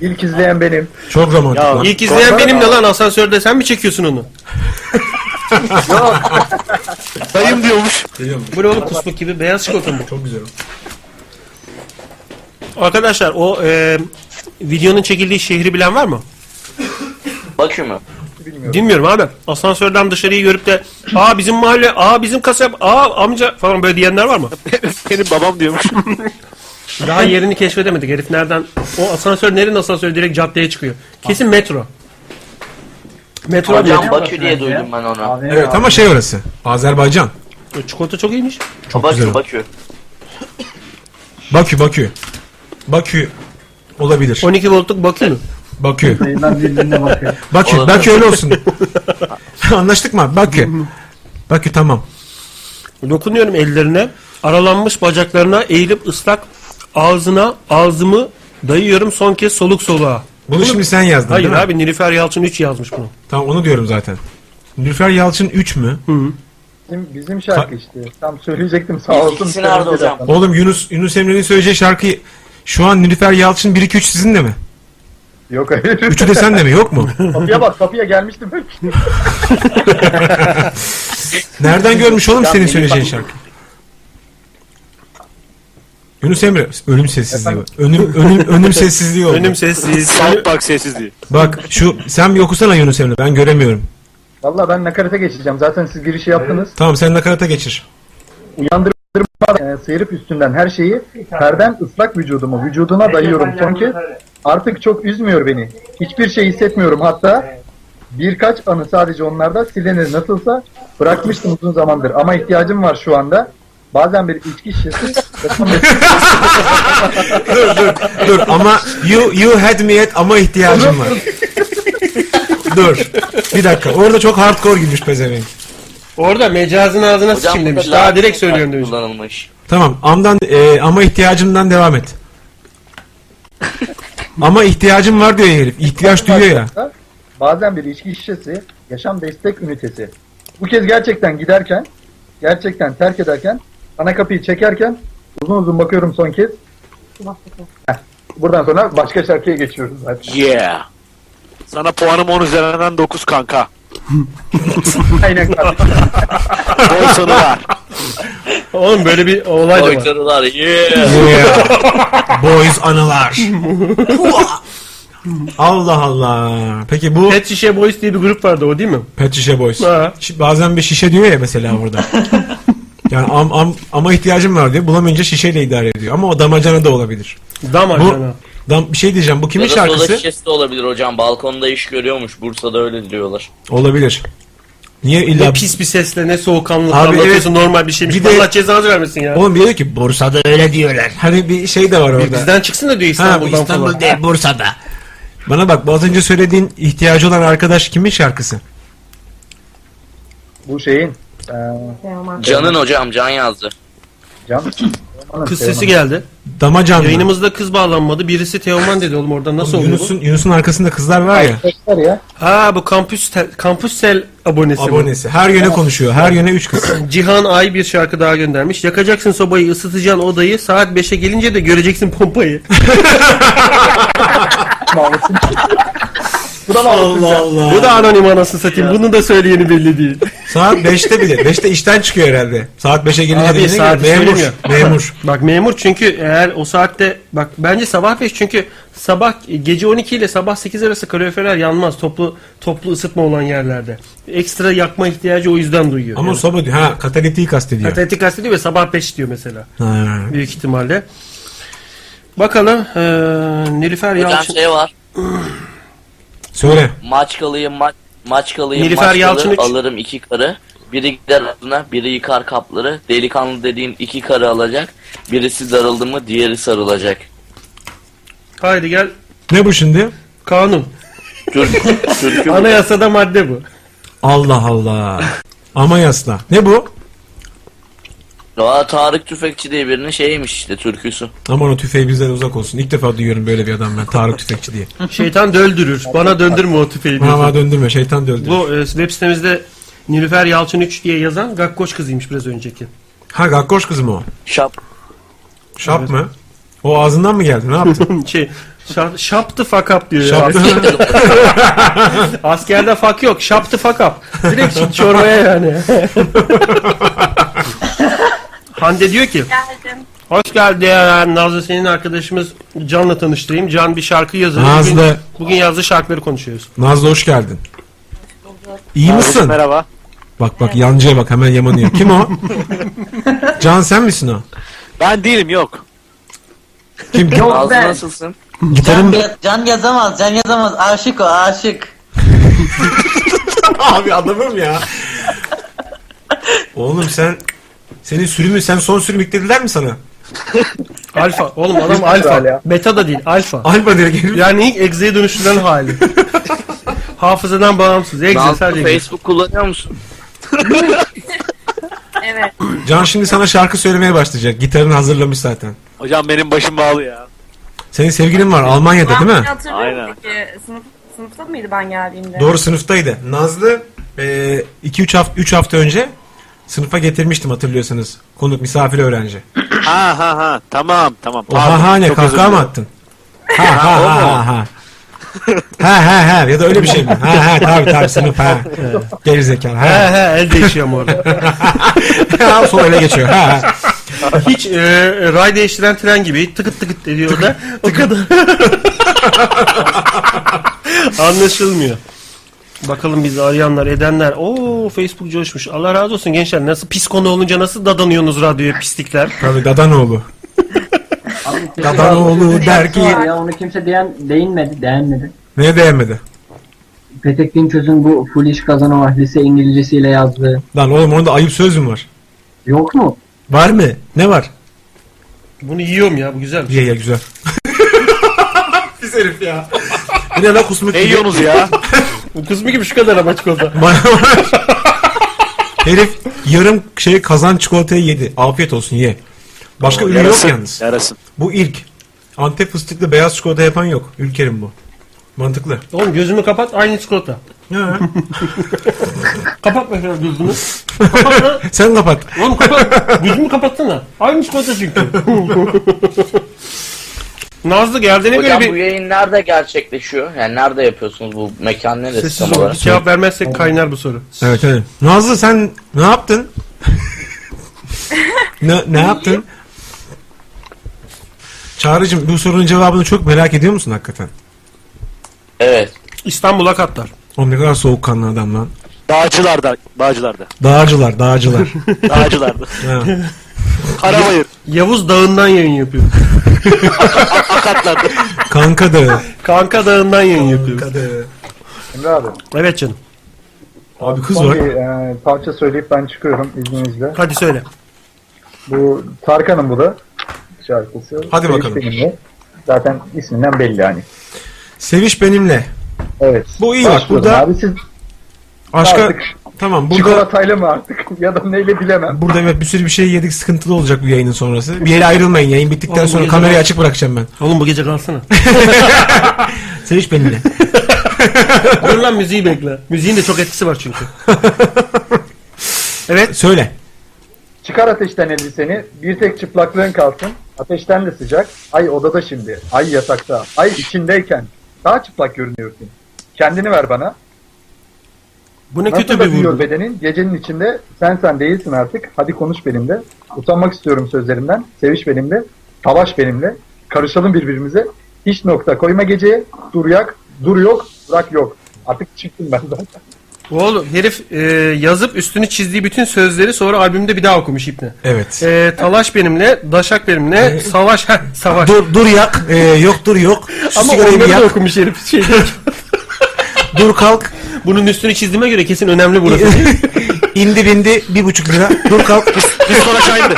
İlk izleyen benim. Çok romantik Ya, lan. İlk izleyen benim ne lan asansörde sen mi çekiyorsun onu? *laughs* Dayım diyormuş. Biliyor musun? Böyle oğlum kusmuk gibi beyaz çikolata mı? Çok güzel. o. Arkadaşlar o e, videonun çekildiği şehri bilen var mı? Bakıyor mu? Bilmiyorum abi. Asansörden dışarıyı görüp de aa bizim mahalle, aa bizim kasap, aa amca falan böyle diyenler var mı? *laughs* Benim babam diyormuş. Daha yerini keşfedemedik. Herif nereden? O asansör nerenin asansörü direkt caddeye çıkıyor. Kesin metro. Metro Hocam diye- Bakü diye duydum ben onu. Evet ama şey orası. Azerbaycan. Çikolata çok iyiymiş. Çok güzel. Bakü Bakü. Bakü Bakü. Bakü olabilir. 12 voltluk bakıyor mu? Bakıyor. Sayılar birbirine bakıyor. *laughs* Bakıyor. Olabilir. Bakıyor öyle olsun. *laughs* Anlaştık mı? Bakıyor. Bakıyor tamam. Dokunuyorum ellerine. Aralanmış bacaklarına eğilip ıslak ağzına ağzımı dayıyorum son kez soluk soluğa. Bunu şimdi sen yazdın, Hayır değil mi? abi Nilüfer Yalçın 3 yazmış bunu. Tamam onu diyorum zaten. Nilüfer Yalçın 3 mü? Bizim, bizim şarkı işte. Tam söyleyecektim sağ olsun. Söyledi adam. Oğlum Yunus Yunus Emre'nin söyleyeceği şarkıyı şu an Nilüfer Yalçın 1 2 3 sizin de mi? Yok hayır. *laughs* Üçü de sende mi? Yok mu? *laughs* kapıya bak kapıya gelmiştim. *laughs* Nereden görmüş oğlum Ya senin benim söyleyeceğin bak- şarkı? Yunus Emre ölüm sessizliği var. Önüm önüm önüm sessizliği oldu. *laughs* Önüm sessizliği. South Park sessizliği. Bak şu sen bir okusana Yunus Emre ben göremiyorum. Valla ben nakarata geçeceğim. Zaten siz girişi yaptınız. Tamam sen nakarata geçir. Uyandırmadan e, sıyırıp üstünden her şeyi terden ıslak vücudumu vücuduna dayıyorum son kez. Artık çok üzmüyor beni. Hiçbir şey hissetmiyorum hatta. Birkaç anı sadece onlarda silinir nasılsa bırakmıştım uzun zamandır ama ihtiyacım var şu anda. Bazen bir içki şişesi dur dur dur ama you you had me at ama ihtiyacım var. dur. Bir dakika. Orada çok hardcore girmiş pezevenk. Orada mecazın ağzına sıçayım demiş. Daha direkt söylüyorum demiş. Kullanılmış. Tamam. Amdan e, ama ihtiyacımdan devam et. ama ihtiyacım var diyor ya herif. İhtiyaç duyuyor ya. bazen bir içki şişesi yaşam destek ünitesi. Bu kez gerçekten giderken gerçekten terk ederken ana kapıyı çekerken uzun uzun bakıyorum son kez. Buradan sonra başka şarkıya geçiyoruz zaten. Yeah. Sana puanım 10 üzerinden 9 kanka. Aynen kardeşim. Bol sonu var. Oğlum böyle bir olay da var. Boylarılar. Yeah. *laughs* Boys anılar. Allah Allah. Peki bu Pet Şişe Boys diye bir grup vardı o değil mi? Pet Şişe Boys. Ha. Şi- Bazen bir şişe diyor ya mesela burada. Yani am, am, ama ihtiyacım var diyor. Bulamayınca şişeyle idare ediyor. Ama o damacana da olabilir. Damacana. Bu, dam, bir şey diyeceğim. Bu kimin Ya da soda şarkısı? şişesi de olabilir hocam. Balkonda iş görüyormuş. Bursa'da öyle diyorlar. Olabilir. Niye illa... Ne pis bir sesle *laughs* ne soğukkanlılıkla Abi anlatıyorsun evet. normal bir şeymiş. Bir de- Allah cezanı vermesin ya. Oğlum diyor ki Bursa'da öyle diyorlar. Hani bir şey de var orada. Bizden çıksın da diyor bu İstanbul'dan İstanbul falan. değil, Bursa'da. Bana bak bu az önce söylediğin ihtiyacı olan arkadaş kimin şarkısı? Bu şeyin. e, Canın hocam can yazdı. Can. Kız sesi geldi. Damacan mı? Yayınımızda kız bağlanmadı. Birisi Teoman dedi oğlum oradan nasıl oluyor Yunus'un, bu? Yunus'un arkasında kızlar var ya. Arkadaşlar ya. Ha bu kampüs tel, kampüs sel abonesi. bu. Abonesi. Her yöne konuşuyor. Her yöne üç kız. Cihan Ay bir şarkı daha göndermiş. Yakacaksın sobayı, ısıtacaksın odayı. Saat 5'e gelince de *laughs* göreceksin pompayı. Bu da Allah Allah. Bu da anonim *clears throat* anasını satayım. Bunu da söyleyeni belli değil. *laughs* Saat 5'te bile. 5'te işten çıkıyor herhalde. Saat 5'e gelince Abi dediğine göre saat memur. *laughs* Memur. bak memur çünkü eğer o saatte bak bence sabah 5 çünkü sabah gece 12 ile sabah 8 arası kaloriferler yanmaz toplu toplu ısıtma olan yerlerde. Ekstra yakma ihtiyacı o yüzden duyuyor. Ama Yani. soba diyor. Ha katalitiği kastediyor. Atletik kastediyor ve sabah 5 diyor mesela. Ha. Büyük ihtimalle. Bakalım eee Nilüfer Hocam Yalçın. şey var. Söyle. Maçkalıyım maç maçkalıyım Nilüfer maçkalı Yalçın üç. alırım iki karı. Biri gider adına, biri yıkar kapları. Delikanlı dediğin iki karı alacak. Birisi darıldı mı diğeri sarılacak. Haydi gel Ne bu şimdi? kanun. Türk, *laughs* türkü bu. Anayasada madde bu. Allah Allah. Ama yasla. Ne bu? Aa, Tarık Tüfekçi diye birinin şeymiş işte türküsü. Aman o tüfeği bizden uzak olsun. İlk defa duyuyorum böyle bir adam ben. Tarık Tüfekçi diye. *laughs* Şeytan döldürür. Bana döndürme o tüfeği. diyorsun. Mama döndürme. Şeytan döndü. Bu e, web sitemizde Nilüfer Yalçın 3 diye yazan Gakkoç kızıymış biraz önceki. Ha gakkoş kız mı o? Şap. Şap Evet. mı? O ağzından mı geldi? Ne yaptı? *laughs* şey şa- şaptı fuck up diyor ya. Şaptı. *laughs* Askerde fuck yok. Şaptı fuck up. Direkt şu çorbaya yani. *laughs* Hande diyor ki Geldim. Hoş geldin Nazlı senin arkadaşımız Can'la tanıştırayım. Can bir şarkı yazıyor. Bugün, Nazlı. bugün yazdığı şarkıları konuşuyoruz. Nazlı hoş geldin. İyi misin? Merhaba. Bak bak yancıya bak hemen yamanıyor. Kim *laughs* o? Can sen misin o? Ben değilim yok. Kim? kim? Nazlı ben. nasılsın? Gitarım Can, ya- can yazamaz, can yazamaz. Aşık o, aşık. Abi adamım ya. Oğlum sen senin sürümün sen son sürüm yüklediler mi sana? *laughs* Alfa. Oğlum adam alfa. Beta da değil. Alfa. Alfa diye geliyor. Yani ilk egzeye *laughs* dönüştürülen hali. Hafızadan bağımsız. Exe Nazlı, sadece. egze. Facebook kullanıyor musun? Evet. Can şimdi sana şarkı söylemeye başlayacak. Gitarını hazırlamış zaten. Hocam benim başım bağlı ya. Senin sevgilin var Almanya'da değil mi? Hatırlıyorum peki. Sınıf, sınıfta mıydı ben geldiğimde? Doğru sınıftaydı. Nazlı 2-3 hafta, üç hafta önce sınıfa getirmiştim hatırlıyorsanız. Konuk misafir öğrenci. Ha ha ha. Tamam tamam. O ha ha ne çok özür kahkaha mı dilerim. attın? Ha ha o mu? ha ha. ha ha ha ya da öyle bir şey mi? Ha ha tabi tabi sınıf ha. Gerizekalı ha. He he el değişiyor mu orada? ha sol ele geçiyor ha ha. *laughs* Hiç e, ray değiştiren tren gibi tıkıt tıkıt ediyor da o kadar. *laughs* Anlaşılmıyor. Bakalım biz arayanlar edenler. Oo Facebook coşmuş. Allah razı olsun gençler. Nasıl pis konu olunca nasıl dadanıyorsunuz radyoya pislikler. Tabii Dadanoğlu. Dadanoğlu der ki- Ya onu kimse diyen değinmedi, değinmedi. Neye değmedi? Petek Dinçöz'ün bu full iş kazanı var. Lise İngilizcesiyle yazdığı. Lan oğlum onda ayıp söz mü var? Yok mu? Var mı? Ne var? Bunu yiyorum ya bu güzel. Ye ye güzel. Pis herif ya. Bu ne lan kusmuk Ne gibi. yiyorsunuz *laughs* ya? bu kısmı gibi şu kadar amaç koza. Herif yarım şey kazan çikolatayı yedi. Afiyet olsun ye. Başka Oo, ürün yok yarasın, yalnız. Bu ilk. Antep fıstıklı beyaz çikolata yapan yok. Ülkerim bu. Mantıklı. Oğlum gözümü kapat aynı çikolata. kapat mesela gözümü. Kapat lan. *laughs* Sen kapat. Oğlum kapat. Gözümü kapatsana. Aynı *laughs* çikolata çünkü. Nazlı geldiğine Hocam göre bu bir yayın nerede gerçekleşiyor? Yani nerede yapıyorsunuz bu mekan neresi sessiz tam ol. olarak? Hiç *laughs* cevap vermezsek kaynar bu soru. Evet evet. Nazlı sen ne yaptın? ne, ne yaptın? Çağrı'cığım bu sorunun cevabını çok merak ediyor musun hakikaten? Evet. İstanbul'a katlar. Oğlum ne kadar soğukkanlı adam lan. Dağcılarda. Dağcılarda. Dağcılar, dağcılar. *laughs* Dağcılarda. Ha. Karabayır. Yavuz Dağı'ndan *laughs* yayın yapıyor. Kanka dağı. Kanka Dağı'ndan yayın yapıyor. Emre abi. Evet canım. Abi kız son var. Bir, e, parça söyleyip ben çıkıyorum izninizle. Hadi söyle. Bu Tarkan'ın bu da şarkısı. Hadi Sevinç bakalım. Benimle. Zaten isminden belli hani. Seviş benimle. Evet. Bu iyi bak. Başlıyorum Burada Abi siz aşka... artık Tamam burada... çikolatayla mı artık *laughs* ya da neyle bilemem. Burada evet bir sürü bir şey yedik sıkıntılı olacak bu yayının sonrası. Bir yere ayrılmayın yayın bittikten Oğlum, bu sonra gece- kamerayı açık bırakacağım ben. Oğlum bu gece kalsana. Seviş benimle. Dur lan müziği bekle. Müziğin de çok etkisi var çünkü. evet. Söyle. Çıkar ateşten elbiseni, bir tek çıplaklığın kalsın. Ateşten de sıcak. Ay odada şimdi, ay yatakta, ay içindeyken. Daha çıplak görünüyorsun. Kendini ver bana. Bu ne Nasıl kötü da bir büyüyor vurgu. bedenin, gecenin içinde sen sen değilsin artık. Hadi konuş benimle. Utanmak istiyorum sözlerimden. Seviş benimle, savaş benimle. Karışalım birbirimize. Hiç nokta koyma geceye. Dur yak, dur yok, bırak yok. Artık çıktım ben zaten. Oğlum herif e, yazıp üstünü çizdiği bütün sözleri sonra albümde bir daha okumuş İbni. Evet. E, E, talaş benimle, daşak benimle, savaş. Heh, savaş. Dur dur yak. Ee, yok dur yok. Şu Ama sigarayı bir onları da yak. okumuş herif. Şey, *laughs* Dur kalk. Bunun üstünü çizdiğime göre kesin *laughs* önemli burası. İndi bindi bir buçuk lira. Dur kalk. Piston aşağı indi.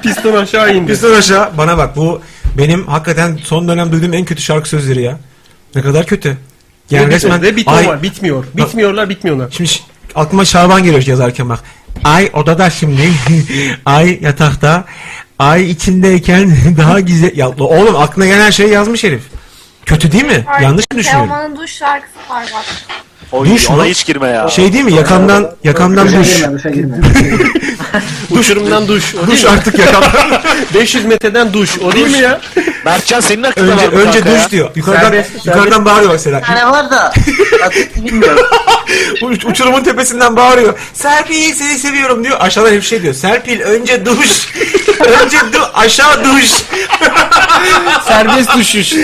*laughs* Piston aşağı indi. Piston aşağı. Bana bak bu benim hakikaten son dönem duyduğum en kötü şarkı sözleri ya. Ne kadar kötü. Yani resmen de bitmiyor ay- var, bitmiyor. Bitmiyorlar, bitmiyorlar. Şimdi ş- aklıma Şaban geliyor yazarken bak. Ay odada şimdi. *laughs* ay yatakta. Ay içindeyken *laughs* daha güzel. Ya, oğlum aklına gelen şeyi yazmış herif. Kötü değil mi? Yanlış mı düşünüyorum? Teoman'ın duş şarkısı var *laughs* bak. Oy, Duş mu? ona hiç girme ya. Şey değil mi? Yakamdan yakamdan Duşa duş. girme, *laughs* Uçurumdan duş. O duş artık *laughs* yakamdan. 500 metreden duş. O değil mi ya? Mertcan senin aklına Önce var mı önce kanka ya? duş diyor. Yukarıdan Serbest, yukarıdan bağırıyor bak Selen. Yani var da *laughs* adresi bilmiyorum. Uç- Uçurumun tepesinden bağırıyor. Serpil seni seviyorum diyor. Aşağıdan hep şey diyor. Serpil önce duş. *laughs* önce du aşağı duş. *laughs* Serbest düşüş.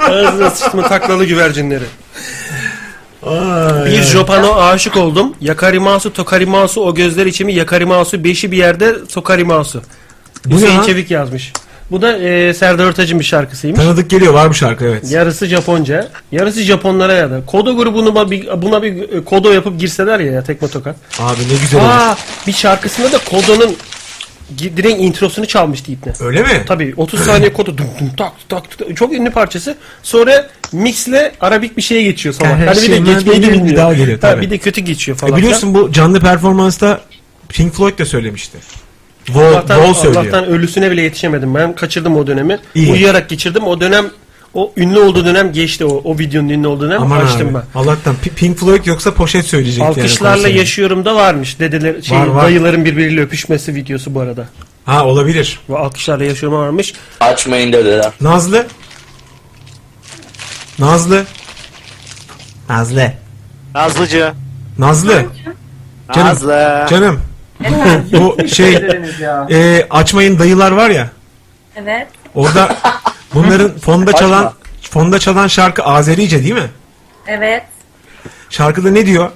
Ağzına sıçtım taklalı güvercinleri. Bir Jopano aşık oldum. Yakarimasu tokarimasu o gözler içimi yakarimasu beşi bir yerde sokarimasu. Bu ne Hüseyin lan? Çevik yazmış. Bu da e, Serdar Ortaç'ın bir şarkısıymış. Tanıdık geliyor var bu şarkı evet. Yarısı Japonca, yarısı Japonlara ya da. Kodo grubuna bir, buna bir e, kodo yapıp girseler ya, ya tekme tokat. Abi ne güzel olur. Aa, bir şarkısında da Kodo'nun gi- direkt introsunu çalmıştı İpne. Öyle mi? Tabii 30 saniye Kodo dum dum tak tak tak. Çok ünlü parçası. Sonra mixle Arabik bir şeye geçiyor salak. Her Hani bir de şeyden geçmeyi de bir- bir bilmiyor. daha geliyor Ha, tabii. bir de kötü geçiyor falan. E biliyorsun bu canlı performansta Pink Floyd da söylemişti. Wall, Allah'tan, Wall söylüyor. Allah'tan ölüsüne bile yetişemedim. Ben kaçırdım o dönemi. İyi. Uyuyarak geçirdim. O dönem o ünlü olduğu dönem geçti o. O videonun ünlü olduğu dönem Aman kaçtım abi. ben. Allah'tan P- Pink Floyd yoksa poşet söyleyecek. yani Alkışlarla konserde. yaşıyorum da varmış. Dedeler, şey, Var, var. dayıların birbiriyle öpüşmesi videosu bu arada. Ha olabilir. Ve alkışlarla yaşıyorum varmış. Açmayın dediler. Nazlı. Nazlı. Nazlı. Nazlıcı. Nazlı. Canım. Nazlı. Canım. Efendim? bu şey e, açmayın dayılar var ya. Evet. Orada bunların fonda çalan fonda çalan şarkı Azerice değil mi? Evet. Şarkıda ne diyor?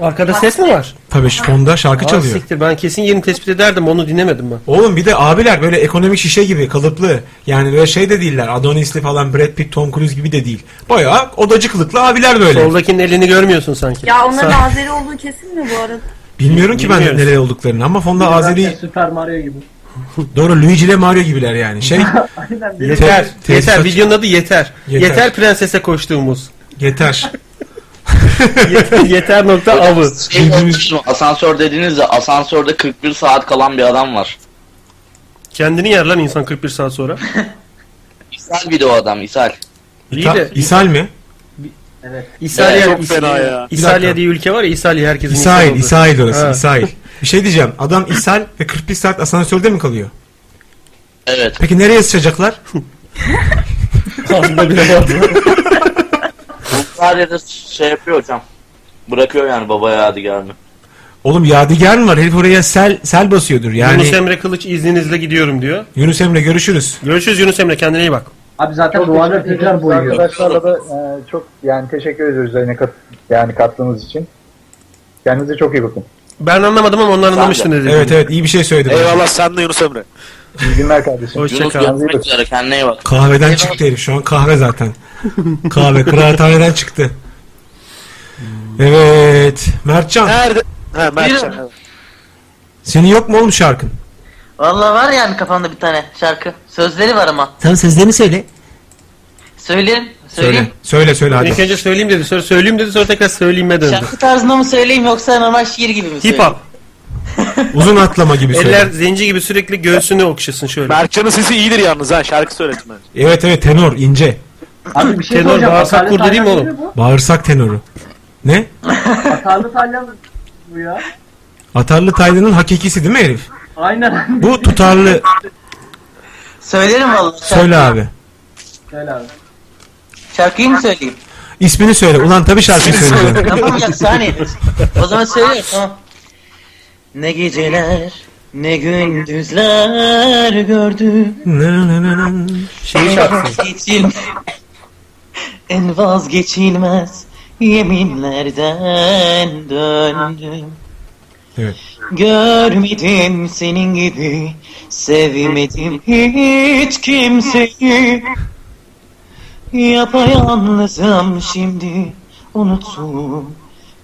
Arkada ses mi var? Tabii şu fonda şarkı Aa, çalıyor. Siktir. Ben kesin yeni tespit ederdim. Onu dinlemedim ben. Oğlum bir de abiler böyle ekonomik şişe gibi kalıplı. Yani böyle şey de değiller. Adonis'li falan Brad Pitt, Tom Cruise gibi de değil. Bayağı odacıklıklı abiler böyle. Soldakinin elini görmüyorsun sanki. Ya onların Azeri olduğu kesin mi bu arada? Bilmiyorum ki ben Bilmiyoruz. nereye olduklarını ama fonda Biraz Azeri da Süper Mario gibi. doğru Luigi ile Mario gibiler *laughs* yani. Şey Aynen. Yeter. Te- yeter. tesisat- Videonun adı yeter. Yeter. Yeter, prensese koştuğumuz. yeter. yeter, yeter nokta avı. Şey olmuş mu? asansör dediğinizde asansörde 41 saat kalan bir adam var. *laughs* Kendini yer lan insan 41 saat sonra. İshal bir de o adam E, ishal. İyi Ta- de İshal mi? Evet. İsalya, çok fena ya. Bir dakika. İsalya diye ülke var ya İsalya herkesin İsrail, insanı olduğu. İsrail orası, Ha. İsrail. Bir şey diyeceğim. Adam İshal ve 41 saat asansörde mi kalıyor? Evet. Peki nereye sıçacaklar? Ağzında bile vardı. Sadece şey yapıyor hocam. Bırakıyor yani babaya hadi gelme. Oğlum yadigar mı var? Herif oraya sel sel basıyordur. Yani Yunus Emre Kılıç izninizle gidiyorum diyor. Yunus Emre görüşürüz. Görüşürüz Yunus Emre kendine iyi bak. Abi zaten Çok duvarlar teşekkür tekrar ederiz boyuyor. Arkadaşlarla da e, çok yani teşekkür ediyoruz yine kat, yani kattığınız için. Kendinize çok iyi bakın. Ben anlamadım ama onlar anlamıştı ne dedi. Evet evet iyi bir şey söyledim. Eyvallah sen de Yunus Emre. İyi günler kardeşim. Yunus Hoşçakal. görüşmek üzere kendine iyi bak. Kahveden çıktı herif şu an kahve zaten. kahve kıraathaneden çıktı. Evet Mertcan Nerede? Ha Mertcan. evet. senin yok mu oğlum şarkın? Valla var yani kafamda bir tane şarkı. Sözleri var ama. Tamam sözlerini söyle. Söyleyeyim. Söyle Söyleyeyim. söyle söyle İlk hadi. önce söyleyeyim dedi sonra söyleyeyim dedi sonra tekrar söyleyeyime döndü. Şarkı tarzında mı söyleyeyim yoksa normal şiir gibi mi Hip söyleyeyim? hop. *laughs* Uzun atlama gibi söyle. Eller zenci gibi sürekli göğsünü okşasın şöyle. Mertcan'ın sesi iyidir yalnız ha şarkı söyletmen. Evet evet tenor ince. Abi bir şey Tenor soracağım. bağırsak Atarlı kurdu değil mi salyan oğlum? değil mi Bağırsak tenoru. Ne? bu? Atarlı salyan bu ya. Atarlı Taylı'nın hakikisi değil mi herif? Aynen. Bu tutarlı. Söylerim valla. Söyle abi. Söyle abi. Şarkıyı mı söyleyeyim? İsmini söyle. Ulan tabii şarkıyı söyleyeceğim. tamam ya saniye. O zaman söylüyorum tamam. Ne geceler ne gündüzler gördüm. Şey Şeyi şarkısı. Vazgeçilmez. en vazgeçilmez yeminlerden döndüm. Evet. Görmedim senin gibi Sevmedim hiç kimseyi Yapayalnızım şimdi Unuttum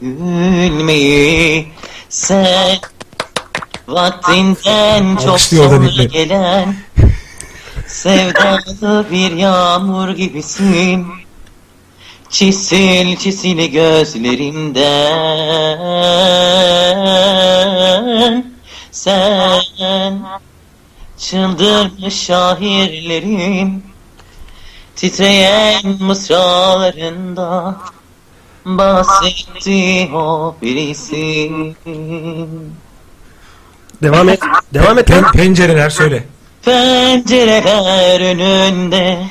gülmeyi Sen Vaktinden çok Alkışlıyor da sonra Nikmet. gelen Sevdalı bir yağmur gibisin Çisil çisil gözlerimden Sen çıldırmış şairlerin Titreyen mısralarında Bahsetti o birisin Devam et. Devam et. Pen- pencereler söyle. Pencereler önünde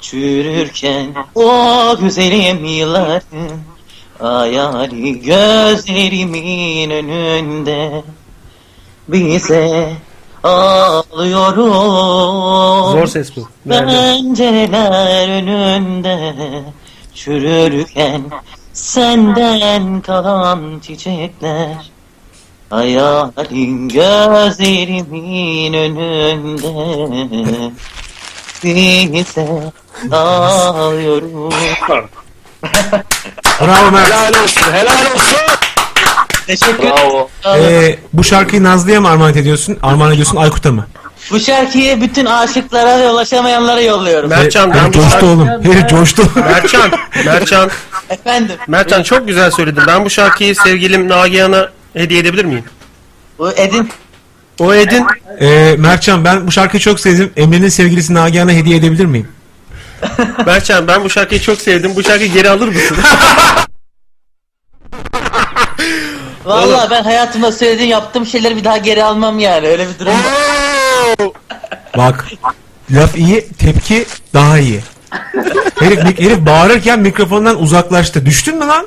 çürürken o güzelim yılların hayali gözlerimin önünde bize ağlıyorum. Zor ses bu. Nerede? Pencereler önünde çürürken senden kalan çiçekler Hayalin gözlerimin önünde Size ağlıyorum Bravo Mert. Helal olsun helal olsun Teşekkür Bravo. Ee, bu şarkıyı Nazlı'ya mı armağan ediyorsun? Armağan ediyorsun Aykut'a mı? Bu şarkıyı bütün aşıklara ve ulaşamayanlara yolluyorum Mertcan ben Herif Ee, bu coştu şarkı- oğlum. *laughs* Herif coştu. *laughs* Mertcan, Mertcan, Efendim Mertcan çok güzel söyledin. Ben bu şarkıyı sevgilim Nagihan'a hediye edebilir miyim? O Edin. O Edin. Ee, Mertcan ben bu şarkıyı çok sevdim. Emre'nin sevgilisi Nagihan'a hediye edebilir miyim? Mertcan ben bu şarkıyı çok sevdim. Bu şarkıyı geri alır mısın? Valla ben hayatımda söylediğim yaptığım şeyleri bir daha geri almam yani öyle bir durum var. Bak. Laf iyi, tepki daha iyi. Herif, mik- herif bağırırken mikrofondan uzaklaştı. Düştün mü lan?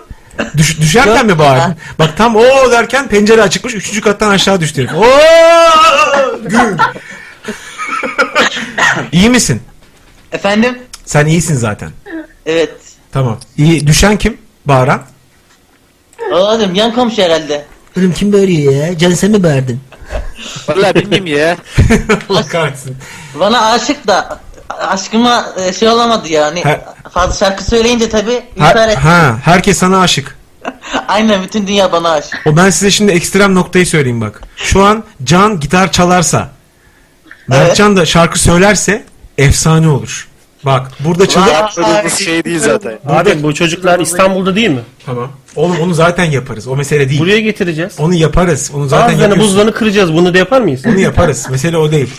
Düş- düşerken mi bağırdın? Bak tam o derken pencere açıkmış. Üçüncü kattan aşağı düştü herif. Oo! Gül. iyi misin? Efendim? Sen iyisin zaten. Evet. Tamam. İyi. Düşen kim? Bağıran. Oğlum yan komşu herhalde. Oğlum kim bağırıyor ya? Cansa mı bağırdın? Valla bilmiyorum *laughs* ya. Kahretsin. Bana aşık da aşkıma e, şey olamadı yani. He. Fazla şarkı söyleyince tabi intihar Ha, etti. ha, herkes sana aşık. *laughs* Aynen bütün dünya bana aşık. O ben size şimdi ekstrem noktayı söyleyeyim bak. Şu an Can gitar çalarsa, Mertcan da şarkı söylerse efsane olur. Bak burada çalar. şey değil zaten. Abi bu çocuklar İstanbul'da değil mi? Tamam. Oğlum onu zaten yaparız. O mesele değil. Buraya getireceğiz. Onu yaparız. Onu zaten Ağızlarını yapıyorsun. buzlarını kıracağız. Bunu da yapar mıyız? Onu yaparız. Mesele o değil.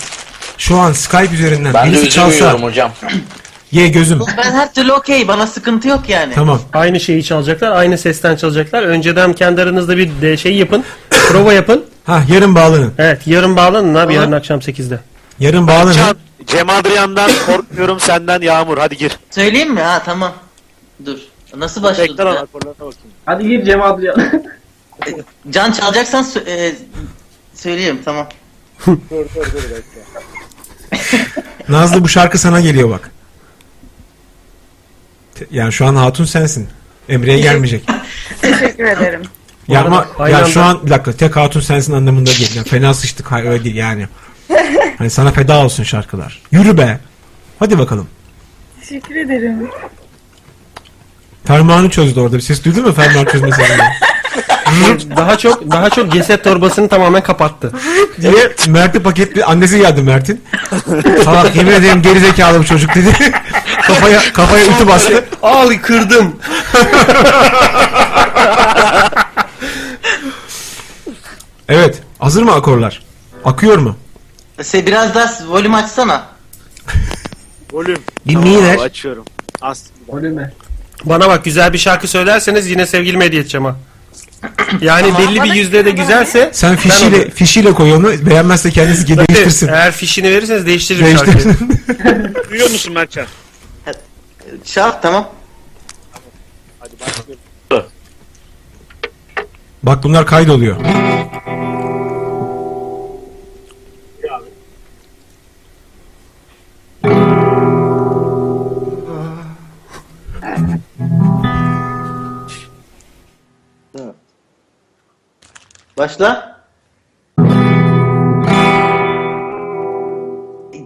Şu an Skype üzerinden Ben de birisi çalsa. üzülmüyorum hocam. *clears throat* Ye gözüm. Ben her türlü okey bana sıkıntı yok yani. Tamam. Aynı şeyi çalacaklar. Aynı sesten çalacaklar. Önceden kendi aranızda bir de şey yapın. prova yapın. *coughs* Ha yarın bağlanın. Evet yarın bağlanın abi yarın akşam 8'de. Yarın bağlanın. Can, Cem Adrian'dan korkmuyorum senden Yağmur. Hadi gir. Söyleyeyim mi? Ha tamam. Dur. Nasıl başladı? Tekrar al, ya? Hadi gir Cem abi. Can çalacaksan sö- e, söyleyeyim tamam. Dur dur dur bekle. Nazlı bu şarkı sana geliyor bak. Te- Yani şu an hatun sensin. Emre'ye gelmeyecek. Teşekkür ederim. *laughs* Ya Bu arada ama aynı ya şu anda- an bir dakika tek hatun sensin anlamında değil. Yani fena sıçtık hayır öyle değil yani. Hani sana feda olsun şarkılar. Yürü be. Hadi bakalım. Teşekkür ederim. Fermuarını çözdü orada. Bir ses duydun mu fermuar çözmesi? *laughs* daha çok daha çok ceset torbasını tamamen kapattı. diye Mert'i paketli annesi *laughs* geldi Mert'in. Salak yemin ederim gerizekalı bu çocuk dedi. *laughs* kafaya kafaya ütü bastı. Al kırdım. Evet. Hazır mı akorlar? Akıyor mu? Se biraz daha volüm açsana. Volüm. Dinleyiver. Tamam abi, açıyorum. As. Volüme. Bana bak güzel bir şarkı söylerseniz yine sevgilime hediye edeceğim ha. Yani belli bir yüzde de güzelse Sen ben fişiyle onu- fişiyle koy onu. Beğenmezse kendisi Tabii, değiştirsin. Eğer fişini verirseniz değiştiririm şarkıyı. Değiştirsin. Duyuyor musun Mertcan? Çal tamam. Bak bunlar kaydoluyor. Başla.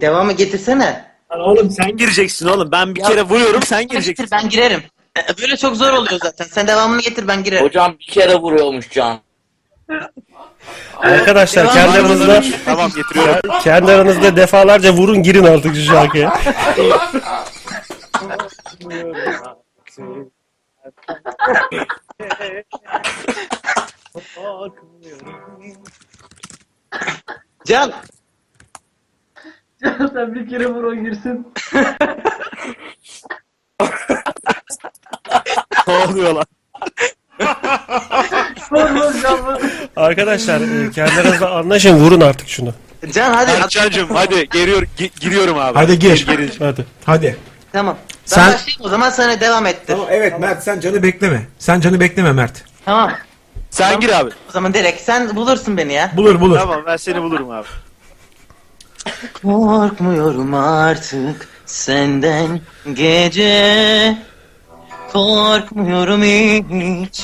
Devamı getirsene. oğlum sen gireceksin oğlum. Ben bir kere vuruyorum sen gireceksin. Getir ben girerim. E, Böyle çok zor oluyor zaten. Sen devamını getir ben girerim. Hocam bir kere vuruyormuş Can. Arkadaşlar kendi aranızda Tamam getiriyorum. kendi aranızda defalarca vurun girin artık *laughs* şu şarkıya. Can. Can sen bir kere vur o girsin. ne oluyor lan? Vur vur can vur. Arkadaşlar e, kendi aranızda anlaşın vurun artık şunu. Can hadi. Mertcan'cığım hadi geliyor, gi- giriyorum abi. Hadi gir. Gir- Hadi. Hadi. Tamam. Ben Sen- başlayayım o zaman sana devam ettir. Tamam. evet Mert sen canı bekleme. Sen canı bekleme Mert. Sen gir abi. O zaman direkt sen bulursun beni ya. Bulur bulur. Tamam ben seni bulurum abi. Korkmuyorum artık senden gece Korkmuyorum hiç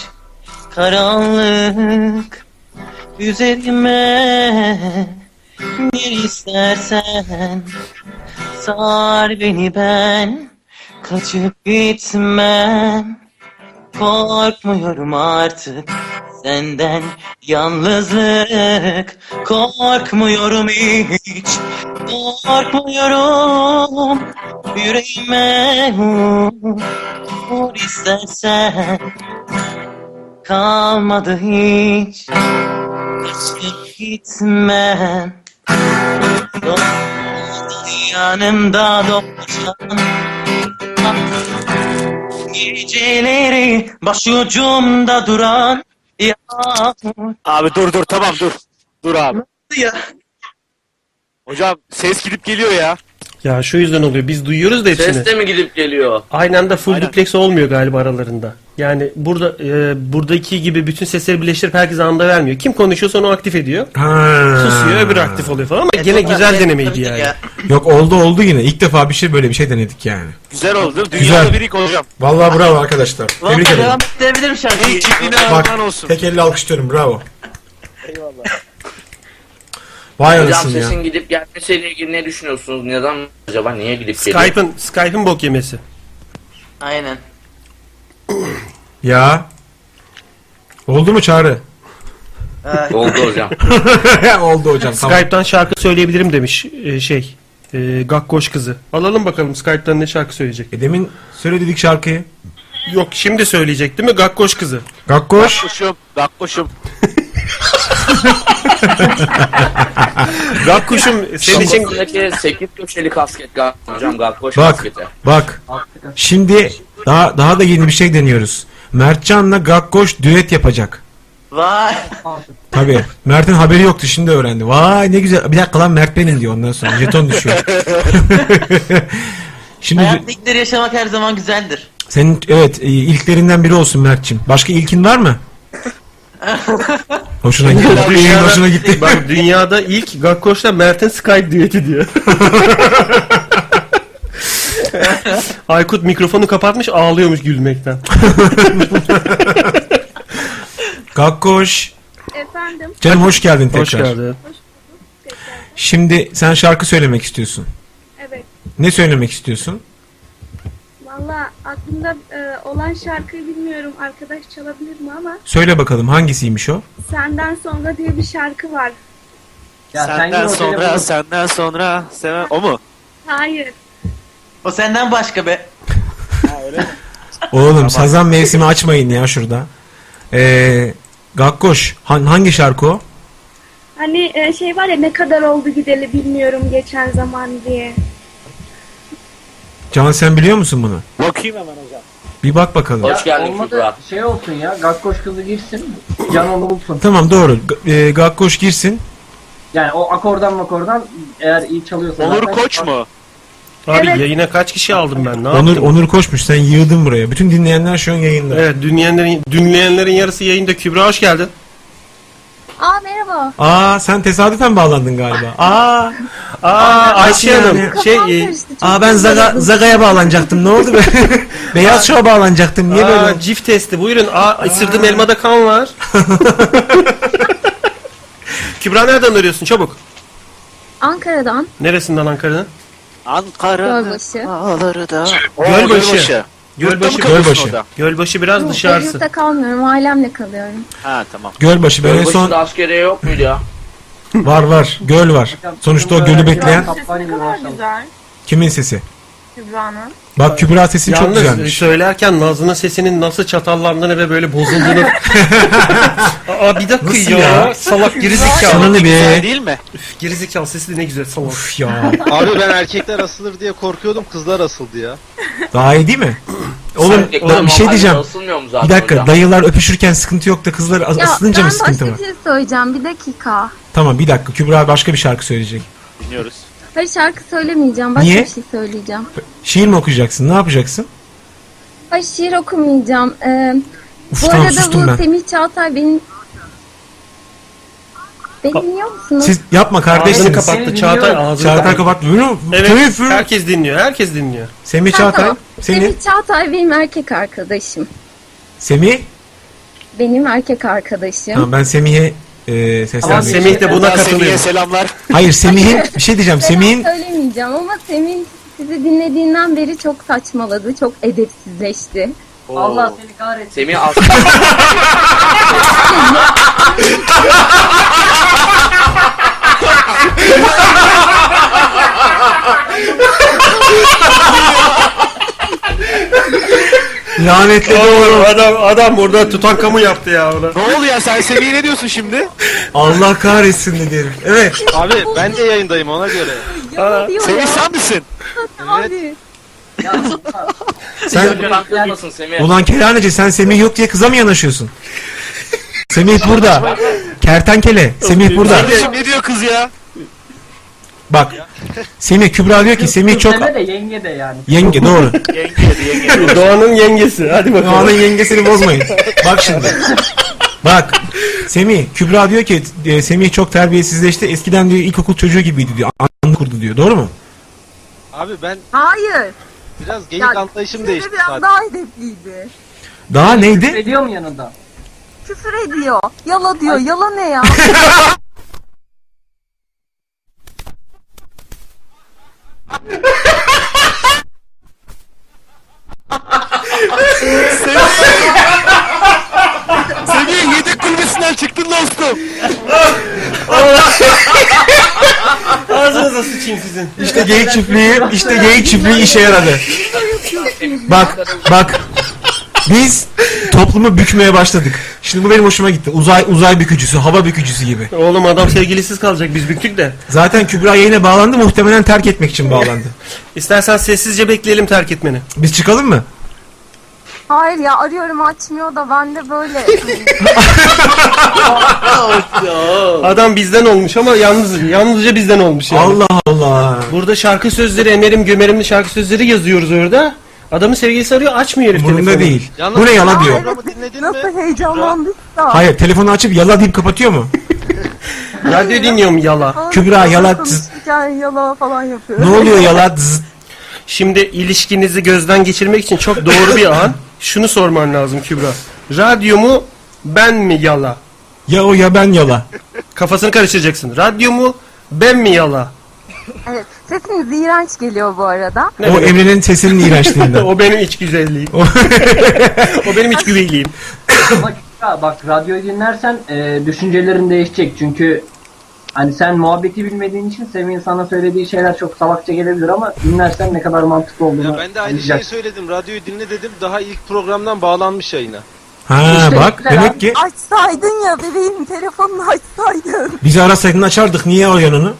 karanlık Üzerime bir istersen sar beni ben kaçıp gitmem korkmuyorum artık senden yalnızlık korkmuyorum hiç korkmuyorum yüreğime vur istersen kalmadı hiç Hiç gitmem Dolan Yanımda dolaşan Geceleri başucumda duran Yağmur Abi dur dur tamam dur. Dur abi. ya Hocam ses gidip geliyor ya. Ya şu yüzden oluyor. Biz duyuyoruz da hepsini. Ses de mi gidip geliyor? Aynı anda full duplex olmuyor galiba aralarında. Yani burada e, buradaki gibi bütün sesleri birleştirip herkes anında vermiyor. Kim konuşuyorsa onu aktif ediyor. Ha. Susuyor öbürü aktif oluyor falan ama E, gene tabii, güzel e, denemeydi tabii yani. Yok oldu oldu yine. İlk defa bir şey böyle bir şey denedik yani. Güzel oldu değil mi? Güzel. Dünyada bir ilk hocam. Vallahi bravo arkadaşlar. Tebrik ederim. Devam edebilirim şarkıyı. Bak tek elle alkışlıyorum bravo. Vay Hocam anasını ya. sesin gidip gelmesiyle ilgili ne düşünüyorsunuz? Neden acaba niye gidip geliyor? Skype'ın Skype'ın bok yemesi. Aynen. Ya. Oldu mu *laughs* çağrı? Oldu hocam. Oldu hocam. Tamam. Skype'tan şarkı söyleyebilirim demiş e, şey. E, Gakkoş kızı. Alalım bakalım Skype'tan ne şarkı söyleyecek. E demin söyledik şarkıyı. Yok şimdi söyleyecek değil mi? Gakkoş kızı. Gakkoş. Koşum. Bak koşum. Gakkuş'um senin için Kafasındaki 8 köşeli kasket gal- hocam Gakkoş Bak kasketi. bak. Şimdi daha daha da yeni bir şey deniyoruz. Mertcan'la Gakkoş düet yapacak. Vay. Tabii. Mert'in haberi yoktu şimdi öğrendi. Vay ne güzel. Bir dakika lan Mert benim diyor ondan sonra. Jeton düşüyor. şimdi Hayatta ilkleri yaşamak her zaman güzeldir. senin evet e, ilklerinden biri olsun Mert'cim. Başka ilkin var mı? Hoşuna gitti. Bak İlkin hoşuna gitti. Bak dünyada ilk Gakkoş'la Mert'in Skype *laughs* düeti diyor. Aykut mikrofonu kapatmış ağlıyormuş gülmekten. Gakkoş. Efendim. Canım hoş geldin tekrar. Hoş geldin. Şimdi sen şarkı söylemek istiyorsun. Evet. Ne söylemek istiyorsun? Valla aklımda e, olan şarkıyı bilmiyorum. Arkadaş çalabilir mi ama Söyle bakalım hangisiymiş o? Senden Sonra diye bir şarkı var. senden sonra, senden sonra. Sen... O *laughs* mu? Hayır. O senden başka be. Oğlum sazan mevsimi açmayın ya şurada. Ee, Gakkoş han- hangi şarkı o? Hani e, şey var ya ne kadar oldu gideli bilmiyorum geçen zaman diye. Can sen biliyor musun bunu? Bakayım hemen hocam. Bir bak bakalım. olmadı, Şey olsun ya Gakkoş kızı girsin. Can onu bulsun. Tamam doğru. G- e, Gakkoş girsin. Yani o akordan makordan eğer iyi çalıyorsa. Onur zaten- Koç mu? Abi yayına kaç kişi aldım ben? Ne Onur yaptım? Onur Koçmuş sen yığdın buraya. Bütün dinleyenler şu an yayında. Evet dinleyenlerin, dinleyenlerin yarısı yayında. Kübra hoş geldin. Aa merhaba. Aa sen tesadüfen bağlandın galiba. Aa. Aa Ayşe Nasıl Hanım. yani? Şey, e, Aa ben Zaga, Zaga'ya bağlanacaktım. Ne oldu be? *laughs* Beyaz Şov'a bağlanacaktım. Niye böyle? Aa, cif testi buyurun. Aa, ısırdığım elmada *laughs* kan var. Kübra nereden arıyorsun çabuk? Ankara'dan Neresinden Ankara'nın? Ankara Gölbaşı. dağlarda. Gölbaşı. Yurtta mı Gölbaşı. kalıyorsun Gölbaşı. orada? Gölbaşı biraz dışarısı. Yurtta kalmıyorum. Ailemle kalıyorum. Ha tamam. Gölbaşı ben en son Gölbaşı'da askeriye yok muydu ya? var var göl var. Sonuçta o gölü bekleyen Ne kadar güzel. kimin sesi? Kübra'nın. Bak Kübra sesin çok Yalnız e, güzelmiş. söylerken Nazlı'nın sesinin nasıl çatallandığını ve *laughs* böyle bozulduğunu. Aa bir dakika Nasıl ya. ya? Salak gerizekalı. Sana ne be? Değil mi? Üf, Gerizekalı sesi de ne güzel salak. ya. Abi ben erkekler asılır diye korkuyordum kızlar asıldı ya. Daha iyi değil mi? Oğlum Erkekler da- bir şey normalde diyeceğim. asılmıyor mu zaten Bir dakika hocam? dayılar öpüşürken sıkıntı yok da kızlar as- Ya ben asılınca mı başka sıkıntı var? bir şey söyleyeceğim. Bir dakika. Tamam bir dakika Kübra başka bir şarkı söyleyecek. Dinliyoruz. Hayır şarkı söylemeyeceğim. Başka Niye? bir şey söyleyeceğim. Şiir mi okuyacaksın? Ne yapacaksın? Hayır şiir okumayacağım. Ee, Uf, bu tamam, arada sustum bu ben. Semih Çağatay benim... Beni dinliyor musunuz? Siz yapma Ağzını kardeşsiniz. kapattı Çağatay ağzını Çağatay kapattı. Buyurun. Evet herkes dinliyor herkes dinliyor. Semih Tamam, Çağatay. tamam. Senin. Semih Çağatay benim erkek arkadaşım. Semih. Benim erkek arkadaşım. Tamam ben Semih'e e, Ama seslenmek Semih de buna katılıyor. Hayır Semih'in bir şey diyeceğim. Selam Semih'in söylemeyeceğim ama Semih sizi dinlediğinden beri çok saçmaladı, çok edepsizleşti. Allah seni kahretsin. *laughs* Semih as- Lanetli doğru. Adam, adam burada tutankamı yaptı ya ona. Ne oldu ya sen Semih'e ne diyorsun *laughs* şimdi? Allah kahretsin dedi herif. Evet. Abi ben de yayındayım ona göre. Semih sen misin? *laughs* Abi. *laughs* Sen- Sen... Semih. Ulan kerhaneci sen Semih yok diye kıza mı yanaşıyorsun? Semih burada. Kertenkele. Semih burada. Kardeşim ne diyor kız ya? Bak. Semih Kübra diyor ki Semih çok Deme de yenge de yani. yenge doğru. Doğan'ın yengesi. Hadi bakalım. Doğan'ın yengesini bozmayın. Bak şimdi. Bak. Semih Kübra diyor ki e, Semih çok terbiyesizleşti. Eskiden diyor ilkokul çocuğu gibiydi diyor. Anlı kurdu diyor. Doğru mu? Abi ben Hayır. biraz geyik anlayışım değişti biraz sadece. daha hedepliydi. Daha neydi? Ediyor mu yanında? Küfür ediyor. Yala diyor. Yala *laughs* ne ya? Semih yedek kulübesinden çıktın dostum. *laughs* Ağzınıza sıçayım sizin. İşte geyik çiftliği, işte geyik çiftliği işe yaradı. Bak, bak. Biz toplumu bükmeye başladık. Şimdi bu benim hoşuma gitti. Uzay uzay bükücüsü, hava bükücüsü gibi. Oğlum adam sevgilisiz kalacak biz büktük de. Zaten Kübra yayına bağlandı muhtemelen terk etmek için bağlandı. İstersen sessizce bekleyelim terk etmeni. Biz çıkalım mı? Hayır ya arıyorum açmıyor da ben *laughs* de böyle. Adam bizden olmuş ama yalnız yalnızca bizden olmuş yani. Allah Allah. Burada şarkı sözleri emerim gömerim şarkı sözleri yazıyoruz orada. Adamın sevgilisi arıyor açmıyor herif Umurunda telefonu. değil. Bu ne yala diyor. Nasıl heyecanlandıysa. Hayır, telefonu açıp yala deyip kapatıyor mu? *laughs* Radyo dinliyorum yala. Kübra yala tıs. Konuşurken yala falan yapıyor. yala Şimdi ilişkinizi gözden geçirmek için çok doğru bir an. Şunu sorman lazım Kübra. Radyo mu ben mi yala? Ya o ya ben yala. Kafasını karıştıracaksın. Radyo mu ben mi yala? Evet. Sesiniz iğrenç geliyor bu arada. Ne o demek? Emre'nin sesinin iğrençliğinden. *laughs* o benim iç güzelliğim. o benim iç güveyliğim. Ama ya bak radyoyu dinlersen e, düşüncelerin değişecek çünkü hani sen muhabbeti bilmediğin için Semih'in sana söylediği şeyler çok salakça gelebilir ama dinlersen ne kadar mantıklı olduğunu Ya ben de aynı şeyi söyledim. Radyoyu dinle dedim. Daha ilk programdan bağlanmış yayına. Ha bak demek ki Açsaydın ya bebeğim telefonunu açsaydın. bizi arasaydın açardık. Niye o yanını?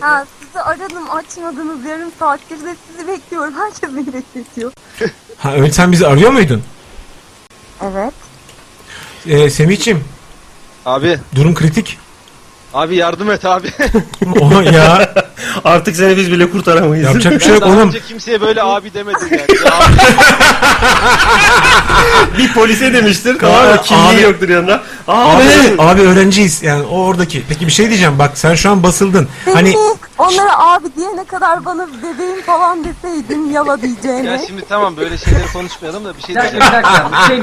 Ha, sizi aradım açmadınız yarım saattir de sizi bekliyorum. Herkes beni bekletiyor. Ha öyle sen bizi arıyor muydun? Evet. Ee, Semih'ciğim Abi. durum *laughs* kritik. Abi yardım et abi. Oha ya. Artık seni biz bile *laughs* kurtaramayız. Yapacak bir şey yok Daha oğlum. önce kimseye böyle abi demedim yani. bir polise demiştir. Tamam mı? Abi, Kimliği abi. yoktur yanında. Abi. Abi, abi öğrenciyiz yani o oradaki. Peki bir şey diyeceğim bak sen şu an basıldın. Hani onlara abi diyene kadar bana bebeğim falan deseydin yala diyeceğine. Ya şimdi tamam böyle şeyleri konuşmayalım da bir şey Bir dakika diyeceğim.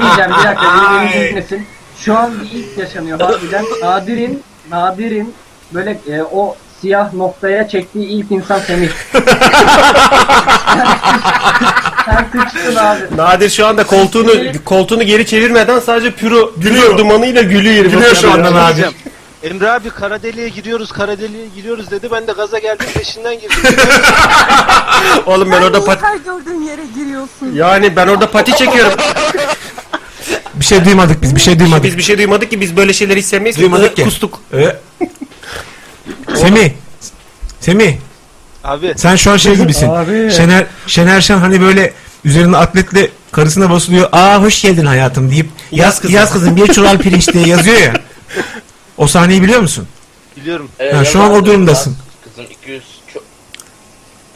bir dakika bir şey diyeceğim bir dakika beni beni dinlesin. Şu an bir ilk yaşanıyor harbiden. Nadir'in Nadir'in böyle e, o siyah noktaya çektiği ilk insan Semih. sen sıçtın abi. Nadir şu anda koltuğunu koltuğunu geri çevirmeden sadece püro gülüyor dumanıyla gülüyor. Gülüyor şu anda Bakın ya. Nadir. Emre abi kara deliğe giriyoruz, kara deliğe giriyoruz dedi. Ben de gaza geldim peşinden girdim. *laughs* Oğlum ben orada pat Her gördüğün yere giriyorsun. yani ben orada pati çekiyorum. bir şey duymadık biz bir şey duymadık. Biz bir şey duymadık ki biz böyle şeyleri hiç sevmeyiz. Duymadık ki. Kustuk. Ee, Semih. Semih. Abi. Sen şu an şey gibisin. Abi. Şener, Şener Şen hani böyle üzerine atletle karısına basılıyor. Aa hoş geldin hayatım deyip yaz kızım, yaz kızım bir çuval pirinç diye yazıyor ya. O sahneyi biliyor musun? Biliyorum. Ha, şu an o durumdasın. Kızım 200 ço-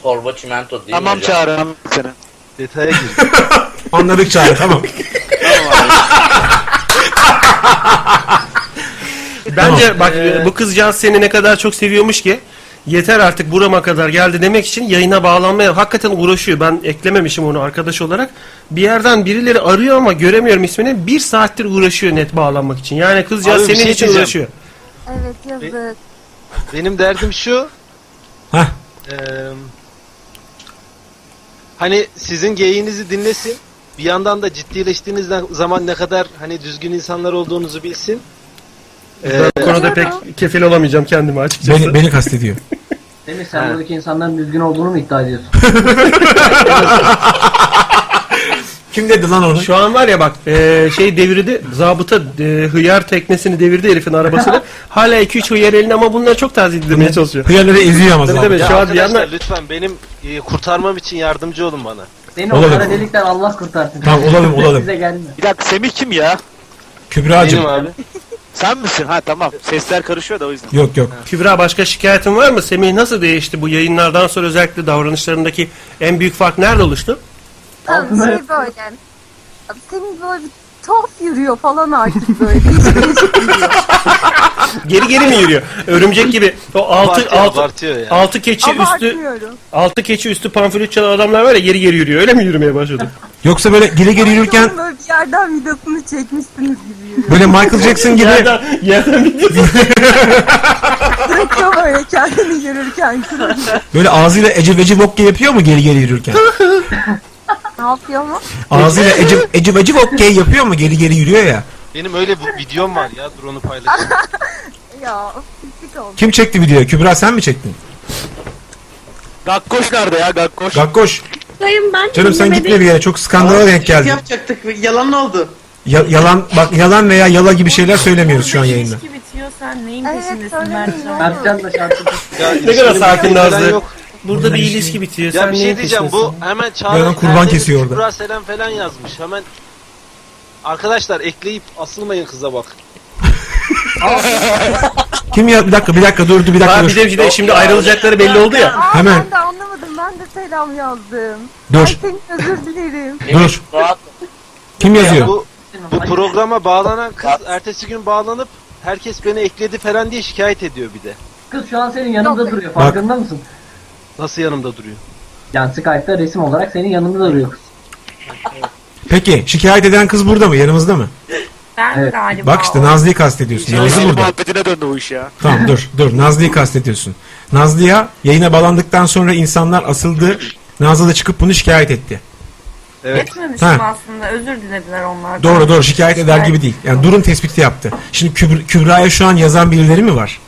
torba çimento değil mi Tamam hocam? Çağrı anladım seni. Detaya gir. *laughs* Anladık Çağrı tamam. e, Bence bak bu kızcağız seni ne kadar çok seviyormuş ki yeter artık burama kadar geldi demek için yayına bağlanmaya hakikaten uğraşıyor. Ben eklememişim onu arkadaş olarak. Bir yerden birileri arıyor ama göremiyorum ismini. Bir saattir uğraşıyor net bağlanmak için. Yani kızcağız Abi bir senin şey için diyeceğim. uğraşıyor. Evet yazık. Benim derdim şu. Eee, hani sizin geyinizi dinlesin. Bir yandan da ciddileştiğiniz ne- zaman ne kadar hani düzgün insanlar olduğunuzu bilsin. Ee, Ben bu konuda pek kefil olamayacağım kendime açıkçası. Beni, beni kastediyor. Demir sen buradaki insanların düzgün olduğunu mu iddia *laughs* ediyorsun? Kim dedi lan onu? Şu an var ya bak e, şey devirdi zabıta e, hıyar teknesini devirdi *laughs* herifin arabasını. Hala 2-3 hıyar elinde ama bunlar çok taze edilmeye çalışıyor. hıyarları eziyor ama Tabii zabıta. tabii, Ya şu an bir arkadaşlar yandan lütfen benim e, kurtarmam için yardımcı olun bana. Beni o Olalım. kara delikten Allah kurtarsın. Tamam, olalım, olalım. Size gelme. Bir dakika Semih kim ya? Kübra'cığım. Sen misin? Ha tamam. Sesler karışıyor da o yüzden. Yok yok. Kübra başka şikayetin var mı? Semih nasıl değişti bu yayınlardan sonra özellikle davranışlarındaki en büyük fark nerede oluştu? Tam şey böyle. Abi Semih böyle bir tuhaf yürüyor falan artık böyle. Değişik değişik yürüyor. Geri geri mi yürüyor? Örümcek gibi. O altı Abartıyor, altı abartıyor ya. altı keçi üstü Abartmıyorum. altı keçi üstü pamflet çalan adamlar var ya geri geri yürüyor. Öyle mi yürümeye başladı? Yoksa böyle geri geri yürürken Onun Böyle bir yerden vidasını çekmişsiniz gibi yürüyor. böyle Michael *laughs* Jackson gibi yerden, yerden Bırakıyor böyle kendini yürürken *laughs* kırılıyor. böyle ağzıyla Ece Veci Vokke yapıyor mu geri geri yürürken? ne yapıyor mu? Ağzıyla Ece Ece Veci Vokke yapıyor mu geri geri yürüyor ya? Benim öyle bu videom var ya dur onu paylaşayım. *laughs* Ya pislik oldu. Kim çekti videoyu? Kübra sen mi çektin? Gakkoş nerede ya Gakkoş? Gakkoş. Dayım ben Canım sen dinlemedim. gitme bir yere çok skandala denk Biz geldin. yapacaktık ve yalan oldu. Ya- yalan bak yalan veya yala gibi şeyler söylemiyoruz şu an yayında. İlişki bitiyor sen neyin Evet, peşindesin söylemeyin, ne Mertcan? Mertcan olur. da *laughs* şarkı. Ya, ne kadar bir sakin şey falan Nazlı. yok. Burada bir ilişki bitiyor. Ya Sen bir neyin şey diyeceğim bu peşindesin? hemen Bir Çağrı adam kurban Erdemir, kesiyor orada. Kübra Selam falan yazmış hemen. Arkadaşlar ekleyip asılmayın kıza bak. Kim ya bir dakika bir dakika durdu bir dakika Ha, dur. bir de, bir de şimdi ayrılacakları belli oldu ya. Aa, Hemen. Ben de anlamadım. Ben de selam yazdım. Dur. Ay senin özür dilerim. *laughs* Dur. Kim Ya yazıyor? bu, bu programa bağlanan kız ertesi gün bağlanıp herkes beni ekledi falan diye şikayet ediyor bir de. Kız şu an senin yanında Yok. duruyor farkında mısın? Nasıl yanımda duruyor? Yani Skype'da resim olarak senin yanında duruyor kız. Peki şikayet eden kız burada mı? Yanımızda mı? Ben Evet. galiba. Bak işte o. Nazlı'yı kastediyorsun. Nazlı Yayın burada. muhabbetine döndü bu iş ya. Tamam dur dur Nazlı'yı kastediyorsun. Nazlı'ya yayına bağlandıktan sonra insanlar asıldı. Nazlı da çıkıp bunu şikayet etti. Evet. Etmemiştim Ha. aslında. Özür dilediler onlardan. Doğru doğru şikayet eder gibi değil. Yani durum tespiti yaptı. Şimdi Kübr- Kübra'ya şu an yazan birileri mi var?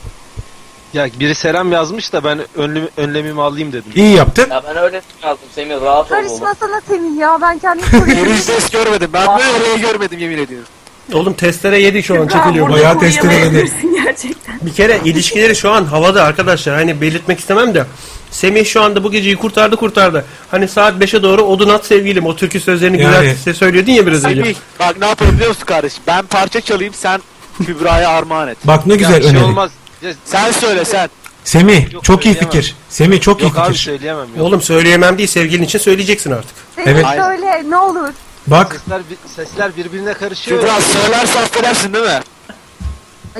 Ya biri selam yazmış da ben önlü- önlemimi alayım dedim. İyi yaptın. Ya ben öyle yazdım Semih rahat ol oğlum. Karışmasana Semih ya. *laughs* Ben kendimi koruyorum. Yürüyüş ses görmedim. Ben böyle orayı görmedim yemin ediyorum. Oğlum testere yedi şu an çekiliyor. burada- Bayağı testere uyuyamayabilirsin gerçekten. Bir kere ilişkileri şu an havada arkadaşlar. Hani belirtmek istemem de. Semih şu anda bu geceyi kurtardı kurtardı. Hani saat 5'e doğru odun at sevgilim. O türkü sözlerini Yani. güzel size söylüyordun ya biraz önce. Semih bak ne yapalım biliyor musun kardeşim? Ben parça çalayım sen Kübra'ya armağan et. Bak ne Ya güzel bir şey öneri. olmaz. Ya, Sen söyle sen. Semih Yok, çok iyi söyleyemem. fikir. Semih çok iyi Yok abi fikir. söyleyemem. Yok. Oğlum söyleyemem değil sevgilin için söyleyeceksin artık. Semih Evet. söyle ne olur. Bak Sesler, bi- sesler birbirine karışıyor. Kübra söylerse affedersin değil mi?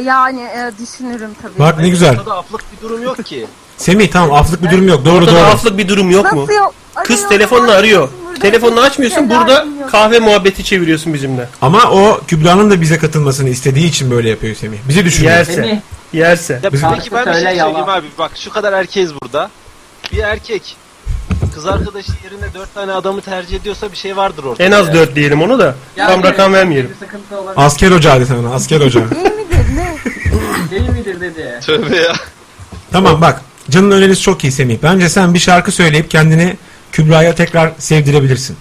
Yani e, düşünürüm tabii. bak ne güzel. Ortada aflık bir durum yok ki. Semih tamam aflık bir durum yok. Doğru Burada doğru. tuhaflık bir durum yok mu? Nasıl yok? Kız Arıyor, telefonla arıyor. Burada Telefonunu bir açmıyorsun şeyler burada dinliyorum. kahve muhabbeti çeviriyorsun bizimle. Ama o Kübra'nın da bize katılmasını istediği için böyle yapıyor Semih. Bizi düşünüyor. Yerse. Semih Yerse. Ya Bizim- peki ben bir şey Söyle söyleyeyim yalan. abi. Bak şu kadar erkeğiz burada. Bir erkek kız arkadaşı yerine dört tane adamı tercih ediyorsa bir şey vardır orada. En az 4 diyelim onu da. Tam rakam vermeyelim. Bir sıkıntı olabilir. Asker ocağı dedi sana. Asker *laughs* ocağı. Değil midir ne? Deli midir dedi. Tövbe ya. Tamam bak. Canın önerisi çok iyi Semih. Bence sen bir şarkı söyleyip kendini Kübra'ya tekrar sevdirebilirsin.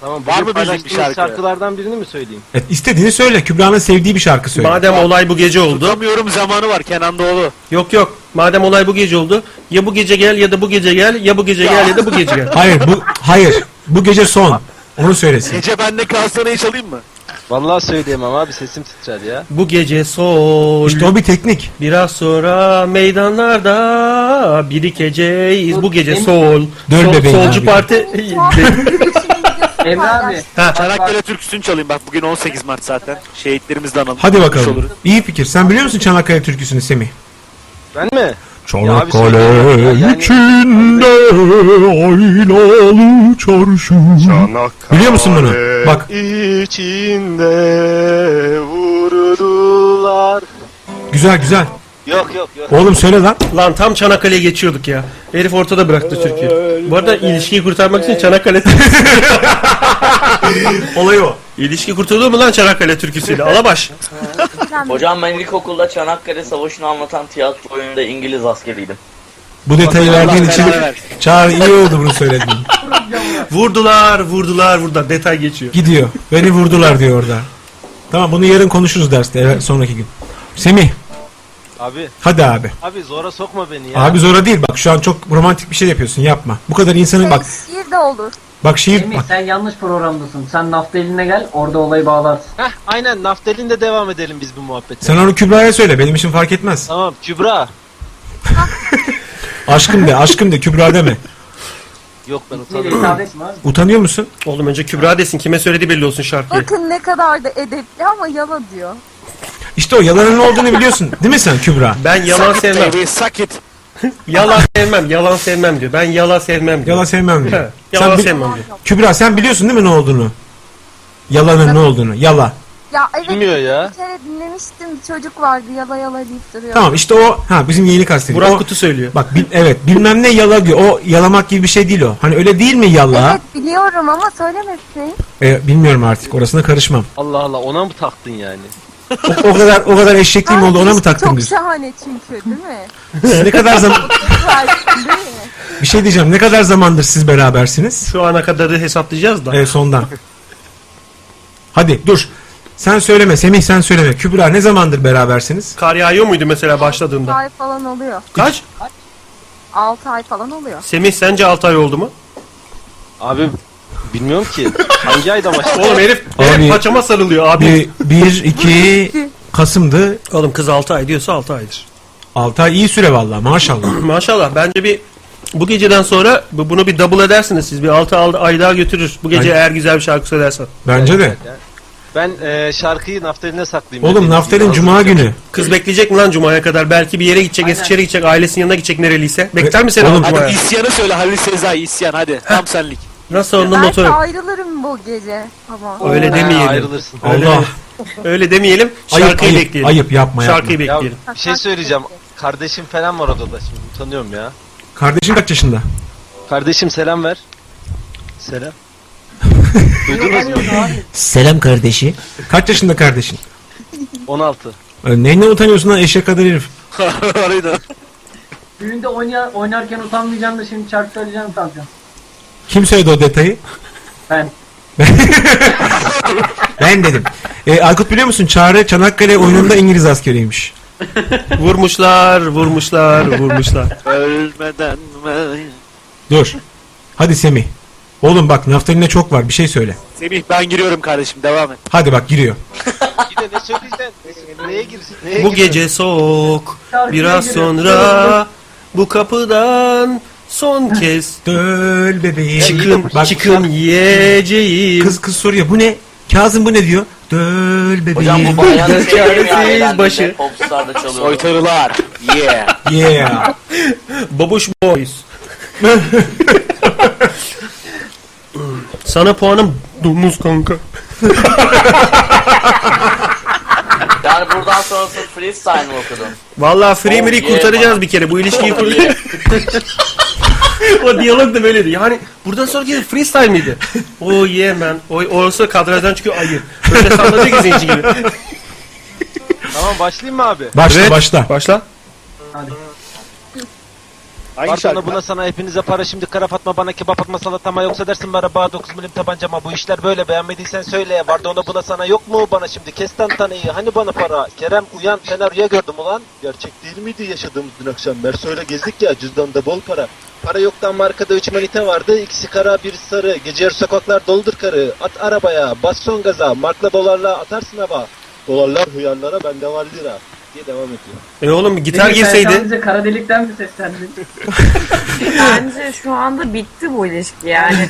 Tamam, Var var mı mı bizim bir şarkı? şarkılardan birini mi söyleyeyim? E, istediğini söyle. Kübra'nın sevdiği bir şarkı söyle. Madem olay bu gece oldu. Tutamıyorum zamanı var Kenan Doğulu. Yok yok. Madem olay bu gece oldu. Ya bu gece gel ya da bu gece gel. Ya bu gece gel ya da bu gece gel. *laughs* Hayır bu hayır. Bu gece son. Onu söylesin. Gece bende kalsanayı çalayım mı? Vallahi söyleyemem abi sesim titrer ya. Bu gece sol. İşte o bir teknik. Biraz sonra meydanlarda birikeceğiz. Bu gece sol. Dön sol bebeğim solcu abi. parti. Tuhaf bir düşünün videosu Emre abi. paylaş. ha, Çanakkale türküsünü çalayım bak bugün 18 Mart zaten. Şehitlerimizden analım. Hadi Olur. bakalım. İyi fikir. Sen biliyor musun Çanakkale türküsünü Semih? Ben mi? Çanakkale içinde aynalı çarşı. Biliyor musun bunu? Ee, Bak Ee, İçinde vurdular. güzel güzel. Yok yok yok. Oğlum söyle lan. Lan tam Çanakkale'ye geçiyorduk ya. Herif ortada bıraktı Türkiye. Bu arada ilişkiyi kurtarmak için Çanakkale *laughs* Olay o. İlişki kurtuldu mu lan Çanakkale türküsüyle? Alabaş. Hocam ben ilkokulda Çanakkale Savaşı'nı anlatan tiyatro oyununda İngiliz askeriydim. Bu detayı Allah verdiğin için belanı versin. Çağrı iyi oldu bunu söylediğin. Vurdular, vurdular, vurdular. Detay geçiyor. Gidiyor. Beni vurdular diyor orada. Tamam bunu yarın konuşuruz derste evet, sonraki gün. Semih Abi. hadi abi. Abi zora sokma beni ya. Abi zora değil bak şu an çok romantik bir şey yapıyorsun yapma. Bu kadar insanın bak Şiir de olur. bak şiir Semih sen yanlış programdasın. Sen Naftali'ne gel orada olayı bağlarsın. Heh, aynen naftalinle devam edelim biz bu muhabbete. sen onu Kübra'ya söyle benim için fark etmez. Tamam Kübra. *laughs* Aşkım de aşkım de Kübra deme. Yok ben utanıyorum. hitap etme abi. Utanıyor musun? Oğlum önce Kübra desin. Kime söyledi belli olsun şarkıyı. Bakın ne kadar da edepli ama yala diyor. İşte o yalanın ne olduğunu biliyorsun değil mi sen Kübra? Ben yalan sevmem. *laughs* yalan sevmem, yalan sevmem diyor. Ben yalan sevmem diyor. Yalan sevmem diyor. Evet, yalan bi- sevmem diyor. Kübra sen biliyorsun değil mi ne olduğunu? Yalanın ne olduğunu? Yala. Ya evet Bilmiyor ya. bir kere dinlemiştim bir çocuk vardı yala yala deyip duruyor. Tamam işte o ha bizim yeni kastediyor. Burak O- Kutu söylüyor. Bak bil- evet bilmem ne yala diyor. O yalamak gibi bir şey değil o. Hani öyle değil mi yala? Evet biliyorum ama söylemesin. E, bilmiyorum artık orasına karışmam. Allah Allah ona mı taktın yani? O, o kadar o kadar eşekliğim oldu ona mı taktın Çok diyorsun? şahane çünkü değil *laughs* mi? ne kadar *laughs* zaman Varsın, değil mi? bir şey diyeceğim. Ne kadar zamandır siz berabersiniz? Şu ana kadarı hesaplayacağız da. Evet sondan. Hadi dur. Sen söyleme Semih sen söyleme. Kübra ne zamandır berabersiniz? Kar yağıyor muydu mesela Altı başladığında? ay falan oluyor. Kaç? 6 ay falan oluyor. Semih sence 6 ay oldu mu? Abi bilmiyorum ki. Hangi ayda başladı? Oğlum herif, Abi- herif paçama sarılıyor abi. 1 2 Kasım'dı. Oğlum kız 6 ay diyorsa 6 aydır. 6 ay iyi süre vallahi maşallah. *clears throat* Maşallah bence bir bu geceden sonra bu- bunu bir double edersiniz siz. Bir 6 ay daha götürür. Bu gece Bence- eğer güzel bir şarkı söylersen. Bence de. Ben e, şarkıyı naftaline saklayayım. Oğlum Dediğim Naftalin gibi. cuma günü. Kız bekleyecek mi lan Cuma'ya kadar? Belki bir yere gidecek, Eskişehir'e gidecek, ailesinin yanına gidecek nereliyse. Bekler mi seni Oğlum- lan Cuma'ya? Hadi isyanı söyle Halil Sezai isyan hadi. Tam senlik. Nasıl onun Belki notu? ayrılırım bu gece ama. Öyle demeyelim. ayrılırsın. Öyle, Allah. öyle demeyelim. Ayıp, Şarkıyı ayıp, bekleyelim. ayıp, yapma, yapma. Şarkıyı Ya, bekleyelim. bir şey söyleyeceğim. Kardeşim falan var odada şimdi utanıyorum ya. Kardeşin kaç yaşında? Kardeşim selam ver. *laughs* Selam. Duydunuz mu? Selam kardeşi. Kaç yaşında kardeşin? *laughs* 16. Ee, Neyinden utanıyorsun lan eşek kadar herif? Harbiden. Düğünde oyna- oynarken utanmayacağım da şimdi şarkı söyleyeceğim utanacağım. Kim söyledi o detayı? Ben. *laughs* Ben dedim. Ee, Aykut biliyor musun? Çağrı Çanakkale oyununda İngiliz askeriymiş. Vurmuşlar, vurmuşlar, vurmuşlar. Ölmeden mi? Dur. Hadi Semih. Oğlum bak naftaline çok var bir şey söyle. Semih ben giriyorum kardeşim devam et. Hadi bak giriyor. Yine ne söyleyeceksin? Ne- Neye girsin? Neye bu girsin? gece soğuk, biraz giriyor. sonra bu kapıdan son kez Döl bebeğim. çıkın, Bak- çıkın yiyeceğim. Kız kız soruyor bu ne? Kazım bu ne diyor? Döl bebeğim. Hocam *laughs* bu bayağı Gökçe sevdiğim Aresiz yerlerden başı. birinde Popstar'da çalıyordu. Soytarılar. Yeah. Yeah. Babuş boys. Sana puanım domuz kanka. Yani buradan sonrası freestyle mi okudun? Vallahi free Oh, miri yeah, kurtaracağız man. bir kere. Bu ilişkiyi Oh, kurtaracağız. *laughs* o diyalog da böyleydi. Yani buradan sonraki freestyle miydi? Oh yeah man. O, orası kadrajdan çıkıyor ayı. Böyle sallanacak izleyici gibi. Tamam başlayayım mı abi? Başla Evet. başla. Başla. Hangi buna sana hepinize para şimdi kara fatma bana kebap atma salatama yoksa dersin bana bağ 9 milim tabancama bu işler böyle beğenmediysen söyle vardı ona buna sana yok mu bana şimdi kes tantaneyi hani bana para Kerem uyan sen rüya gördüm ulan gerçek değil miydi yaşadığımız dün akşam Mersoy'la gezdik ya cüzdanda bol para para yoktan markada 3 manita vardı ikisi kara bir sarı gece yarı sokaklar doludur karı at arabaya bas son gaza markla dolarla atarsın hava dolarlar hıyarlara bende var lira diye devam ediyor. E oğlum gitar Semih, sen girseydi. sadece kara delikten mi seslendin? Bence şu anda bitti bu ilişki yani.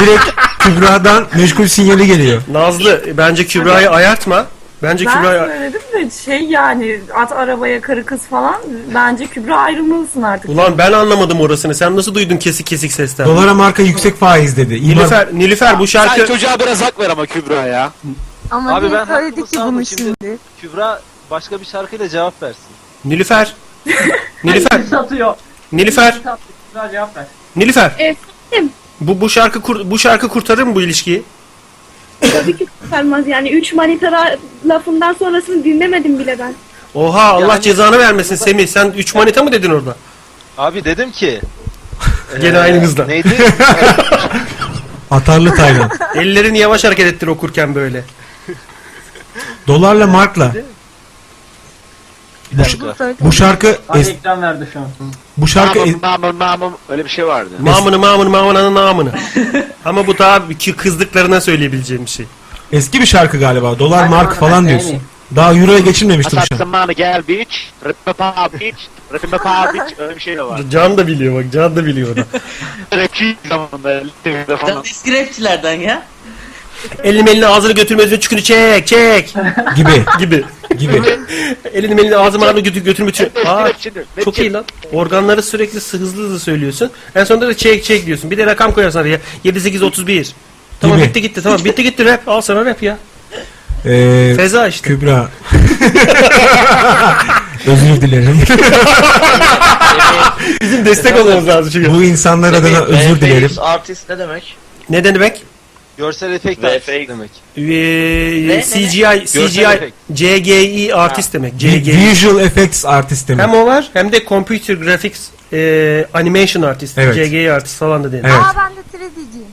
Direkt Kübra'dan meşgul sinyali geliyor. Nazlı bence Kübra'yı ayartma. *laughs* Bence ben Kübra söyledim de şey yani at arabaya karı kız falan bence Kübra ayrılmalısın artık. Ulan ben anlamadım orasını. Sen nasıl duydun kesik kesik sesler? Dolara marka yüksek faiz dedi. İmar- Nilüfer, Nilüfer bu şarkı... Sen çocuğa biraz hak ver ama Kübra ya. Ama Abi Abi ben niye söyledi haklısın ki ama bunu şimdi- şimdi? Kübra başka bir şarkıyla cevap versin. Nilüfer. Nilüfer. satıyor. Nilüfer. Güzel cevap ver. Nilüfer. *laughs* Efendim Bu bu şarkı kur- bu şarkı kurtarır mı bu ilişkiyi? tabii ki kurtarmaz yani. Üç manitara lafından sonrasını dinlemedim bile ben. Oha Allah cezanı vermesin Semih. Sen 3 manita mı dedin orada? Abi dedim ki. *laughs* Ee, Gene aynı kızla. Neydi? *laughs* Atarlı Taylan. Ellerini yavaş hareket ettir okurken böyle. Dolarla markla. Bir dakika. Bu şarkı Abi es- ekran verdi şu an. bu şarkı es- Mamım mamım mamım öyle bir şey vardı. Mamını mamını mamını namını. Ama bu daha ki kızdıklarına söyleyebileceğim bir şey. eski bir şarkı galiba. Dolar mark falan diyorsun. Daha euroya geçilmemişti bu Asap şarkı. zamanı gel bitch. Rıpapa bitch. Rıpapa bitch. Öyle bir şey de var. *laughs* Can da biliyor bak Can da biliyor onu. Rapçi zamanında. Listemizde falan. Eski rapçilerden ya. Elini elini ağzını götürmezini çükünü çek çek. Gibi. Gibi. Gibi. Elini elini ağzımı ağzını götür götürme çük. Aa, Rapçidir. çok iyi lan. Organları sürekli sı- hızlı hızlı söylüyorsun. En sonunda da çek çek diyorsun. Bir de rakam koyarsan araya. 7 8 31. Tamam Gibi. bitti gitti tamam bitti gitti rap al sana rap ya. Ee, Feza işte. Kübra. *laughs* Özür dilerim. Bizim destek olmamız lazım çünkü. Bu insanlar adına özür dilerim. Artist ne demek? Ne demek? Görsel efekt artisti demek. Ee, ne? CGI, Görsel CGI, efekt. CGI artist demek. Vi- CGI. Visual Effects Artist demek. Hem o var hem de Computer Graphics e, Animation Artist. Evet. CGI artist falan da denir. Aa ben de 3D'ciyim.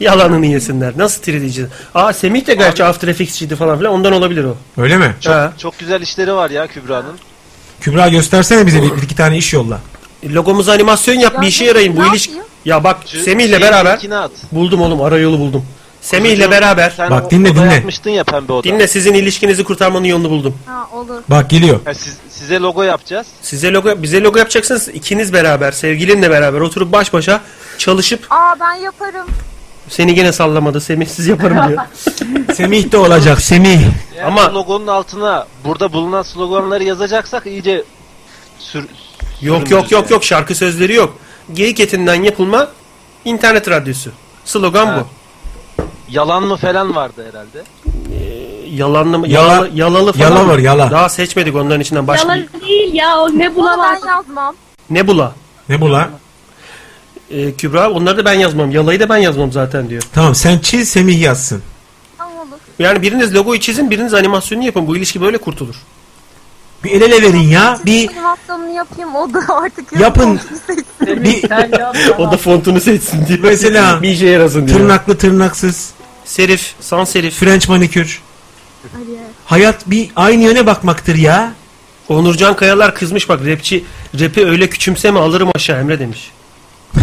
Yalanını yesinler. Nasıl 3D'ci? Aa Semih de gerçi After Effects'çiydi falan filan. Ondan olabilir o. Öyle mi? Ha. Çok güzel işleri var ya Kübra'nın. Kübra göstersene bize bir, bir iki tane iş yolla. Logomuza E, animasyon yap bir işe yarayın. Bu ilişki... Ya bak Semih'le şeyin beraber... linkini at. Buldum oğlum arayolu buldum. Semih'le Kuzucuğum, beraber... sen Bak, o- dinle, oda dinle. yapmıştın ya pembe oda. Dinle sizin ilişkinizi kurtarmanın yolunu buldum. Ha olur. Bak geliyor. Ya siz- size logo yapacağız. Size logo bize logo yapacaksınız ikiniz beraber sevgilinle beraber oturup baş başa çalışıp Aa ben yaparım. seni gene sallamadı Semih siz yaparım *laughs* diyor. Semih de olacak Semih. Ama- Ama logonun altına burada bulunan sloganları yazacaksak iyice sür yok yok yok yok şarkı sözleri yok. Geyik etinden yapılma internet radyosu. Slogan Ha. bu. yalan mı falan vardı herhalde. Yalanlı mı? Yala- Yalalı, yalalı falan. Yala mı? var, yala. Daha seçmedik onların içinden başka. Yalan değil ya o ne Bunu bulamaz. ben yazmam. Ne bula? Ne bu la? Ee, Kübra onları da ben yazmam. Yalayı da ben yazmam zaten diyor. Tamam sen çiz Semih yazsın. Tamam olur. Yani biriniz logoyu çizin, biriniz animasyonu yapın. Bu ilişki böyle kurtulur. Bir el ele verin ya. Bir Animasyonunu yapayım o da *laughs* artık Yapın. Semih sen yap. o da fontunu seçsin diye. Mesela- *laughs* bir işe yarasın diyor. tırnaklı tırnaksız. Serif, sans serif. French manikür. Hadi. Hayat bir aynı yöne bakmaktır ya. Onurcan Kayalar kızmış bak rapçi rapi öyle küçümseme alırım aşağı Emre demiş. *laughs*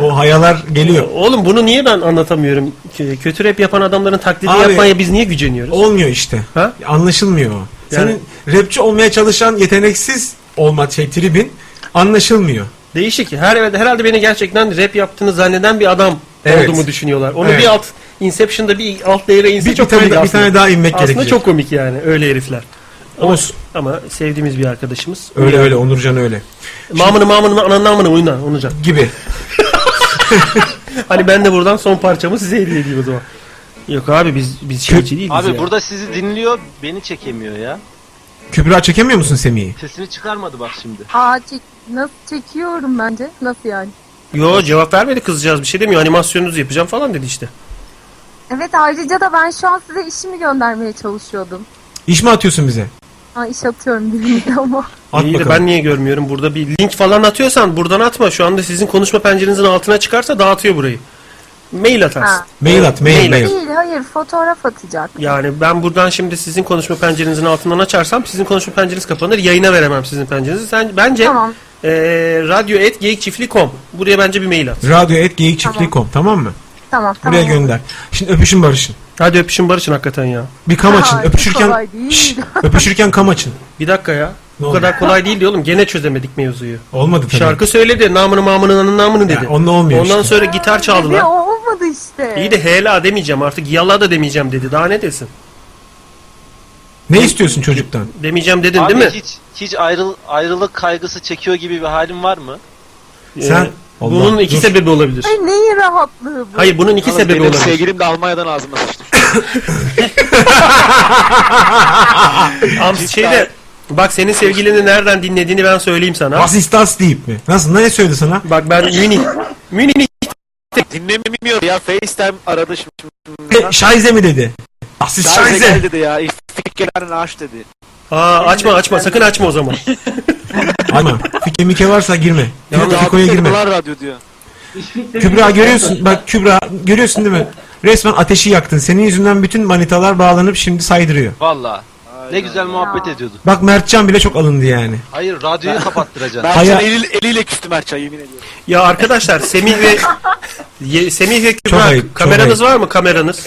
O hayalar geliyor. Oğlum bunu niye ben anlatamıyorum? K- Kötü rap yapan adamların taklidi Abi- yapmaya biz niye güceniyoruz? Olmuyor işte. Ha? Anlaşılmıyor o. Yani- Senin rapçi olmaya çalışan yeteneksiz olma şey tribin anlaşılmıyor. Değişik. şey Her, herhalde beni gerçekten rap yaptığını zanneden bir adam Evet. olduğumu düşünüyorlar. Onu Evet. bir alt Inception'da bir alt değere inse Bir- çok bir tane komik daha- bir aslında. tane daha inmek aslında gerekecek. çok komik yani öyle herifler. Ama, Olsun. ama sevdiğimiz bir arkadaşımız. Öyle öyle Onurcan öyle. Mamını mamını ananı amını oyna Onurcan. Gibi. *laughs* Hani ben de buradan son parçamı size hediye edeyim o zaman. Yok abi biz biz şeyci değiliz Abi ya. burada sizi dinliyor, beni çekemiyor ya. Kübra çekemiyor musun Semih'i? Sesini çıkarmadı bak şimdi. Aa çek nasıl çekiyorum bence? Nasıl yani? Yo cevap vermedi kızacağız bir şey demiyor. Animasyonunuzu yapacağım falan dedi işte. Evet ayrıca da ben şu an size işimi göndermeye çalışıyordum. İş mi atıyorsun bize? Ha iş atıyorum bilimde *laughs* ama. At İyi de bakalım. ben niye görmüyorum? Burada bir link falan atıyorsan buradan atma. Şu anda sizin konuşma pencerenizin altına çıkarsa dağıtıyor burayı. Mail atarsın. Ha. Mail at, mail, mail. Değil hayır fotoğraf atacak. Yani ben buradan şimdi sizin konuşma pencerenizin altından açarsam sizin konuşma pencereniz kapanır. Yayına veremem sizin pencerenizi. Sen bence e, Tamam. eee radyo et geyikçiftlik.com. Buraya bence bir mail at. Radyo et geyikçiftliği.com tamam mı? Tamam tamam. Buraya gönder. Şimdi öpüşün barışın. Hadi öpüşün barışın hakikaten ya. Bir kam açın. Ay, öpüşürken kolay değil. *laughs* Şşş, öpüşürken kam *laughs* açın. Bir dakika ya. Ne Bu oldu? kadar kolay değil oğlum. Gene çözemedik mevzuyu. Olmadı tabii. Şarkı söyledi. Namını mamını namını, namını dedi. Ya, onunla olmuyor Ondan işte. sonra gitar çaldı Ve lan. o olmadı işte. İyi de hela demeyeceğim artık yalla da demeyeceğim dedi. Daha ne desin? Ne istiyorsun çocuktan? Demeyeceğim dedin Abi değil mi? Hiç, hiç ayrıl, ayrılık kaygısı çekiyor gibi bir halin var mı? Sen- Ee, bunun iki *laughs* sebebi olabilir. Ay neyin rahatlığı bu? Hayır bunun iki Yalnız sebebi benim olabilir. sevgilim de Almanya'dan ağzıma sıçtı. Am şeyde bak senin sevgilini nereden dinlediğini ben söyleyeyim sana. Was ist das deyip mi? Nasıl ne söyledi sana? Bak ben Münih. Münih. Dinlemiyor ya FaceTime aradı şimdi. E, Scheiße mi dedi? Das ist Şayze gel Scheiße. dedi ya. Fikirlerin aç dedi. Aa açma açma sakın açma o *laughs* zaman. Ama fike mike varsa girme. Ya Fiko'ya girme. Bunlar radyo diyor. Kübra görüyorsun bak Kübra görüyorsun değil mi? Resmen ateşi yaktın. Senin yüzünden bütün manitalar bağlanıp şimdi saydırıyor. Valla. Ne güzel muhabbet ediyordu. Bak Mertcan bile çok alındı yani. Hayır radyoyu kapattıracağım. Mertcan Hayal- eliyle küstü Mertcan yemin ediyorum. Ya arkadaşlar Semih ve Ye- Semih ve Kübra Çok ayıp, çok kameranız ayıp. var mı kameranız?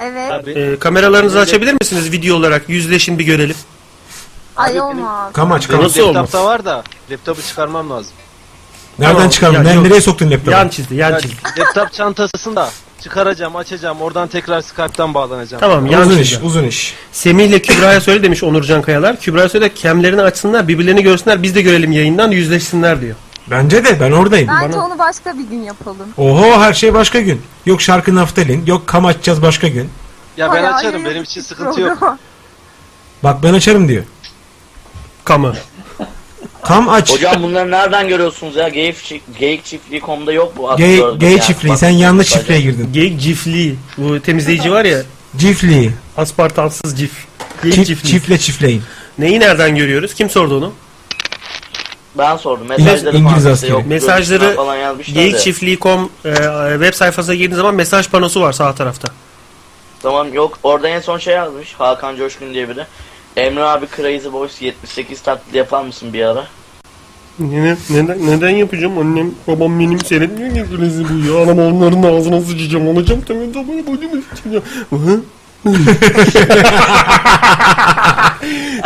Evet. Ee, kameralarınızı açabilir misiniz video olarak? Yüzleşin bir görelim. Ay olmaz. Kamaç Benim kamaç. Laptopta var da laptopu çıkarmam lazım. Nereden Tamam, çıkardın? ya Ne- yok. Nereye soktun laptopu? Yan çizdi yan Ya, çizdi. laptop çantasında çıkaracağım, açacağım. Oradan tekrar Skype'tan bağlanacağım. Tamam yan Uzun çizdi. iş uzun iş. Semih ile Kübra'ya söyle demiş Onurcan Kayalar. Kübra'ya söyle de kemlerini açsınlar birbirlerini görsünler biz de görelim yayından yüzleşsinler diyor. Bence de ben oradayım. Bence onu başka bir gün yapalım. Oho her şey başka gün. Yok şarkı naftalin, yok kam açacağız başka gün. Ya ben Bayağı açarım. yayın Benim için sıkıntı yok. programı. Bak ben açarım diyor. Kamı. Kam aç. Hocam bunları nereden görüyorsunuz ya? Geyik, çift- geyik çiftliği.com'da yok bu aslında. Gay, Yani gay çiftliği. bak- Sen yanlış çiftliğe girdin. Geyik cifli. Bu temizleyici var ya Çiftliği. aspartansız cif. Geyik Çif, cifli. çiftle çiftleyin. Neyi nereden görüyoruz? Kim sordu onu? Ben sordum. İngiliz- Mesajları İngiliz falan askeri. yok, görüntüler Mesajları falan yazmışlar da. geyikçiftliği.com e, web sayfasına girdiğiniz zaman mesaj panosu var sağ tarafta. Tamam yok. Orada en son şey yazmış. Hakan Coşkun diye biri. Emre abi Crazy Boys 78 taklidi yapar mısın bir ara? Neden, neden, neden yapacağım? Annem, babam benim seyretmiyor ki Crazy bu ya. Anam onların ağzına sıçacağım. Olacağım tamam tamam bunu isteyeceğim. *laughs*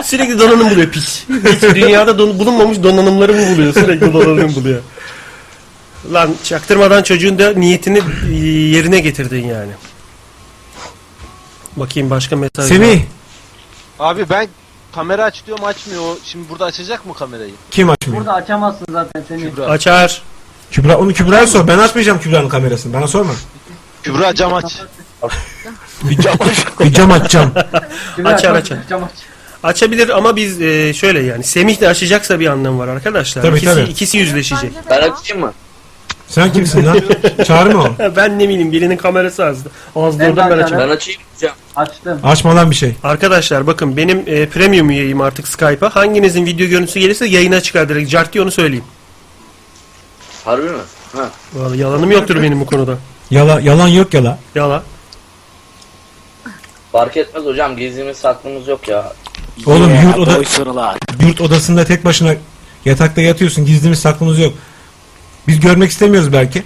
sürekli donanım buluyor piç. Hiç dünyada don- bulunmamış donanımları mı buluyor? Sürekli donanım buluyor. Lan çaktırmadan çocuğun da niyetini e, yerine getirdin yani. Bakayım başka mesaj. var. Semih Abi ben kamera aç diyorum açmıyor. O Şimdi burada açacak mı kamerayı? kim açmıyor? Burada açamazsın zaten seni. Kübra. Açar. Kübra onu Kübra'ya sor. Ben açmayacağım Kübra'nın kamerasını. Bana sorma. Kübra cam aç. Bir cam açacağım. Kübra, Açar çok- açar. Cam aç. Açabilir ama biz e, şöyle yani Semih de açacaksa bir anlamı var arkadaşlar. Tabii, ikisi, tabii. ikisi yüzleşecek. Ben açayım mı? Sen kimsin *laughs* lan? Çağrı mı o? ben ne bileyim birinin kamerası azdı. Ağzı Ben oradan ben zaten- açayım. Ben açayım hocam. Açtım. Açma lan bir şey. Arkadaşlar bakın benim e, premium üyeyim artık Skype'a. Hanginizin video görüntüsü gelirse yayına çıkar direkt. Cart diye onu söyleyeyim. Harbi mi? Ha. Vallahi yalanım yoktur benim bu konuda. Yala, yalan yok yala. Yalan. Fark etmez hocam. Gizlimiz saklımız yok ya. Oğlum Yeah, yurt, oda, boy sorular. yurt odasında tek başına yatakta yatıyorsun. Gizlimiz saklımız yok. Biz görmek istemiyoruz belki.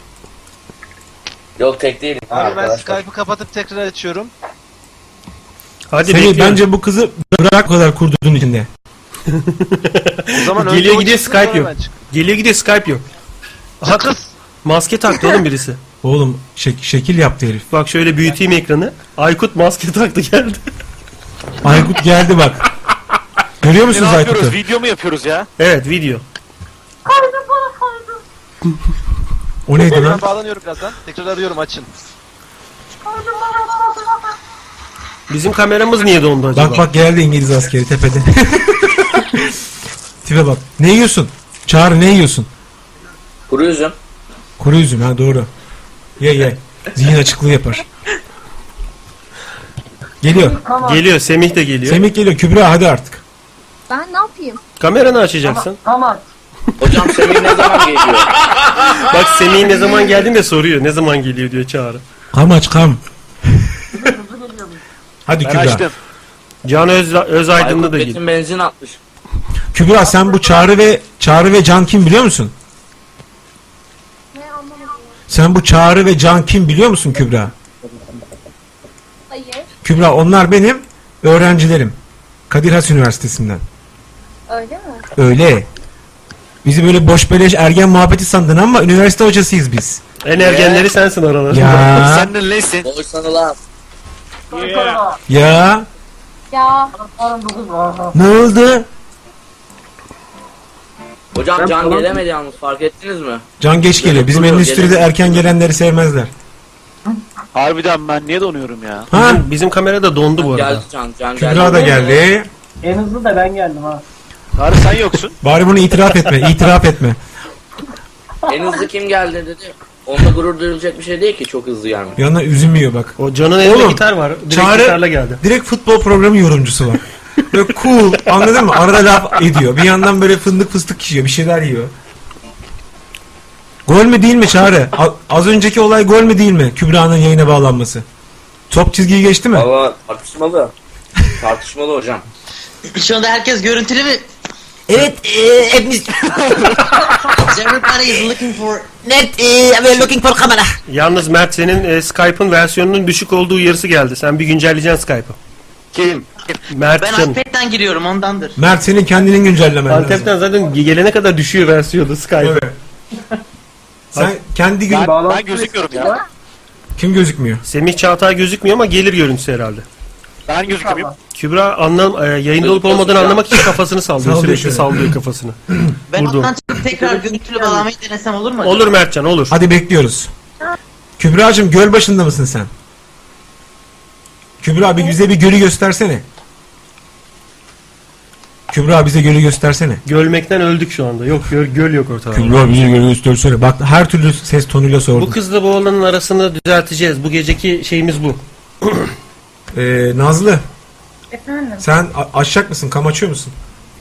Yok tek değilim. Abi ben arkadaşlar. Skype'ı kapatıp tekrar açıyorum. Hadi Semih bekliyorum. bence bu kızı bırak o kadar kurduğun içinde. O zaman önce Geliyor o gidiyor çıksın, sonra Skype yok. ben çık- Geliyor gidiyor Skype yok. Aha, Kız. maske taktı oğlum birisi. Oğlum şek- şekil yaptı herif. Bak şöyle büyüteyim ekranı. Aykut maske *laughs* taktı geldi. Aykut geldi bak. Görüyor Ne musunuz Aykut'u? yapıyoruz? Video mu yapıyoruz ya? Evet video. Koydum bana koydum. O neydi lan? Ben bağlanıyorum birazdan. Tekrar arıyorum açın. Koydum bana koydum bana. Bizim kameramız niye dondu acaba? Bak bak geldi İngiliz askeri tepede. *laughs* Tipe bak. Ne yiyorsun? Çağrı ne yiyorsun? Kuru üzüm. Kuru üzüm ha doğru. Ye ye. Zihin açıklığı yapar. Geliyor. Geliyor Semih de geliyor. Semih geliyor. Kübra hadi artık. Ben ne yapayım? Kameranı açacaksın. Kamat. Hocam Semih ne zaman *laughs* geliyor? Bak Semih'in ne zaman geldiğini de soruyor. Ne zaman geliyor diyor Çağrı. Kam aç kam. hadi Ben Kübra. açtım. Can Öz, Özaydın'la Aykut da geliyor. Betin benzin atmış. Kübra sen bu Çağrı ve Çağrı ve Can kim biliyor musun? Ne anlamadım. Sen bu Çağrı ve Can kim biliyor musun Kübra? Hayır. Kübra onlar benim öğrencilerim. Kadir Has Üniversitesi'nden. Öyle mi? Öyle. Bizi böyle boş beleş ergen muhabbeti sandın ama üniversite hocasıyız biz. En ergenleri sensin aralarında. Ya Sen de nesin? Boy sanılan. ya Ya. Ne oldu? Hocam Ben can falan- gelemedi yalnız fark ettiniz mi? Can geç geliyor. Bizim Duruyor, endüstride gelemedi. erken gelenleri sevmezler. Harbiden ben niye donuyorum ya? Bizim, bizim kamerada dondu bu arada. Can, can Kübra da geldi. En hızlı da ben geldim ha. Tarık sen yoksun. *laughs* Bari bunu itiraf etme. itiraf etme. En hızlı kim geldi dedi. Onunla gurur duyulacak bir şey değil ki çok hızlı yani. Bir yandan üzülmüyor bak. O Can'ın elinde gitar var. Direkt gitarla geldi. Direkt futbol programı yorumcusu var. Böyle cool anladın mı? Arada laf ediyor. Bir yandan böyle fındık fıstık yiyor. Bir şeyler yiyor. Gol mü değil mi Çağrı? A- Az önceki olay gol mü değil mi? Kübra'nın yayına bağlanması. Top çizgiyi geçti mi? Valla tartışmalı. tartışmalı hocam. Şu anda herkes görüntülü mü? Evet, e, *laughs* hepimiz... Is everybody is looking for... Net, e, we're looking for camera. Yalnız Mert senin e, Skype'ın versiyonunun düşük olduğu uyarısı geldi. Sen bir güncelleyeceksin Skype'ı. Kim? Mert Ben Can. iPad'den giriyorum ondandır. Mert senin kendinin güncellemen lazım. Antep'ten zaten gelene kadar düşüyor versiyonu Skype'ı. Sen kendi gün... ya. Kim gözükmüyor? Semih Çağatay gözükmüyor ama gelir görüntüsü herhalde. Ben gözükmüyorum. Kübra anlam e, yayında olup Gözüküyorsun olmadığını ya. anlamak için kafasını sallıyor. Sallıyor sürekli şöyle. sallıyor kafasını. Ben Vurdu. alttan çıkıp tekrar görüntülü bağlamayı denesem olur mu? acaba? Olur Mertcan olur. Hadi bekliyoruz. Kübra'cığım göl başında mısın sen? Kübra bir bize bir gölü göstersene. Kübra bize gölü göstersene. Gölmekten öldük şu anda. Yok göl, göl yok ortada. Kübra bize gölü göstersene. Bak her türlü ses tonuyla Bu sordum. kızla bu oğlanın arasını düzelteceğiz. Bu geceki şeyimiz bu. Ee, Nazlı Efendim? sen a- açacak mısın? Kam açıyor musun?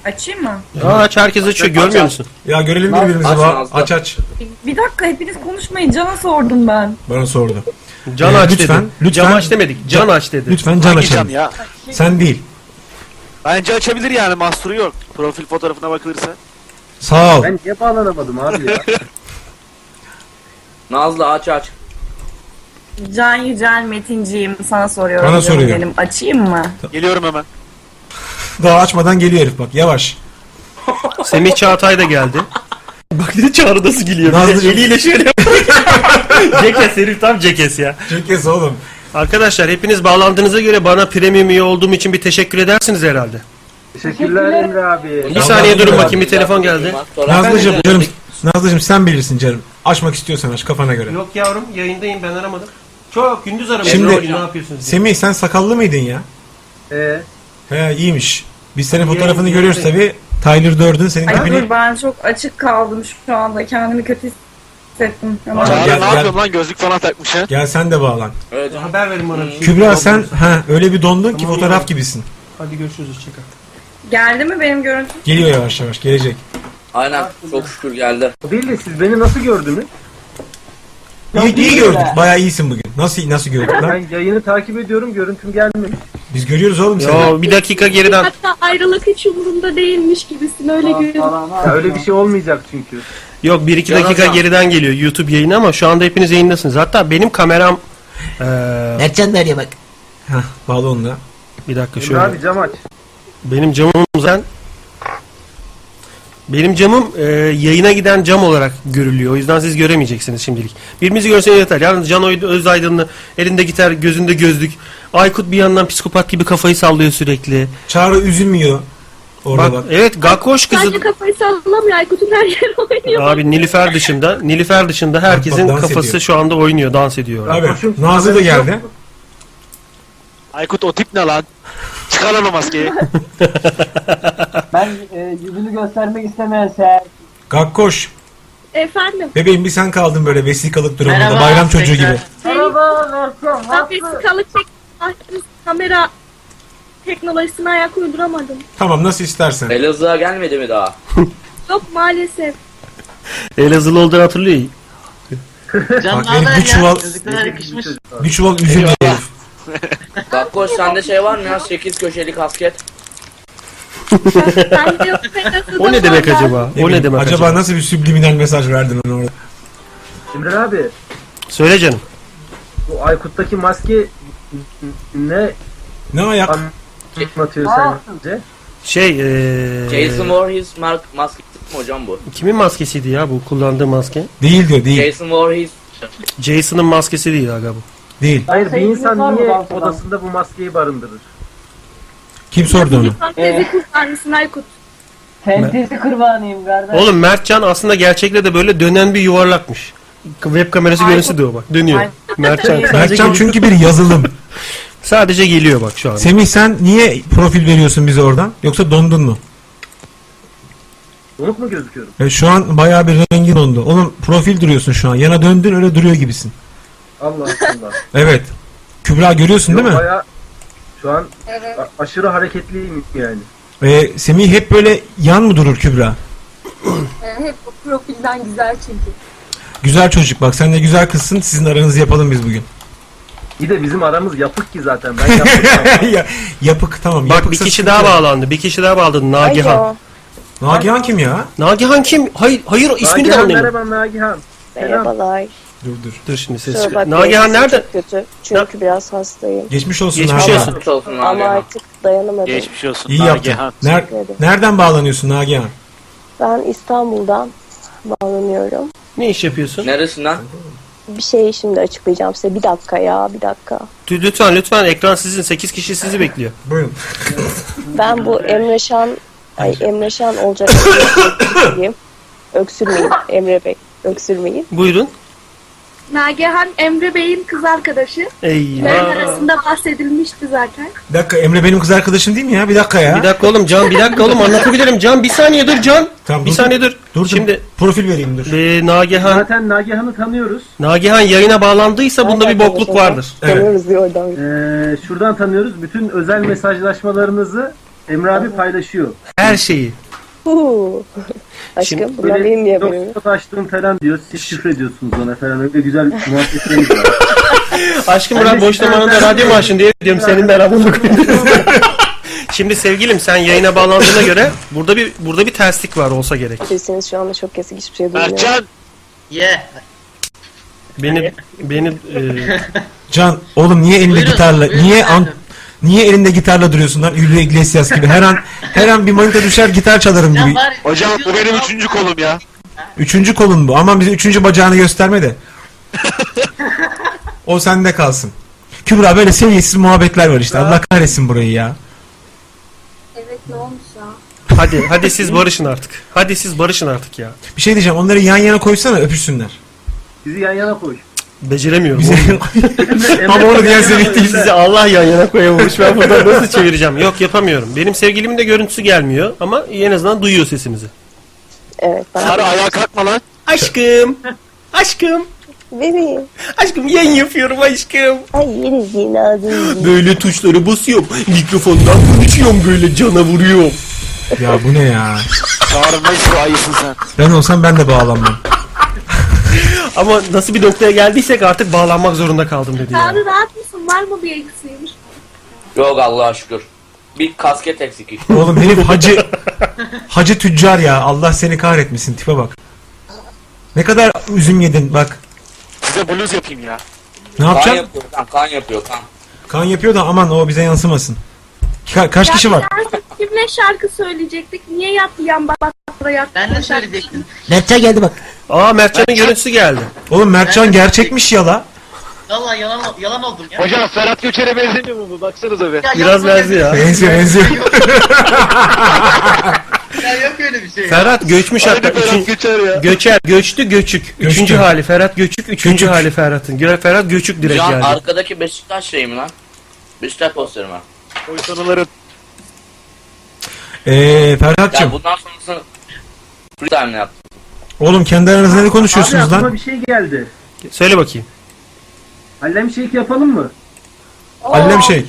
Açayım mı? Aa, aç herkes açıyor. Görmüyor musun? Ya görelim Naz- birbirimizi. aç Aç, Nazlı. aç aç. Bir dakika hepiniz konuşmayın. Cana sordum ben. Bana sordu. Can Ee, aç lütfen, dedi. Lütfen, Cam aç demedik. Can aç dedi. Lütfen can Hangi açalım. can ya? Sen değil. Bence açabilir yani mahsuru yok. Profil fotoğrafına bakılırsa. Sağ ol. Ben niye bağlanamadım abi ya? *laughs* Nazlı aç aç. Can Yücel Metinciğim sana soruyorum. Bana canım soruyor. Benim. Açayım mı? Geliyorum hemen. Daha açmadan geliyor herif bak yavaş. *laughs* Semih Çağatay da geldi. *laughs* Bak dedi Çağrı nasıl gülüyor. Nazlıcığım. Eliyle şöyle *laughs* Cekes herif tam cekes ya. Cekes oğlum. Arkadaşlar hepiniz bağlandığınıza göre bana premium üye olduğum için bir teşekkür edersiniz herhalde. Teşekkürler Emre abi. Bir saniye durun bakayım bir telefon geldi. Nazlıcığım canım. Nazlıcığım sen bilirsin canım. Açmak istiyorsan aç kafana göre. Yok yavrum yayındayım ben aramadım. Çok gündüz aramadım. Şimdi Semih sen sakallı mıydın ya? Ee, He iyiymiş. Biz senin İyi, fotoğrafını iyi, görüyoruz iyi. tabi. Tyler Durden senin Ay tipini... dur ben çok açık kaldım şu anda. Kendimi kötü hissettim. Ama Gel, Çağrı ne gel. yapıyorsun lan gözlük falan takmış ha? Gel sen de bağlan. Evet. Haber verin bana. bir şey. Kübra sen ha öyle bir dondun ki Tamam, fotoğraf iyi. gibisin. Hadi görüşürüz hoşçakal. Geldi mi benim görüntüm? Geliyor yavaş yavaş gelecek. Aynen çok şükür geldi. Değil de siz beni nasıl gördünüz? İyi, iyi gördük. Bayağı iyisin bugün. Nasıl nasıl gördük lan? Ben yayını takip ediyorum görüntüm gelmemiş. Biz görüyoruz oğlum seni. Yo, bir dakika geriden. Hatta ayrılık hiç umurumda değilmiş gibisin öyle görünüyor. Ya öyle bir şey olmayacak çünkü. Yok 1-2 dakika Yalan. geriden geliyor YouTube yayını ama şu anda hepiniz yayındasınız. Hatta benim kameram... Ee... Mertcan da arıyor bak. Hah bağlı onu da. Bir dakika Emre şöyle. abi cam aç. Benim camım zaten... Benim camım e, yayına giden cam olarak görülüyor. O yüzden siz göremeyeceksiniz şimdilik. Birbirimizi görseniz yeter. Yalnız Can Oy- Özaydınlı elinde gitar, gözünde gözlük. Aykut bir yandan psikopat gibi kafayı sallıyor sürekli. Çağrı üzülmüyor. Orada bak. Evet Gakkoş kızı. Sadece kafayı sallamıyor Aykut'un her yeri oynuyor. Abi Nilüfer dışında, Nilüfer dışında herkesin Bak, bak, dans kafası ediyor. şu anda oynuyor, dans ediyor. Abi Nazlı da geldi. Aykut o tip ne lan? Çıkar lan o maskeyi. Ben e, yüzünü göstermek istemeyen seher. Gakkoş. Efendim. Bebeğim bir sen kaldın böyle vesikalık durumunda. Merhaba, bayram çocuğu tekrar. gibi. Merhaba Mertcan. Ben vesikalık teknolojisi, kamera teknolojisine ayak uyduramadım. Tamam nasıl istersen. Elazığ'a gelmedi mi daha? Yok maalesef. Elazığlı olduğunu hatırlıyor. Can Bak, herif bir çuval, yakışmış. bir çuval üzüm yiyor herif. Gakkoş sende şey var mı ya? 8 köşeli kasket. O ne demek acaba? O ne bileyim, demek acaba? nasıl bir subliminal mesaj verdin ona orada? *laughs* Emre abi Söyle canım. bu Aykut'taki maske ne Ne ayak? anlatıyor sence? Şey, ee, Jason Voorhees mark maskesi mi hocam bu? kimin maskesiydi ya bu kullandığı maske? Değil diyor, Jason Voorhees. Jason'ın maskesi değil aga bu. Değil. Hayır bir Sevgiliniz var insan mı niye dans eden? odasında bu maskeyi barındırır? Kim sordu onu? Fantezi kurtarmışsın Aykut. Fantezi kurbanıyım kardeş. Oğlum Mertcan aslında gerçekle de böyle dönen bir yuvarlakmış. Web kamerası görüntüsü diyor bak. Dönüyor. Ay. Mertcan. *laughs* Mertcan çünkü bir yazılım. Sadece geliyor bak şu an. Semih sen niye profil veriyorsun bize oradan? Yoksa dondun mu? Buruk mu gözüküyorum? E, şu an bayağı bir rengin dondu. Oğlum profil duruyorsun şu an. Yana döndün öyle duruyor gibisin. Allah Allah. Evet. Kübra görüyorsun değil mi? Baya şu an a- aşırı hareketliyim yani. E, Semih hep böyle yan mı durur Kübra? Ee, hep o profilden güzel çünkü. Güzel çocuk bak sen de güzel kızsın. Sizin aranızı yapalım biz bugün. Bir de bizim aramız yapık ki zaten. Ben *laughs* yapık. *laughs* ya, yapık tamam. Bak bir kişi daha bağlandı. Bir kişi daha bağlandı. Nagihan. Nagihan kim ya? Nagihan kim? Hayır, hayır ismini de Nagihan, anlayamadım. Merhaba Nagihan. Merhabalar. Dur dur. Dur şimdi ses. Kusura bakmayın, Nagihan sesim nerede? çok Kötü. Çünkü biraz hastayım. Geçmiş olsun Geçmiş Nagihan. olsun. Ama artık dayanamadım. Geçmiş olsun. İyi yaptın. Ner- nereden bağlanıyorsun Nagihan? Ben İstanbul'dan bağlanıyorum. Ne iş yapıyorsun? Neresinden? Bir şeyi şimdi açıklayacağım size. Bir dakika ya, bir dakika. Lütfen lütfen ekran sizin. 8 kişi sizi bekliyor. Buyurun. Ben bu Emre Şan, ay Emre Şan olacak. diyeyim. *laughs* öksürmeyin Emre Bey, öksürmeyin. Buyurun. Nagihan Emre Bey'in kız arkadaşı. Yayın Eyvah. arasında bahsedilmişti zaten. Bir dakika Emre benim kız arkadaşım değil mi ya? Bir dakika ya. Bir dakika oğlum Can bir dakika oğlum anlatabilirim. Can bir saniye dur Can. Tamam, bir dur. saniye dur. Dur, dur. Şimdi profil vereyim dur. Ee, Nagihan Zaten Nagihan'ı tanıyoruz. Nagihan yayına bağlandıysa bunda bir bokluk vardır. diyor oradan. Ee, şuradan tanıyoruz. Bütün özel mesajlaşmalarınızı Emre abi paylaşıyor. Her şeyi. Huu. Aşkım bunlar benim diye Böyle benim. doktora taştığın falan diyor. Siz küfür ediyorsunuz ona falan. Öyle güzel muhabbetleriniz var. *laughs* Aşkım bırak boş zamanında radyo mu açın diye diyorum senin beraber Şimdi sevgilim sen yayına bağlandığına göre burada bir burada bir terslik var olsa gerek. Sesiniz şu anda çok kesik hiçbir şey duymuyorum. Mertcan! Yeah. Beni beni e, Ee, Can oğlum niye elinde Buyurun, gitarla buyurun niye an, niye elinde gitarla duruyorsun lan Ülvi Iglesias gibi her an her an bir manita düşer gitar çalarım gibi. Hocam bu benim üçüncü kolum ya. Üçüncü kolun bu. Aman bize üçüncü bacağını *laughs* gösterme de. o sende kalsın. Kübra böyle seviyesiz muhabbetler var işte. Allah kahretsin burayı ya. Evet ne olmuş ya? hadi hadi siz barışın artık. Hadi siz barışın artık ya. Bir şey diyeceğim. Onları yan yana koysana öpüşsünler. Bizi yan yana koy. Beceremiyorum. Ama onu diyen Semih değil sizi Allah yan yana koyamamış. Ben buradan nasıl çevireceğim? Yok yapamıyorum. Benim sevgilimin de görüntüsü gelmiyor ama en azından duyuyor sesimizi. Evet. Ben Sarı ayağa kalkma lan. Aşkım. Aşkım. Bebeğim. Aşkım yayın yapıyorum aşkım. Ay yeriz yine ağzını. Böyle tuşlara basıyorum. Mikrofondan konuşuyorum böyle cana vuruyorum. Ya bu ne ya? Çağırma şu ayısın sen. Ben olsam ben de bağlanmam. Ama nasıl bir noktaya geldiysek artık bağlanmak zorunda kaldım dedi yani. Abi rahat mısın? Var mı bir eksiğin? Yok Allah'a şükür. Bir kasket eksik işte. Oğlum herif hacı hacı tüccar ya. Allah seni kahretmesin tipe bak. Ne kadar üzüm yedin bak. Size bluz yapayım ya. Ne Kan yapacaksın? yapıyor kan, kan yapıyor kan. Kan yapıyor da aman o bize yansımasın. Ka- kaç Ya kişi var? biz artık Kimle şarkı söyleyecektik? Niye yattı yan bataklara yattı? Ben de söyleyecektim. Mertcan geldi bak. Aa Mertcan'ın görüntüsü geldi. Oğlum Mertcan gerçekmiş ya la. Valla yalan, yalan oldum ya. Hocam Ferhat Göçer'e benzemiyor mu bu? Baksanıza be. Biraz benziyor ya. Benziyor benziyor. Ya yok öyle bir şey. Ferhat göçmüş hatta. Üçün- Göçer, göçtü, göçük. Üçüncü hali Ferhat Göçük, üçüncü hali Ferhat'ın. Gö- Ferhat Göçük direkt Can geldi. arkadaki Beşiktaş şey mi lan? Beşiktaş posteri mi? Koysanıları Eee Ya Ee, Ferhat'cığım. bundan sonrası freestyle ne yap? Oğlum kendi aranızda ne Abi konuşuyorsunuz aklıma lan? bir şey geldi. Söyle bakayım. Hallem şek yapalım mı? Allem şey.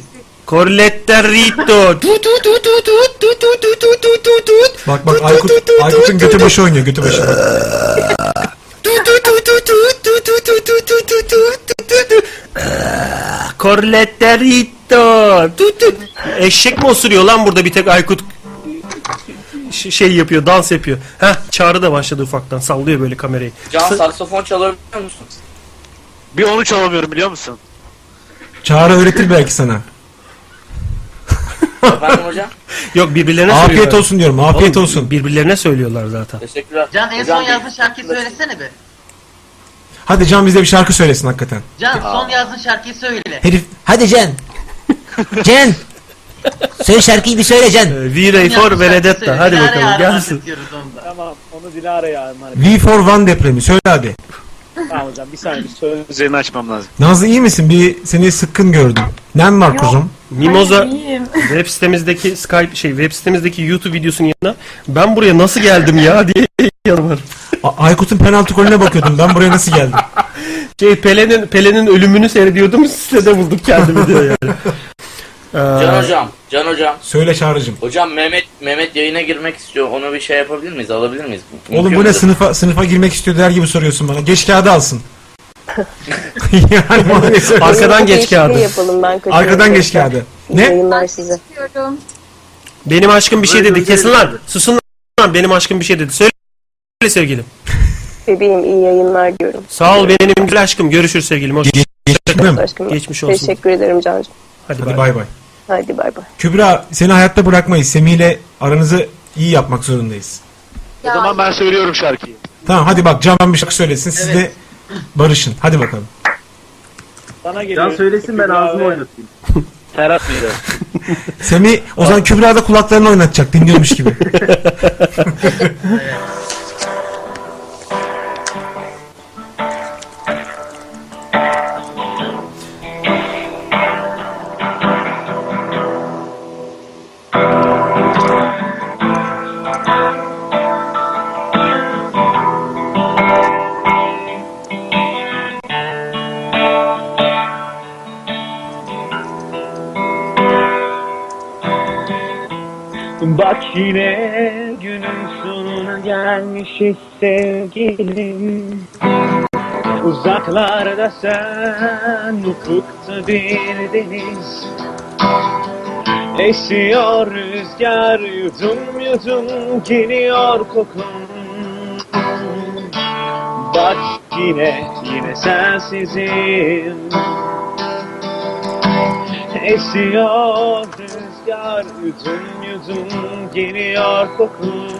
Corletta *laughs* Rito. Tut tut tut tut tut tut tut tut tut tut tut tut. Bak bak Aykut, Aykut'un götü başı oynuyor götü başı. Corletta Rito. Tut tut. Eşek mi osuruyor lan burada bir tek Aykut ş- şey yapıyor, dans yapıyor. Heh, çağrı da başladı ufaktan. Sallıyor böyle kamerayı. Can saksafon çalabiliyor musun? Bir onu çalamıyorum biliyor musun? Çağrı öğretir belki sana. Efendim hocam? Yok birbirlerine Afiyet söylüyorlar. olsun diyorum, afiyet olsun. Birbirlerine söylüyorlar zaten. Teşekkürler. Can en Hocam, son yazdığın şarkıyı söylesene be. Hadi Can bize bir şarkı söylesin hakikaten. Can son yazdığın şarkıyı söyle. Herif. Hadi Can. Can. Sen şarkıyı bir söyleyeceksin. V-Ray Ee, for şey şey Benedetta. Hadi bakalım gelsin. Tamam onu Dilara'ya emanet. V for Van depremi söyle hadi. Tamam hocam bir saniye söz üzerine açmam lazım. Nazlı iyi misin? Bir seni sıkkın gördüm. Nem var kuzum? Mimoza web sitemizdeki Skype şey web sitemizdeki YouTube videosunun yanına ben buraya nasıl geldim ya *laughs* diye yalvarırım. A- Aykut'un penaltı golüne bakıyordum. Ben buraya nasıl geldim? *laughs* Şey Pelin'in Pelin'in ölümünü seyrediyordum *laughs* sitede bulduk kendimi diyor yani. Ee, Can hocam, Can hocam. Söyle Çağrı'cığım. Hocam Mehmet Mehmet yayına girmek istiyor. Onu bir şey yapabilir miyiz? Alabilir miyiz? Oğlum bu ne sınıfa sınıfa girmek istiyor der gibi soruyorsun bana. Geç kağıdı *laughs* alsın. yani bana ne söylüyorsun? *laughs* Arkadan geç kağıdı. Yapalım ben kaçıyorum. Arkadan geç kağıdı. Ne? Yayınlar size. Benim aşkım bir şey dedi. Kesin lan. Susun lan. Benim aşkım bir şey dedi. Söyle sevgilim. Bebeğim iyi yayınlar diyorum. Sağ ol benim güzel aşkım. Görüşürüz sevgilim. Hoşça kal. Aşkım, Geçmiş olsun. Teşekkür ederim Can'cığım. Hadi, bay bay. Hadi bay bay. Kübra seni hayatta bırakmayız. Semih ile aranızı iyi yapmak zorundayız. O zaman ben söylüyorum şarkıyı. Tamam hadi bak Can bir şarkı söylesin. Siz de barışın. Hadi bakalım. Sana Can geliyor. söylesin ben ağzımı oynatayım. Ferhat mıydı? *laughs* Semih o zaman Kübra da kulaklarını oynatacak dinliyormuş gibi. Bak yine günün sonuna gelmişiz sevgilim Uzaklarda sen, ufukta bir deniz Esiyor rüzgar, yudum yudum geliyor kokun Bak yine, yine sensizim Esiyor rüzgar yudum yudum geliyor kokun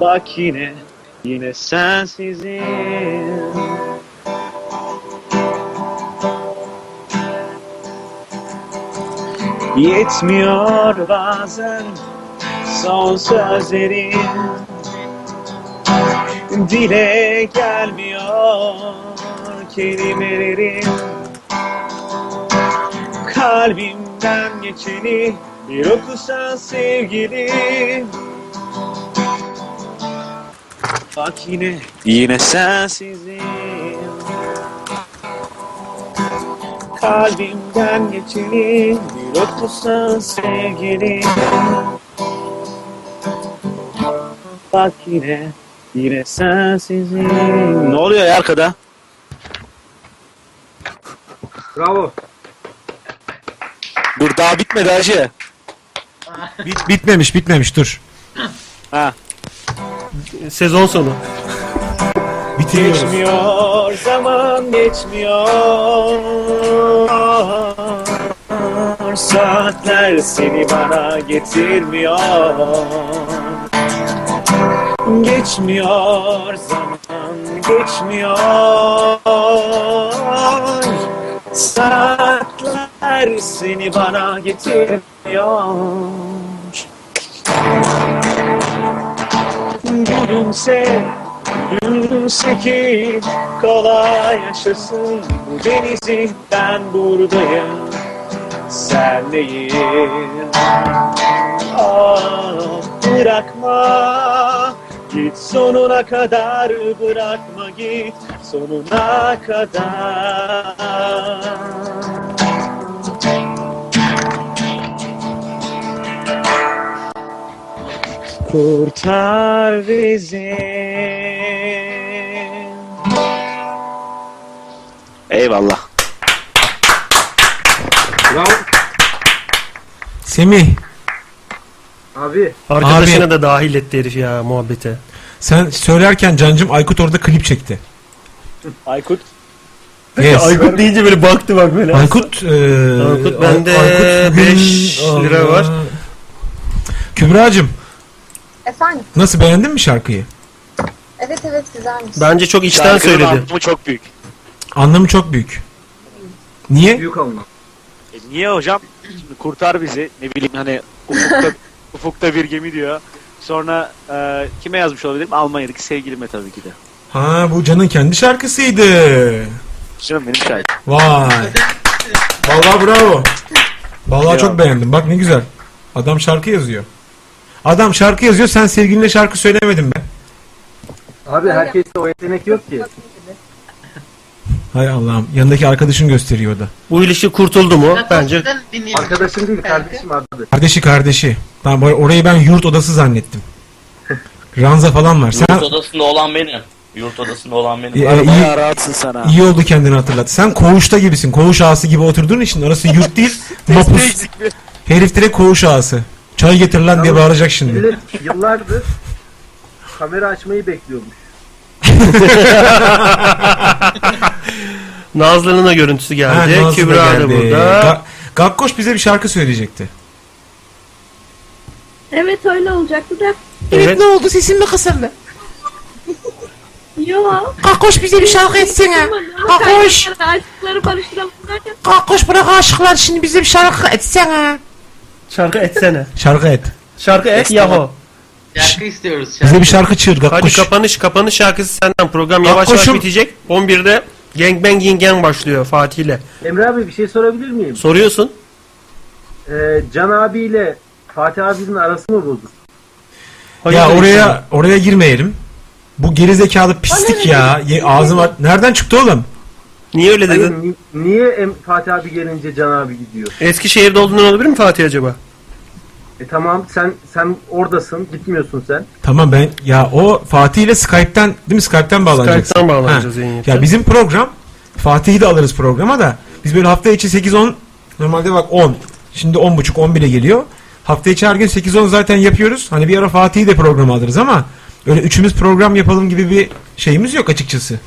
Bak yine yine sensizim Yetmiyor bazen son sözlerim Dile gelmiyor kelimelerim Kalbimden geçeni bir okusan sevgilim Bak yine *laughs* Yine sensizim kalbimden geçeni bir okusan sevgilim Bak yine yine sensizim Ne oluyor ya arkada? Bravo. Dur daha bitmedi hacı. Bit- bitmemiş bitmemiş dur. Ha. Sezon sonu. Bitiriyoruz. Geçmiyor zaman geçmiyor Saatler seni bana getirmiyor Geçmiyor zaman geçmiyor Saatler seni bana getirmiyor Gülümse Gülümse ki kolay yaşasın bu denizi ben buradayım sen değil Ah, bırakma git sonuna kadar bırakma git sonuna kadar Kurtar bizi Eyvallah. Semih Abi. Arkadaşına da dahil etti herif ya muhabbete. sen söylerken Cancım Aykut orada klip çekti. *laughs* Aykut Yes. Aykut deyince böyle baktı bak böyle. Aykut, e, eee, Aykut bende Aykut bugün- 5 lira Allah. var. Kübra'cığım Efendim? nasıl beğendin mi şarkıyı? Evet evet güzelmiş. Bence çok içten Şarkının söyledi. anlamı çok büyük. Anlamı çok büyük. Niye? Büyük anlam. E niye hocam? Şimdi kurtar bizi. Ne bileyim hani ufukta, *laughs* ufukta bir gemi diyor. Sonra e, kime yazmış olabilirim? Almanya'daki sevgilime tabii ki de. Ha bu Can'ın kendi şarkısıydı. Canım benim şahit. Vay. Vallahi bravo. Vallahi çok beğendim. Bak ne güzel. Adam şarkı yazıyor. Adam şarkı yazıyor. Sen sevgilinle şarkı söylemedin be. Abi herkeste o yetenek yok ki. Hay Allah'ım. Yanındaki arkadaşın gösteriyor da. Bu ilişki kurtuldu mu? Bence. Arkadaşın değil kardeşim abi. Kardeşi kardeşi. Tamam bu- orayı ben yurt odası zannettim. Ranza falan var. Sen Yurt odasında olan benim. Yurt odasında olan benim. Ee, iyi- İyi oldu kendini hatırlat. Sen koğuşta gibisin. Koğuş ağası gibi oturduğun için orası yurt değil, mapus. Herif direkt koğuş ağası. Çay getir lan diye bağıracak şimdi. Millet yıllardır kamera açmayı *laughs* bekliyormuş. Nazlı'nın da görüntüsü geldi. Ha, Nazlı Kübra da da geldi. burada. Ee, Ga- Gakkoş bize bir şarkı söyleyecekti. Evet öyle olacaktı da. Evet, ne oldu sesim mi kısıldı? *laughs* Yo. Kalkoş bize bir şarkı etsene. Kalkoş. Aşıkları barıştıramazlar ya. Kalkoş bırak aşıklar şimdi bize bir şarkı etsene. Şarkı etsene. Şarkı et. Şarkı et yahu. Şarkı istiyoruz. Bize bir şarkı çığır Hadi Gakkoş. kapanış kapanış şarkısı senden. Program yavaş Gakkoş'um. yavaş bitecek. 11'de Gangbang Yin Gang başlıyor Fatih ile. Emre abi bir şey sorabilir miyim? Soruyorsun. Ee, Can abiyle Fatih abinin arası mı bozuk? Ya oraya oraya girmeyelim. Bu gerizekalı pislik ya. Ye- Ağzım var. Nereden çıktı oğlum? Niye öyle Hayır, ni- niye em- Fatih abi gelince Can abi gidiyor? Eskişehir'de olduğundan olabilir mi Fatih acaba? E tamam sen sen oradasın gitmiyorsun sen. Tamam ben ya o Fatih ile Skype'ten değil mi Skype'ten bağlanacaksın. Skype'ten bağlanacağız Ha. yayın yapacağız. Ya bizim program Fatih'i de alırız programa da biz böyle hafta içi 8 10 normalde bak 10 şimdi 10 buçuk 11'e geliyor. Hafta içi her gün 8 10 zaten yapıyoruz. Hani bir ara Fatih'i de programa alırız ama öyle üçümüz program yapalım gibi bir şeyimiz yok açıkçası.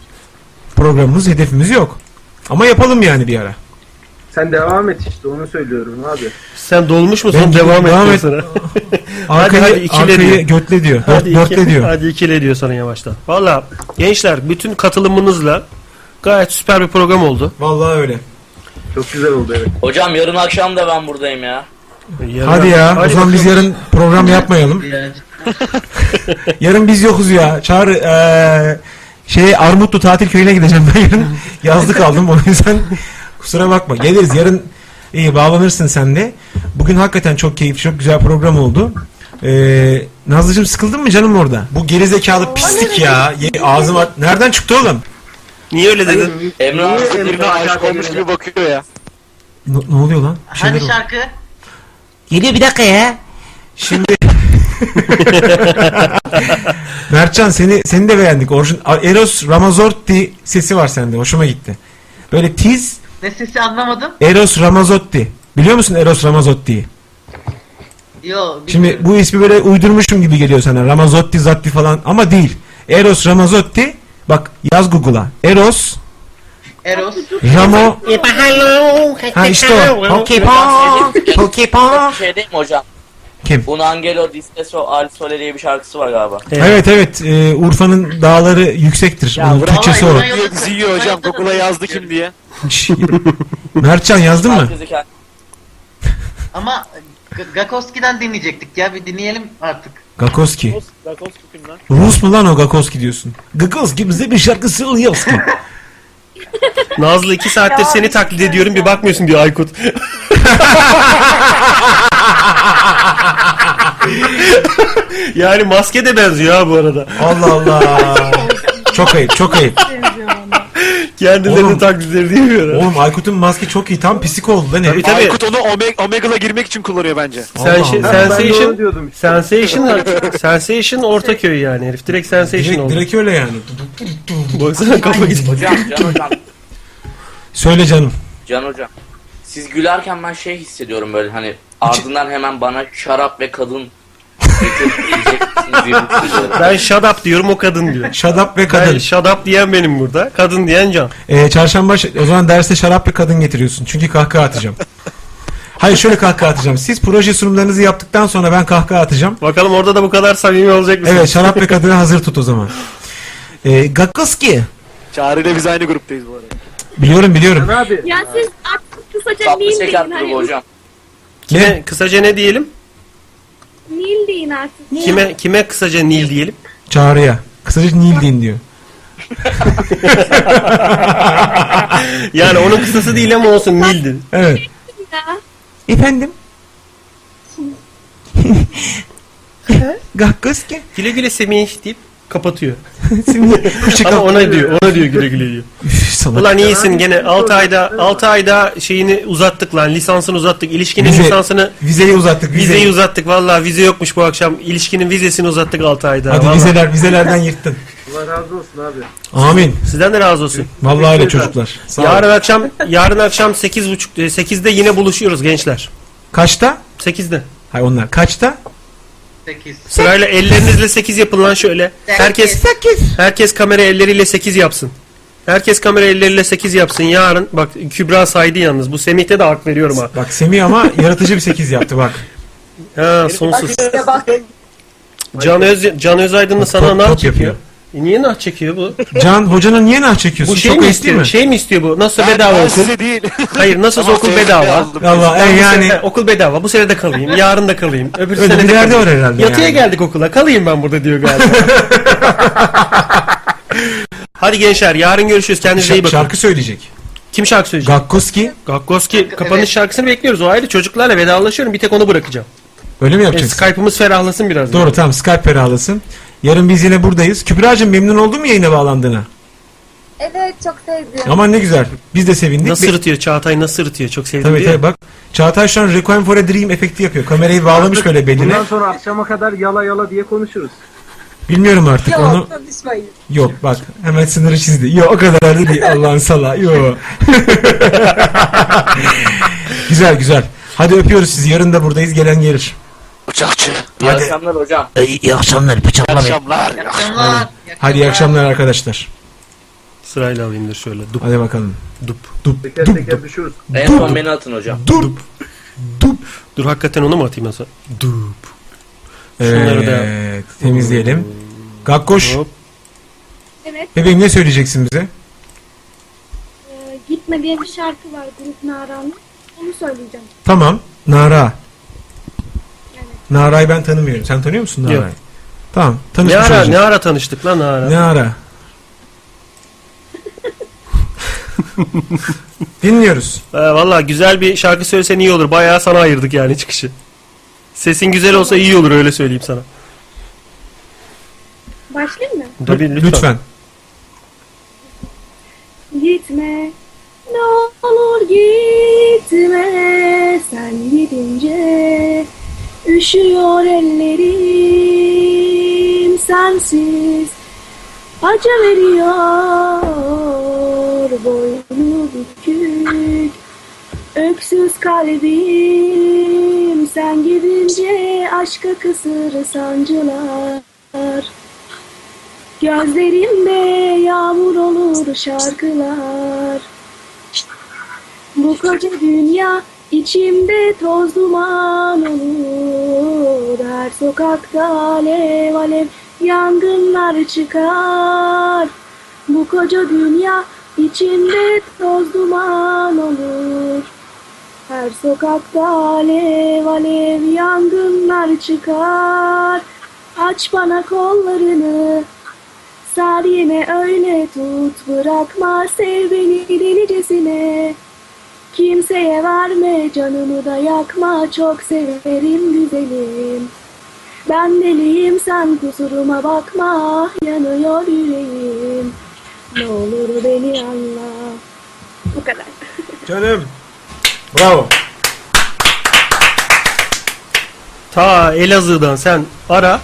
Programımız, hedefimiz yok. Ama yapalım yani bir ara. Sen devam et işte onu söylüyorum abi. Sen dolmuş musun? Ben- devam, devam et. et. Sana. Arkayı- arkayı götle diyor. Dört- dörtle iki- diyor. Hadi ikile diyor sana yavaştan. Valla gençler bütün katılımınızla gayet süper bir program oldu. Vallahi öyle. Çok güzel oldu evet. Hocam yarın akşam da ben buradayım ya. Hadi ya. o zaman biz yarın program yapmayalım. *laughs* yarın biz yokuz ya. Çağrı eee şey Armutlu tatil köyüne gideceğim ben *laughs* yarın. Yazlık aldım o yüzden kusura bakma. Geliriz yarın iyi bağlanırsın sen de. Bugün hakikaten çok keyifli, çok güzel program oldu. Eee Nazlıcığım sıkıldın mı canım orada? Bu gerizekalı pislik ya. Ye- Ağzıma nereden çıktı oğlum? Niye öyle dedin? Emre Niye abi Emre birine abi aşık olmuş haberine- gibi bakıyor ya. Ne, ne oluyor lan? Bir şeyler Hani oldu. şarkı? Geliyor bir dakika ya. Şimdi *laughs* Mertcan seni seni de beğendik. Orjin A- Eros Ramazzotti sesi var sende. Hoşuma gitti. Böyle tiz Ne sesi anlamadım. Eros Ramazzotti. Biliyor musun Eros Ramazotti'yi? Yo. Şimdi bu ismi böyle uydurmuşum gibi geliyor sana. Ramazzotti, Zatti falan ama değil. Eros Ramazzotti. Bak yaz Google'a. Eros Eros. Ramo Ha işte o. Pokeball, Pokeball. Şey değil mi hocam? Kim? Un Angelo Disteso Al Sole diye bir şarkısı var galiba. Evet evet. Ee, Urfa'nın dağları yüksektir. Bunun Türkçesi o. Diyor, bizi yiyor hocam. Google'a yazdı kim diye. Şş, *laughs* Mertcan yazdın mı? Herkesi kend- *laughs* Ama G- Gakowski'den dinleyecektik ya bir dinleyelim artık. Gakoski. Gakowski kim lan? Rus mu lan o Gakoski diyorsun? Gakoski bize bir şarkı söylüyor. *laughs* Nazlı iki saattir seni taklit ediyorum bir bakmıyorsun diyor Aykut. *laughs* yani maske de benziyor ha bu arada. Allah Allah. çok ayıp çok ayıp. Kendilerini taklitleri değil mi? Oğlum Aykut'un maske çok iyi tam pisik oldu lan. herif. Aykut onu Ome- Omega'la girmek için kullanıyor bence. Sen şey, Sensation. Sensation, *laughs* Sensation, Sensation Ortaköy yani herif. Direkt Sensation oldu. direkt öyle yani. Baksana kafa gitti. Hocam Can hocam. Söyle canım. Can hocam. Siz gülerken ben şey hissediyorum böyle hani ardından hemen bana şarap ve kadın Ben shut up diyorum o kadın diyor. Shut up ve kadın. Ben shut up diyen benim burada. Kadın diyen Can. Ee, çarşamba ş- o zaman derste şarap ve kadın getiriyorsun. Çünkü kahkaha atacağım. Hayır şöyle kahkaha atacağım. Siz proje sunumlarınızı yaptıktan sonra ben kahkaha atacağım. Bakalım orada da bu kadar samimi olacak mısın? Evet şarap ve kadını hazır tut o zaman. Ee, Gakoski. Çağrı ile biz aynı gruptayız bu arada. Biliyorum biliyorum. Ya siz aklınızı kısaca Tatlı Nil deyin. şeker Hani grubu hocam. Kime kısaca ne diyelim? Nil deyin artık. Kime kime kısaca Nil diyelim? *laughs* Çağrı'ya. Kısaca Nil deyin diyor. yani onun kısası değil ama olsun Nil'di. Evet. Ya. Efendim? Gakkız ki. Güle güle Semih deyip kapatıyor. Hoşça ama kal. ona diyor, ona diyor güle güle diyor. salak. Ulan iyisin gene 6 ayda 6 ayda şeyini uzattık lan lisansını uzattık ilişkinin Vize- lisansını Vizeyi uzattık. Vizeyi, vizeyi uzattık vallahi vize yokmuş bu akşam ilişkinin vizesini uzattık 6 ayda. Hadi vallahi. vizeler, vizelerden yırttın. Allah razı olsun abi. Amin. Sizden de razı olsun. Vallahi öyle çocuklar. Sağ olun. yarın akşam yarın akşam 8.30 e, 8'de yine buluşuyoruz gençler. Kaçta? 8'de. Hay onlar kaçta? 8. Sırayla ellerinizle 8 yapın lan şöyle. Herkes 8. Herkes kamera elleriyle 8 yapsın. Herkes kamera elleriyle 8 yapsın. Yarın bak Kübra saydı yalnız. Bu Semih'te de hak veriyorum ha. Bak Semih ama yaratıcı bir 8 yaptı bak. Ha sonsuz. Can Öz Can Özaydın'la sana Top- nah top çekiyor. E niye nah çekiyor bu? Can hocanın niye nah çekiyorsun? E, Bu şey Çok mi eski istiyor? mi? Şey mi istiyor bu? Nasıl Ben- bedava ben okul? size değil. *laughs* Hayır nasıl Ama okul sevgiyle bedava? aldım. Vallahi, Ben e bu yani- sene- okul bedava. Bu sene de kalayım. Yarın da kalayım. Öbür Öyle sene bir de derdi kalayım. var herhalde Yatıya yani. geldik okula. Kalayım ben burada diyor galiba. *laughs* Hadi gençler yarın görüşürüz. Kendinize iyi Şa- bakın. şarkı söyleyecek. Kim şarkı söyleyecek? Gakkoski. Gakkoski kapanış şarkısını bekliyoruz. O ayrı çocuklarla vedalaşıyorum. Bir tek onu bırakacağım. Öyle mi E, yapacaksın? Skype'ımız ferahlasın biraz. Doğru tamam Skype ferahlasın. Yarın biz yine buradayız. Kübra'cığım memnun oldun mu yayına bağlandığına? Evet çok sevdim. Aman ne güzel. Biz de sevindik. Nasıl Be- sırıtıyor Çağatay nasıl sırıtıyor? Çok sevdim Tabii diyor. tabii bak. Çağatay şu an Requiem for a Dream efekti yapıyor. Kamerayı bağlamış böyle beline. Bundan sonra akşama kadar yala yala diye konuşuruz. Bilmiyorum artık onu. konuşmayın. Yok bak hemen sınırı çizdi. Yok o kadar da değil Allah'ın sala. Yok. *laughs* güzel güzel. Hadi öpüyoruz sizi. Yarın da buradayız. Gelen gelir. Uçakçı. İyi akşamlar hocam. İyi, akşamlar. Bıçaklama. akşamlar. İyi akşamlar. Hadi iyi akşamlar arkadaşlar. Sırayla alayım da şöyle. Dup. Hadi bakalım. Dup. Dup. Teker teker düşürüz. En son beni atın hocam. Dup. Dup. Dur hakikaten onu mu atayım mesela? Dup. Şunları da Evet, temizleyelim. Gakkoş. Evet. Bebeğim ne söyleyeceksin bize? Ee, Gitme diye bir şarkı var grup Naran'ın. Onu söyleyeceğim. Tamam. Nara. Nara'yı ben tanımıyorum. Sen tanıyor musun Nara'yı? Yok. Tamam. ne Tanışmış ara olacağız. ne ara tanıştık lan ne ara? Ne ara? *laughs* Dinliyoruz. Ee, Valla güzel bir şarkı söylesen iyi olur. Bayağı sana ayırdık yani çıkışı. Sesin güzel olsa iyi olur öyle söyleyeyim sana. Başlayayım mı? Tabii, lütfen. Gitme, ne olur gitme sen gidince Üşüyor ellerim sensiz Acı veriyor boynu bükük Öksüz kalbim sen gidince Aşka kısır sancılar Gözlerimde yağmur olur şarkılar Bu koca dünya içimde toz duman olur Her sokakta alev alev yangınlar çıkar Bu koca dünya içimde toz duman olur her sokakta alev alev yangınlar çıkar Aç bana kollarını Sar yine öyle tut bırakma sev beni delicesine Kimseye verme canımı da yakma çok severim güzelim Ben deliyim sen kusuruma bakma ah yanıyor yüreğim Ne olur beni anla Bu kadar Canım. Bravo. Ta Elazığ'dan sen ara.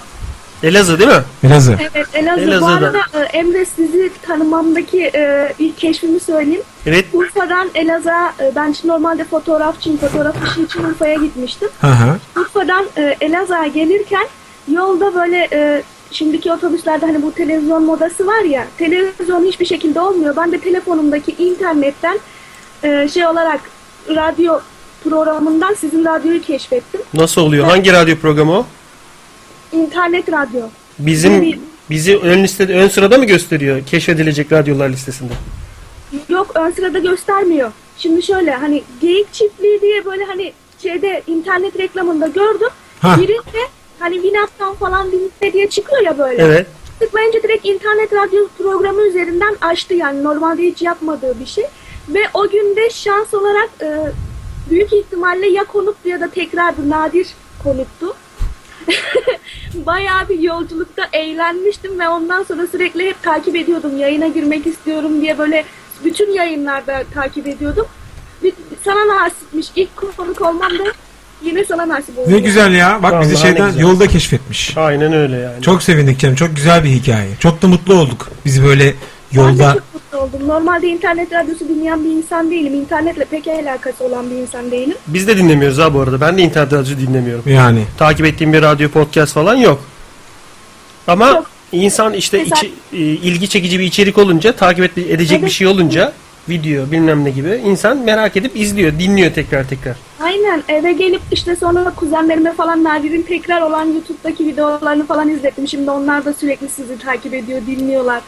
Elazığ değil mi? Elazığ. Evet Elazığ. Bu Elazığ'dan. arada e, Emre sizi tanımamdaki e, ilk keşfimi söyleyeyim. Evet. Urfa'dan Elazığ'a e, ben şimdi normalde fotoğrafçıyım. Fotoğraf işi için Urfa'ya gitmiştim. Aha. Urfa'dan e, Elazığ'a gelirken yolda böyle e, şimdiki otobüslerde hani bu televizyon modası var ya televizyon hiçbir şekilde olmuyor. Ben de telefonumdaki internetten e, şey olarak radyo programından sizin radyoyu keşfettim. Nasıl oluyor? Hangi radyo programı o? İnternet radyo. Bizim Bilmiyorum. bizi ön listede ön sırada mı gösteriyor? Keşfedilecek radyolar listesinde. Yok ön sırada göstermiyor. Şimdi şöyle hani geyik çiftliği diye böyle hani şeyde internet reklamında gördüm. Ha. Biri de hani Winup'tan falan dinle diye çıkıyor ya böyle. Evet. Tıklayınca direkt internet radyo programı üzerinden açtı yani normalde hiç yapmadığı bir şey. Ve o günde şans olarak e, büyük ihtimalle ya konuktu ya da tekrar bir nadir konuktu. Bayağı bir yolculukta eğlenmiştim ve ondan sonra sürekli hep takip ediyordum. Yayına girmek istiyorum diye böyle bütün yayınlarda takip ediyordum. Bir, sana nasipmiş. İlk konuk olmam da yine sana nasip oldu. Ne güzel ya. Bak bizi Vallahi ne şeyden güzel. yolda keşfetmiş. Aynen öyle yani. Çok sevindik Cem. Çok güzel bir hikaye. Çok da mutlu olduk. Biz böyle yolda Çok mutlu oldum. Normalde internet radyosu dinleyen bir insan değilim. İnternetle pek alakası olan bir insan değilim. Biz de dinlemiyoruz ha bu arada. Ben de internet radyo dinlemiyorum. Yani. Takip ettiğim bir radyo podcast falan yok. Ama insan işte Mesela- içi- e, ilgi çekici bir içerik olunca, takip et- edecek bir şey olunca video bilmem ne gibi insan merak edip izliyor, dinliyor tekrar tekrar. Aynen eve gelip işte sonra kuzenlerime falan Nadir'in tekrar olan YouTube'daki videolarını falan izlettim. Şimdi onlar da sürekli sizi takip ediyor, dinliyorlar.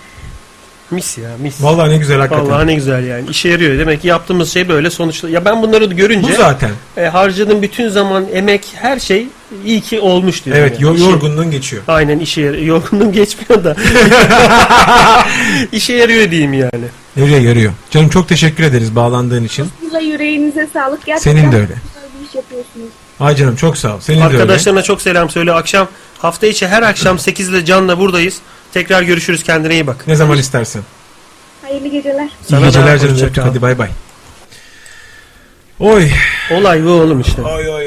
Mis ya mis. Vallahi ne güzel hakikaten. Vallahi ne güzel yani. İşe yarıyor. Demek ki yaptığımız şey böyle sonuçta. Ya ben bunları görünce Bu zaten. e, harcadığım bütün zaman, emek, her şey iyi ki olmuş diyorum. Evet, yani. yo- şey. İşe- yorgunluğun *laughs* geçiyor. Aynen işe yarıyor. Yorgunluğum geçmiyor da. işe yarıyor diyeyim yani. Nereye yarıyor? Canım çok teşekkür ederiz bağlandığın için. Size yüreğinize sağlık. Gerçekten Senin de öyle. güzel bir iş yapıyorsunuz. Ay canım çok sağ ol. Senin de öyle. Arkadaşlarına çok selam söyle. Akşam hafta içi her akşam 8 ile Can'la buradayız. Tekrar görüşürüz. Kendine iyi bak. Ne zaman istersen. Hayırlı geceler. İyi da geceler canım. hoşça Öptük. kal. Hadi bay bay. Oy. Olay bu oğlum işte.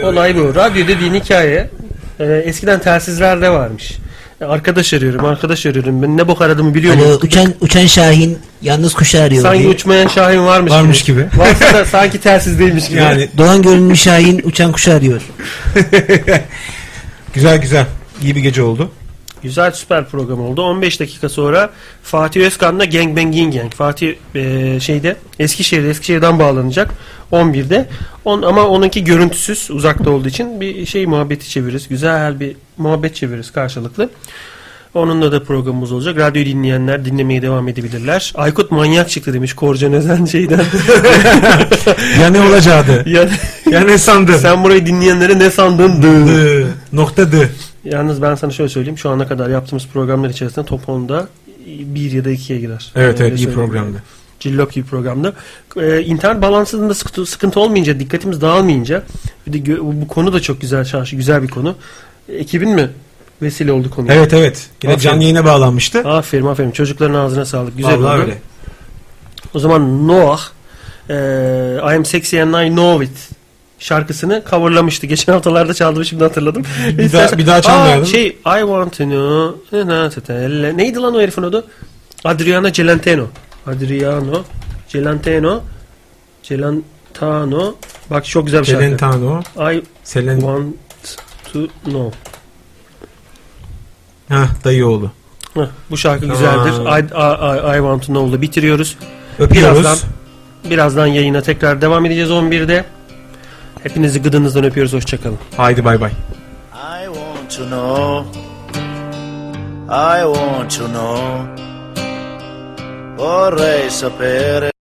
Olay bu. Radyo dediğin hikaye e, eskiden telsizlerde varmış. E, Arkadaş arıyorum, arkadaş arıyorum. Ben ne bok aradığımı Hani biliyorum. Alo, Hani uçan, uçan Şahin yalnız kuşu arıyor. Sanki diye. uçmayan Şahin varmış, Varmış gibi. Varsa da sanki telsiz değilmiş gibi. Yani *laughs* Doğan görünümlü Şahin uçan kuşu arıyor. *laughs* Güzel güzel. İyi bir gece oldu. Güzel süper program oldu. 15 dakika sonra Fatih Özkan'la Gang Bang Yin Gang. Fatih e, şeyde Eskişehir'de Eskişehir'den bağlanacak 11'de. On, ama onunki görüntüsüz uzakta olduğu için bir şey muhabbeti çeviririz. Güzel bir muhabbet çeviririz karşılıklı. Onunla da programımız olacak. Radyoyu dinleyenler dinlemeye devam edebilirler. Aykut manyak çıktı demiş Korcan Özen şeyden. Ya ne olacaktı? *laughs* ya, ne sandın? Sen burayı dinleyenlere ne sandın? Dı. Nokta dı. Yalnız ben sana şöyle söyleyeyim. Şu ana kadar yaptığımız programlar içerisinde top 10'da 1 ya da 2'ye girer. Evet, Öyle evet, iyi söyleyeyim. programdı. Cillop gibi programda. Ee, internet balansında sıkıntı, sıkıntı olmayınca, dikkatimiz dağılmayınca bir de gö- bu konu da çok güzel şarşı, güzel bir konu. Ekibin mi vesile oldu konuya? Evet evet. Yine can yayına bağlanmıştı. Aferin aferin. Çocukların ağzına sağlık. Güzel Vallahi oldu. öyle. O zaman Noah e, I am sexy and I know it şarkısını coverlamıştı. Geçen haftalarda çaldım şimdi hatırladım. Bir daha- bir daha çalmayalım. Aa, şey I want to know. na, ta, ta, la. Neydi lan o herifin adı? Adriano Celentano. Adriano Celentano. Celentano. Bak çok güzel bir şarkı. Celentano. I Selen... want to know. Hah dayı oğlu. Heh, bu şarkı güzeldir. Aa. I, I, I, I Want To Know'la bitiriyoruz. Öpüyoruz. Birazdan, birazdan yayına tekrar devam edeceğiz 11'de. Hepinizi gıdınızdan öpüyoruz. Hoşçakalın. Haydi bay bay. I want to know. I want to know. Vorrei sapere.